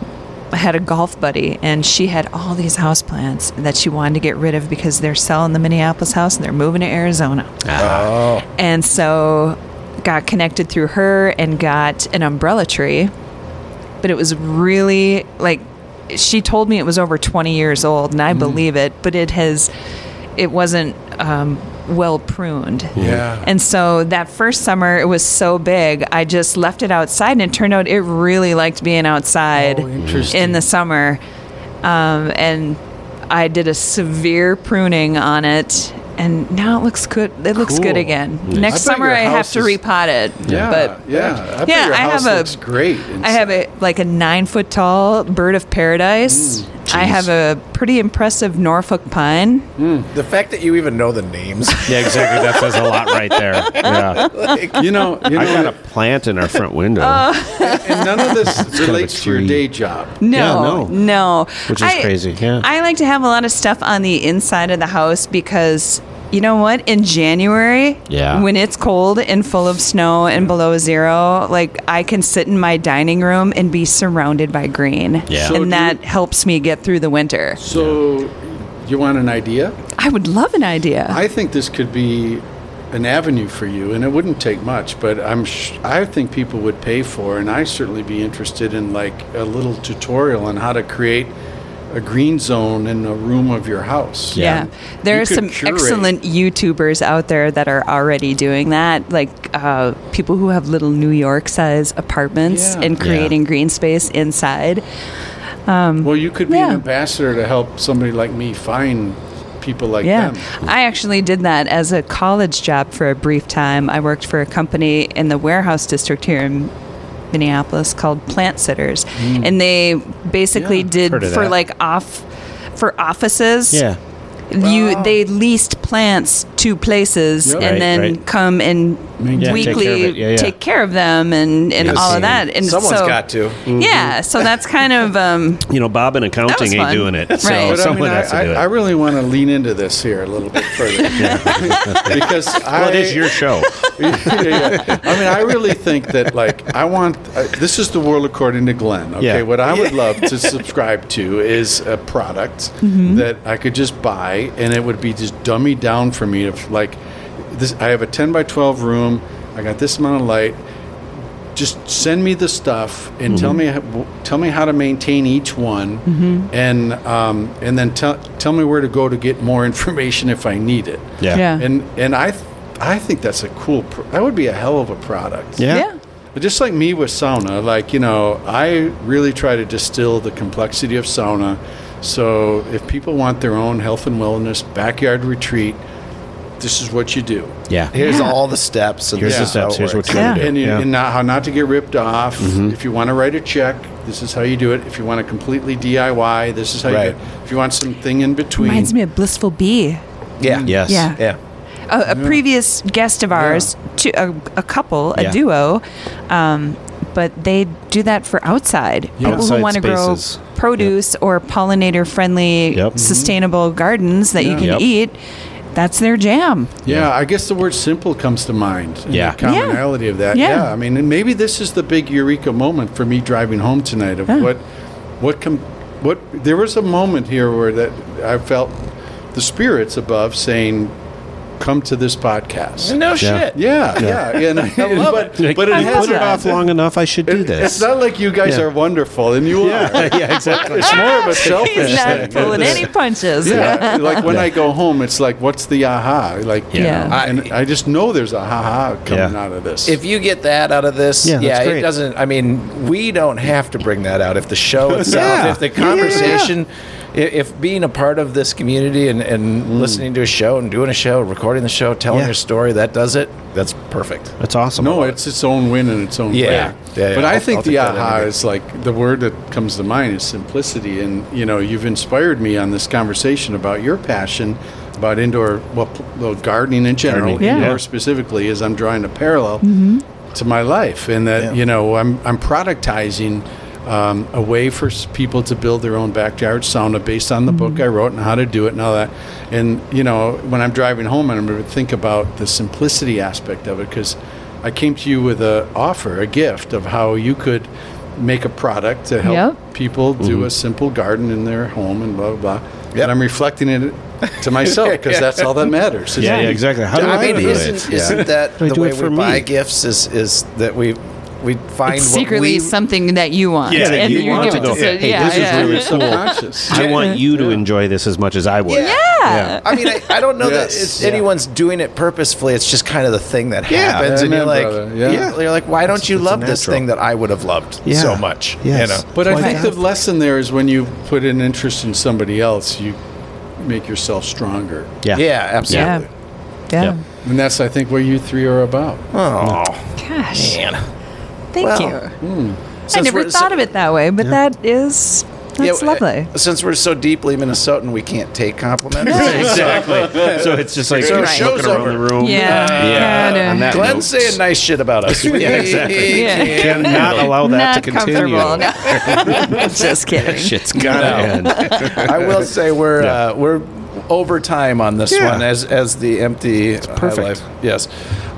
Speaker 3: had a golf buddy and she had all these houseplants that she wanted to get rid of because they're selling the Minneapolis house and they're moving to Arizona. And so got connected through her and got an umbrella tree. But it was really like she told me it was over 20 years old and I
Speaker 4: Mm-hmm.
Speaker 3: believe it, but it has it wasn't um, well pruned.
Speaker 4: Yeah.
Speaker 3: And so that first summer it was so big, I just left it outside and it turned out it really liked being outside
Speaker 4: Oh, interesting.
Speaker 3: in the summer. Um, and I did a severe pruning on it and now it looks good. It looks
Speaker 4: Cool.
Speaker 3: good again.
Speaker 4: Nice. I
Speaker 3: Next
Speaker 4: bet
Speaker 3: summer,
Speaker 4: your
Speaker 3: I have
Speaker 4: house
Speaker 3: to
Speaker 4: is-
Speaker 3: repot it.
Speaker 4: Yeah,
Speaker 3: but
Speaker 4: yeah. I bet
Speaker 3: yeah,
Speaker 4: your
Speaker 3: I
Speaker 4: house
Speaker 3: have a-
Speaker 4: looks great.
Speaker 3: I have a like a nine foot tall bird of paradise.
Speaker 4: Mm,
Speaker 3: I have a pretty impressive Norfolk pine.
Speaker 14: The fact that you even know the names.
Speaker 5: Yeah, exactly. That says a lot right there. Yeah.
Speaker 4: a. You know, you know
Speaker 5: I got a plant in our front window,
Speaker 3: Uh,
Speaker 4: and none of this
Speaker 5: of a
Speaker 4: relates to your
Speaker 5: tree.
Speaker 4: day job.
Speaker 5: no.
Speaker 3: No, no,
Speaker 5: which is
Speaker 3: I-
Speaker 5: crazy. Yeah.
Speaker 3: I like to have a lot of stuff on the inside of the house because you know what? In January,
Speaker 5: Yeah.
Speaker 3: when it's cold and full of snow and below zero, like I can sit in my dining room and be surrounded by green.
Speaker 5: Yeah.
Speaker 4: So do
Speaker 3: and that
Speaker 4: you-
Speaker 3: helps me get through the winter.
Speaker 4: So, you want an idea?
Speaker 3: I would love an idea.
Speaker 4: I think this could be an avenue for you, and it wouldn't take much. But I'm, sh- I think people would pay for, and I certainly be interested in like a little tutorial on how to create a green zone in a room of your house.
Speaker 3: yeah. There
Speaker 4: You
Speaker 3: are
Speaker 4: could
Speaker 3: some
Speaker 4: curate.
Speaker 3: excellent YouTubers out there that are already doing that, like uh, people who have little New York size apartments
Speaker 4: Yeah.
Speaker 3: and creating green space inside.
Speaker 4: Well, you could be an
Speaker 3: Yeah.
Speaker 4: ambassador to help somebody like me find people like
Speaker 3: Yeah.
Speaker 4: them.
Speaker 3: I actually did that as a college job for a brief time. I worked for a company in the warehouse district here in Minneapolis called Plant Sitters. And they basically
Speaker 4: Yeah,
Speaker 3: did
Speaker 5: heard of
Speaker 3: for
Speaker 5: that.
Speaker 3: like off for offices.
Speaker 5: yeah.
Speaker 3: You they leased plants to places
Speaker 4: Yep.
Speaker 3: and
Speaker 5: Right,
Speaker 3: then
Speaker 5: right.
Speaker 3: come and
Speaker 4: Maintain. Yeah,
Speaker 5: take
Speaker 3: weekly
Speaker 5: care of
Speaker 3: take
Speaker 5: it.
Speaker 3: care,
Speaker 5: Yeah, yeah.
Speaker 3: of them and, and all of that. And
Speaker 14: Someone's
Speaker 3: so,
Speaker 14: got to.
Speaker 5: Mm-hmm.
Speaker 3: Yeah. So that's kind of um
Speaker 5: You know, Bob in
Speaker 3: That was
Speaker 5: accounting ain't
Speaker 3: fun.
Speaker 5: doing it. So
Speaker 3: Right. But I mean,
Speaker 5: someone
Speaker 4: I,
Speaker 5: has to
Speaker 4: I,
Speaker 5: do it.
Speaker 4: I really want to lean into this here a little bit further because I,
Speaker 5: well, it is your show.
Speaker 4: yeah, yeah. I mean, I really think that like I want uh, this is the world according to Glenn. Okay,
Speaker 5: Yeah.
Speaker 4: what I would love to subscribe to is a product
Speaker 5: Mm-hmm.
Speaker 4: that I could just buy, and it would be just dummy down for me. If like this, I have a ten by twelve room. I got this amount of light. Just send me the stuff and tell
Speaker 5: Mm-hmm.
Speaker 4: me how- w- tell me how to maintain each one, and um, and then tell tell me where to go to get more information if I need it.
Speaker 5: Yeah.
Speaker 3: Yeah.
Speaker 4: And and I th- I think that's a cool. Pr- that would be a hell of a product.
Speaker 5: Yeah.
Speaker 3: yeah.
Speaker 4: But just like me with sauna, like you know, I really try to distill the complexity of sauna. So if people want their own health and wellness backyard retreat, this is what you do.
Speaker 5: Yeah.
Speaker 14: Here's all the steps. And
Speaker 5: Here's
Speaker 14: this
Speaker 5: the
Speaker 14: is how it
Speaker 5: steps. Here's what
Speaker 14: works.
Speaker 5: you got to
Speaker 3: Yeah.
Speaker 5: do.
Speaker 4: And, you,
Speaker 5: yeah.
Speaker 4: and not, how not to get ripped off. If you want to write a check, this is how you do it. If you want to completely DIY, this is how
Speaker 14: Right.
Speaker 4: you do it. If you want something in between,
Speaker 3: Reminds me of Blissful Bee.
Speaker 14: Yeah.
Speaker 5: yes.
Speaker 3: Yeah.
Speaker 14: Yeah.
Speaker 3: a, a previous guest of ours, two a, a couple, a
Speaker 5: Yeah.
Speaker 3: duo, um, but they do that for outside. People
Speaker 5: Outside
Speaker 3: who want to grow
Speaker 5: spaces.
Speaker 3: produce or pollinator friendly,
Speaker 5: Yep. Mhm.
Speaker 3: sustainable gardens that you can
Speaker 5: Yep.
Speaker 3: eat. That's their jam.
Speaker 4: Yeah, I guess the word simple comes to mind. and
Speaker 5: Yeah.
Speaker 4: The commonality of that.
Speaker 3: Yeah.
Speaker 4: Yeah. I mean, and maybe this is the big eureka moment for me driving home tonight of what, what, com- what, there was a moment here where that I felt the spirits above saying, come to this podcast.
Speaker 14: No
Speaker 5: shit.
Speaker 4: Yeah, yeah, yeah. and- but,
Speaker 5: Like,
Speaker 4: but
Speaker 5: you
Speaker 4: it
Speaker 3: love
Speaker 5: put it
Speaker 3: that.
Speaker 5: off long enough. I should do
Speaker 4: it-
Speaker 5: this.
Speaker 4: It's not like you guys
Speaker 5: Yeah.
Speaker 4: are wonderful, and you are.
Speaker 5: yeah, exactly.
Speaker 4: It's more of a selfish
Speaker 3: He's
Speaker 4: thing.
Speaker 3: not pulling
Speaker 4: It's-
Speaker 3: any punches.
Speaker 4: yeah, like when I go home, it's like, what's the aha? Like,
Speaker 3: Yeah.
Speaker 4: I, and I just know there's a ha ha coming
Speaker 5: Yeah.
Speaker 4: out of this.
Speaker 14: If you get that out of this,
Speaker 5: Yeah,
Speaker 14: yeah,
Speaker 5: that's great.
Speaker 14: it doesn't. I mean, we don't have to bring that out. If the show itself,
Speaker 5: Yeah.
Speaker 14: if the conversation, i- if being a part of this community and, and listening to a show and doing a show, recording the show, telling
Speaker 5: Mm. Yeah.
Speaker 14: your story, that does it. That's perfect.
Speaker 5: That's awesome.
Speaker 4: no, it's its own win and its own
Speaker 14: Yeah.
Speaker 4: way.
Speaker 14: Yeah, yeah,
Speaker 4: but I
Speaker 14: I'll-
Speaker 4: think
Speaker 14: I'll
Speaker 4: the
Speaker 14: take that
Speaker 4: aha
Speaker 14: any day.
Speaker 4: is like the word that comes to mind is simplicity. And, you know, you've inspired me on this conversation about your passion about indoor, well, pl- well gardening in general,
Speaker 5: Gardening,
Speaker 4: indoor
Speaker 5: yeah.
Speaker 4: specifically, as I'm drawing a parallel to my life. And that, you know, I'm, I'm productizing. Um, a way for s- people to build their own backyard sauna based on the book I wrote and how to do it and all that. And you know, when I'm driving home, I'm going to think about the simplicity aspect of it because I came to you with a offer, a gift of how you could make a product to help
Speaker 3: Yep.
Speaker 4: people
Speaker 5: Mm-hmm.
Speaker 4: do a simple garden in their home and blah blah. blah.
Speaker 14: Yep.
Speaker 4: And I'm reflecting it to myself because that's all that matters. is
Speaker 5: yeah,
Speaker 4: me.
Speaker 5: yeah, exactly. How do
Speaker 14: I
Speaker 5: I,
Speaker 14: mean,
Speaker 5: do
Speaker 14: isn't,
Speaker 5: it?
Speaker 14: isn't that
Speaker 5: Do I
Speaker 14: the
Speaker 5: do
Speaker 14: way
Speaker 5: it
Speaker 14: we
Speaker 5: for
Speaker 14: buy
Speaker 5: me?
Speaker 14: gifts? Is is that we we find what
Speaker 3: Secretly,
Speaker 14: we-
Speaker 3: something that you want.
Speaker 5: Yeah, that
Speaker 3: and
Speaker 5: you
Speaker 3: you're
Speaker 5: want to
Speaker 3: giving
Speaker 5: go.
Speaker 3: to-
Speaker 5: Hey,
Speaker 3: yeah,
Speaker 5: this is
Speaker 3: yeah.
Speaker 5: really
Speaker 4: subconscious.
Speaker 5: I want you to enjoy this as much as I would.
Speaker 14: Yeah.
Speaker 3: Yeah.
Speaker 14: I mean, I, I don't know
Speaker 4: Yes.
Speaker 14: that it's,
Speaker 4: Yeah.
Speaker 14: anyone's doing it purposefully. It's just kind of the thing that
Speaker 5: Yeah.
Speaker 14: happens, and
Speaker 4: Amen,
Speaker 14: you're like,
Speaker 4: brother. Yeah.
Speaker 14: you're like, why don't you
Speaker 5: it's
Speaker 14: love this
Speaker 5: natural.
Speaker 14: thing that I would have loved
Speaker 5: Yeah.
Speaker 14: so much?
Speaker 5: Yes.
Speaker 14: You know,
Speaker 4: But
Speaker 5: Why
Speaker 4: I think
Speaker 5: not?
Speaker 4: the lesson there is when you put an interest in somebody else, you make yourself stronger.
Speaker 5: Yeah.
Speaker 14: Yeah,
Speaker 3: Yeah.
Speaker 14: absolutely.
Speaker 3: Yeah.
Speaker 5: Yep.
Speaker 4: And that's, I think, what you three are about.
Speaker 14: Oh,
Speaker 3: Gosh.
Speaker 14: man.
Speaker 3: Thank
Speaker 14: Well,
Speaker 3: you. I
Speaker 5: hmm.
Speaker 14: Since
Speaker 3: never
Speaker 14: we're-
Speaker 3: thought of it that way, but that is that's
Speaker 14: Yeah,
Speaker 3: lovely.
Speaker 14: uh, Since we're so deeply Minnesotan, we can't take compliments.
Speaker 15: exactly. So it's just like
Speaker 14: So
Speaker 15: looking
Speaker 14: show's
Speaker 15: around
Speaker 14: over.
Speaker 15: the
Speaker 5: uh,
Speaker 15: room.
Speaker 3: Yeah.
Speaker 15: Yeah.
Speaker 3: Kinda.
Speaker 15: On that
Speaker 14: Glenn's
Speaker 15: note,
Speaker 14: saying nice shit about us.
Speaker 15: Yeah, exactly.
Speaker 3: Yeah.
Speaker 5: Cannot allow that
Speaker 3: Not
Speaker 5: to continue.
Speaker 3: comfortable. No. Just kidding.
Speaker 5: Shit's gone out.
Speaker 14: I will say we're uh, we're over time on this
Speaker 5: Yeah.
Speaker 14: one as as the empty it's
Speaker 5: perfect.
Speaker 14: Yes.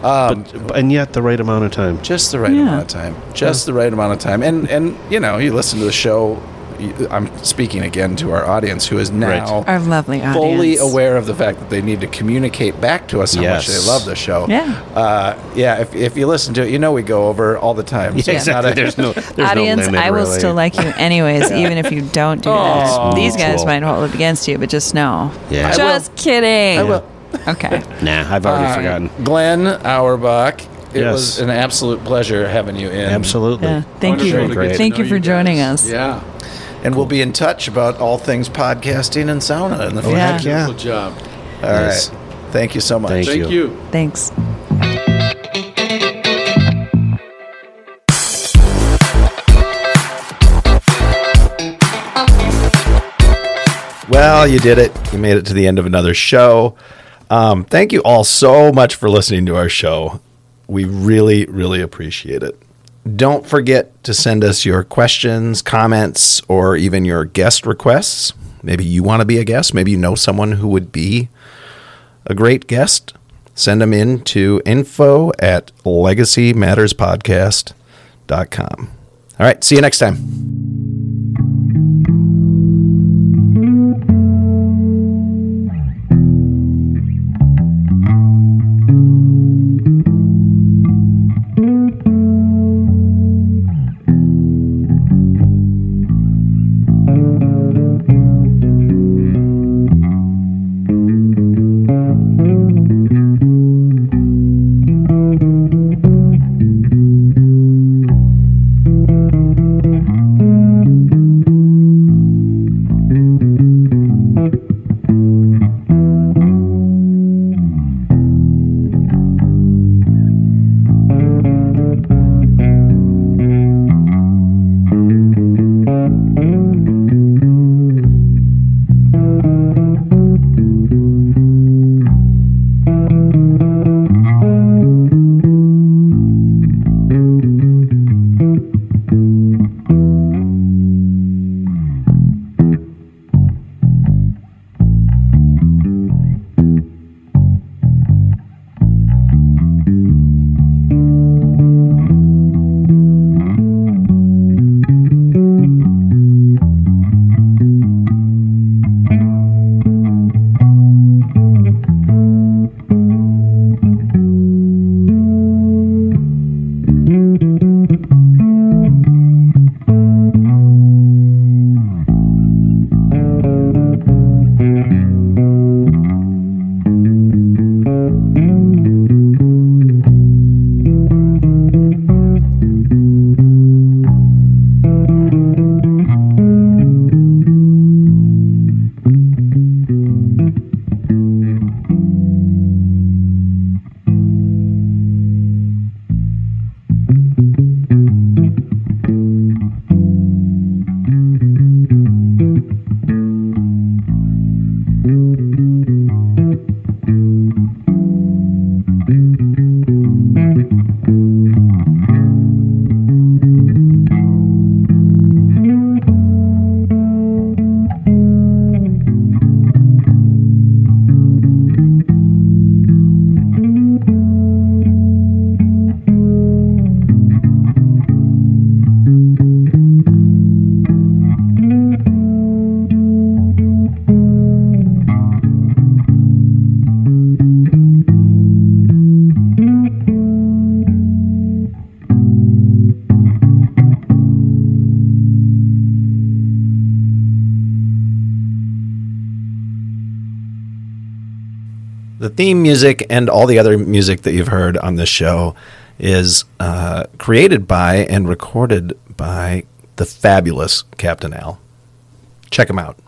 Speaker 14: Um,
Speaker 5: and yet the right amount of time.
Speaker 14: just the right
Speaker 3: Yeah.
Speaker 14: amount of time just the right amount of time and and you know you listen to the show you- i'm speaking again to our audience who is now
Speaker 3: Our lovely audience.
Speaker 14: fully aware of the fact that they need to communicate back to us how much
Speaker 5: Yes.
Speaker 14: they love the show
Speaker 3: Yeah.
Speaker 14: uh, yeah if, if you listen to it you know we go over all the time so it's not
Speaker 5: Exactly.
Speaker 14: a-
Speaker 5: There's no there's
Speaker 3: audience,
Speaker 5: no limit,
Speaker 3: I will
Speaker 5: really.
Speaker 3: still like you anyways, even if you don't do that. These guys
Speaker 5: mutual.
Speaker 3: might hold it against you, but just know.
Speaker 5: Yeah. I
Speaker 3: Just kidding. I
Speaker 14: will.
Speaker 3: Okay.
Speaker 5: Nah, I've already forgotten.
Speaker 14: glenn auerbach it
Speaker 5: Yes.
Speaker 14: was an absolute pleasure having you in
Speaker 5: Absolutely.
Speaker 3: Yeah. Thank you.
Speaker 4: Wonderful to get to
Speaker 3: Thank
Speaker 4: know
Speaker 3: you for joining
Speaker 4: guys.
Speaker 3: us.
Speaker 4: Yeah.
Speaker 14: and we'll be in touch about all things podcasting and sauna in the future
Speaker 3: Yeah.
Speaker 5: Yeah.
Speaker 4: Good job.
Speaker 14: all right
Speaker 5: Yes.
Speaker 14: thank you so much
Speaker 5: Thank
Speaker 4: Thank
Speaker 5: you.
Speaker 4: you.
Speaker 3: Thanks.
Speaker 1: Well, you did it. You made it to the end of another show. Um, thank you all so much for listening to our show. We really, really appreciate it. Don't forget to send us your questions, comments, or even your guest requests. Maybe you want to be a guest. Maybe you know someone who would be a great guest. Send them in to info at legacymatterspodcast.com. All right. See you next time. The theme music and all the other music that you've heard on this show is uh, created by and recorded by the fabulous Captain Al. Check him out.